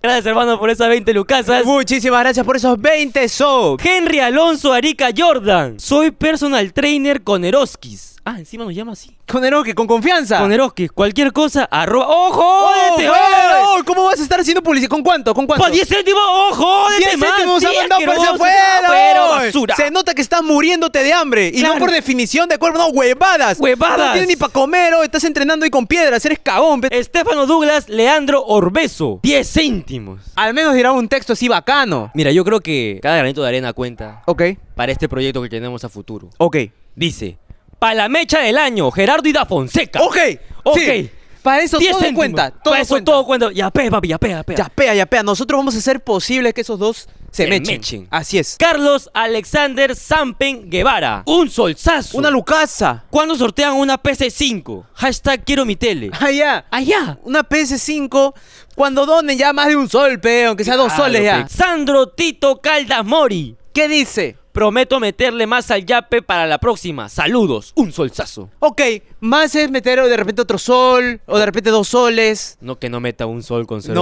Speaker 3: Gracias, hermano, por esas 20 lucasas.
Speaker 2: Muchísimas gracias por esos 20 subs.
Speaker 3: Henry Alonso Arica Jordan. Soy personal trainer con Eroskis. Ah, encima nos llama así.
Speaker 2: Con Eroque, con confianza.
Speaker 3: Con Eroskis. Cualquier cosa, arroba. Ah. ¡Ojo!
Speaker 2: ¡Oh,
Speaker 3: jódete,
Speaker 2: güey!
Speaker 3: oye!
Speaker 2: ¡Oh, ¿Cómo vas a estar haciendo publicidad? ¿Con cuánto? ¿Con cuánto?
Speaker 3: ¡Pa 10 céntimos! ¡Ojo! ¡10
Speaker 2: 10 céntimos ha mandado para allá afuera, güey.
Speaker 3: basura!
Speaker 2: Se nota que estás muriéndote de hambre. Y no
Speaker 3: Claro.
Speaker 2: por definición de cuerpo, no, huevadas.
Speaker 3: Huevadas.
Speaker 2: No tienes ni para comer, oh, estás entrenando ahí con piedras, eres cagón.
Speaker 3: Eh,
Speaker 2: pe-
Speaker 3: Estefano Douglas Leandro Orbeso. 10 céntimos.
Speaker 2: Al menos dirá un texto así bacano.
Speaker 3: Mira, yo creo que cada granito de arena cuenta
Speaker 2: Ok,
Speaker 3: para este proyecto que tenemos a futuro.
Speaker 2: ok.
Speaker 3: Dice, para la mecha del año, Gerardo Ida Fonseca.
Speaker 2: Ok,
Speaker 3: Ok.
Speaker 2: sí. Para eso
Speaker 3: 10
Speaker 2: todo
Speaker 3: céntimos.
Speaker 2: cuenta. Todo
Speaker 3: para eso
Speaker 2: cuenta.
Speaker 3: todo cuenta. Ya, pe, papi, ya, pe, ya, pe.
Speaker 2: Ya, pea, ya, pea. Nosotros vamos a hacer posible que esos dos se,
Speaker 3: Se
Speaker 2: mechen.
Speaker 3: mechen.
Speaker 2: Así es.
Speaker 3: Carlos Alexander Sampen Guevara. Un solsazo.
Speaker 2: Una Lucasa.
Speaker 3: ¿Cuándo sortean una PC5? Hashtag quiero mi tele.
Speaker 2: Allá.
Speaker 3: Allá.
Speaker 2: Ah, Una PS5. Cuando donen ya más de un sol, pe, aunque sea dos soles ya.
Speaker 3: Ah, Sandro Tito Caldas Mori.
Speaker 2: ¿Qué dice?
Speaker 3: Prometo meterle más al yape para la próxima. Saludos. Un solsazo.
Speaker 2: Ok, más es meter o de repente otro sol, o de repente dos soles.
Speaker 3: No que no meta un sol con 0.1,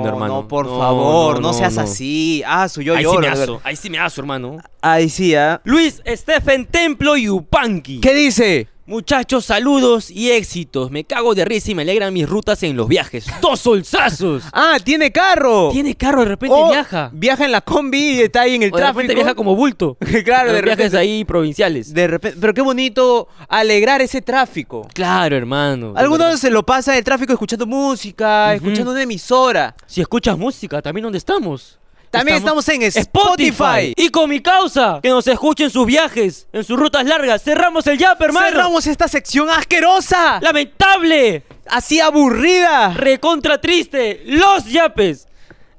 Speaker 2: No,
Speaker 3: hermano.
Speaker 2: No, por favor, no, seas
Speaker 3: no.
Speaker 2: así. Ah, su yo
Speaker 3: ahí
Speaker 2: lloro,
Speaker 3: sí me
Speaker 2: de
Speaker 3: aso,
Speaker 2: verdad.
Speaker 3: ahí sí me aso, hermano.
Speaker 2: Ahí sí, ¿ah?
Speaker 3: Luis Stephen Templo Yupanqui.
Speaker 2: ¿Qué dice?
Speaker 3: Muchachos, saludos y éxitos. Me cago de risa y me alegran mis rutas en los viajes. ¡Dos solsazos!
Speaker 2: Ah, tiene carro.
Speaker 3: Tiene carro, de repente
Speaker 2: Oh,
Speaker 3: viaja.
Speaker 2: Viaja en la combi y está ahí en el
Speaker 3: O de
Speaker 2: tráfico.
Speaker 3: repente viaja como bulto.
Speaker 2: claro, de
Speaker 3: Los viajes
Speaker 2: repente.
Speaker 3: ahí provinciales.
Speaker 2: De repente, pero qué bonito alegrar ese tráfico.
Speaker 3: Claro, hermano.
Speaker 2: Algunos se lo pasan el tráfico escuchando música, escuchando una emisora.
Speaker 3: Si escuchas música, también donde estamos.
Speaker 2: También estamos, en Spotify.
Speaker 3: Y con mi causa, que nos escuchen sus viajes, en sus rutas largas. Cerramos el yap, hermano.
Speaker 2: Cerramos esta sección asquerosa,
Speaker 3: Lamentable.
Speaker 2: así aburrida.
Speaker 3: Recontra triste. Los yapes.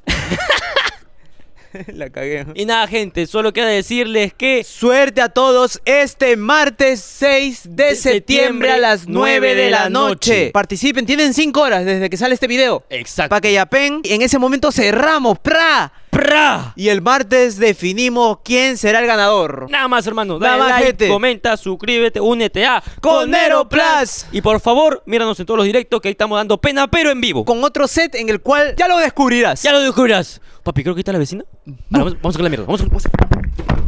Speaker 2: La cagué.
Speaker 3: Y nada, gente, solo queda decirles que
Speaker 2: Suerte a todos este martes 6 de, septiembre
Speaker 3: De septiembre
Speaker 2: a las 9 de la noche. Participen, tienen 5 horas desde que sale este video.
Speaker 3: Exacto.
Speaker 2: Para que yapen, en ese momento cerramos, ¡pra!
Speaker 3: ¡Pra!
Speaker 2: Y el martes definimos quién será el ganador.
Speaker 3: Nada más, hermano.
Speaker 2: Nada
Speaker 3: Dale
Speaker 2: más,
Speaker 3: like,
Speaker 2: gente.
Speaker 3: comenta, suscríbete, únete a
Speaker 2: Conero Plus.
Speaker 3: Y por favor, míranos en todos los directos que ahí estamos dando pena, pero en vivo.
Speaker 2: Con otro set en el cual ya lo descubrirás.
Speaker 3: Ya lo descubrirás. Papi, creo que ahí está la vecina. Ahora, vamos, vamos a sacar la mierda. Vamos a- vamos a-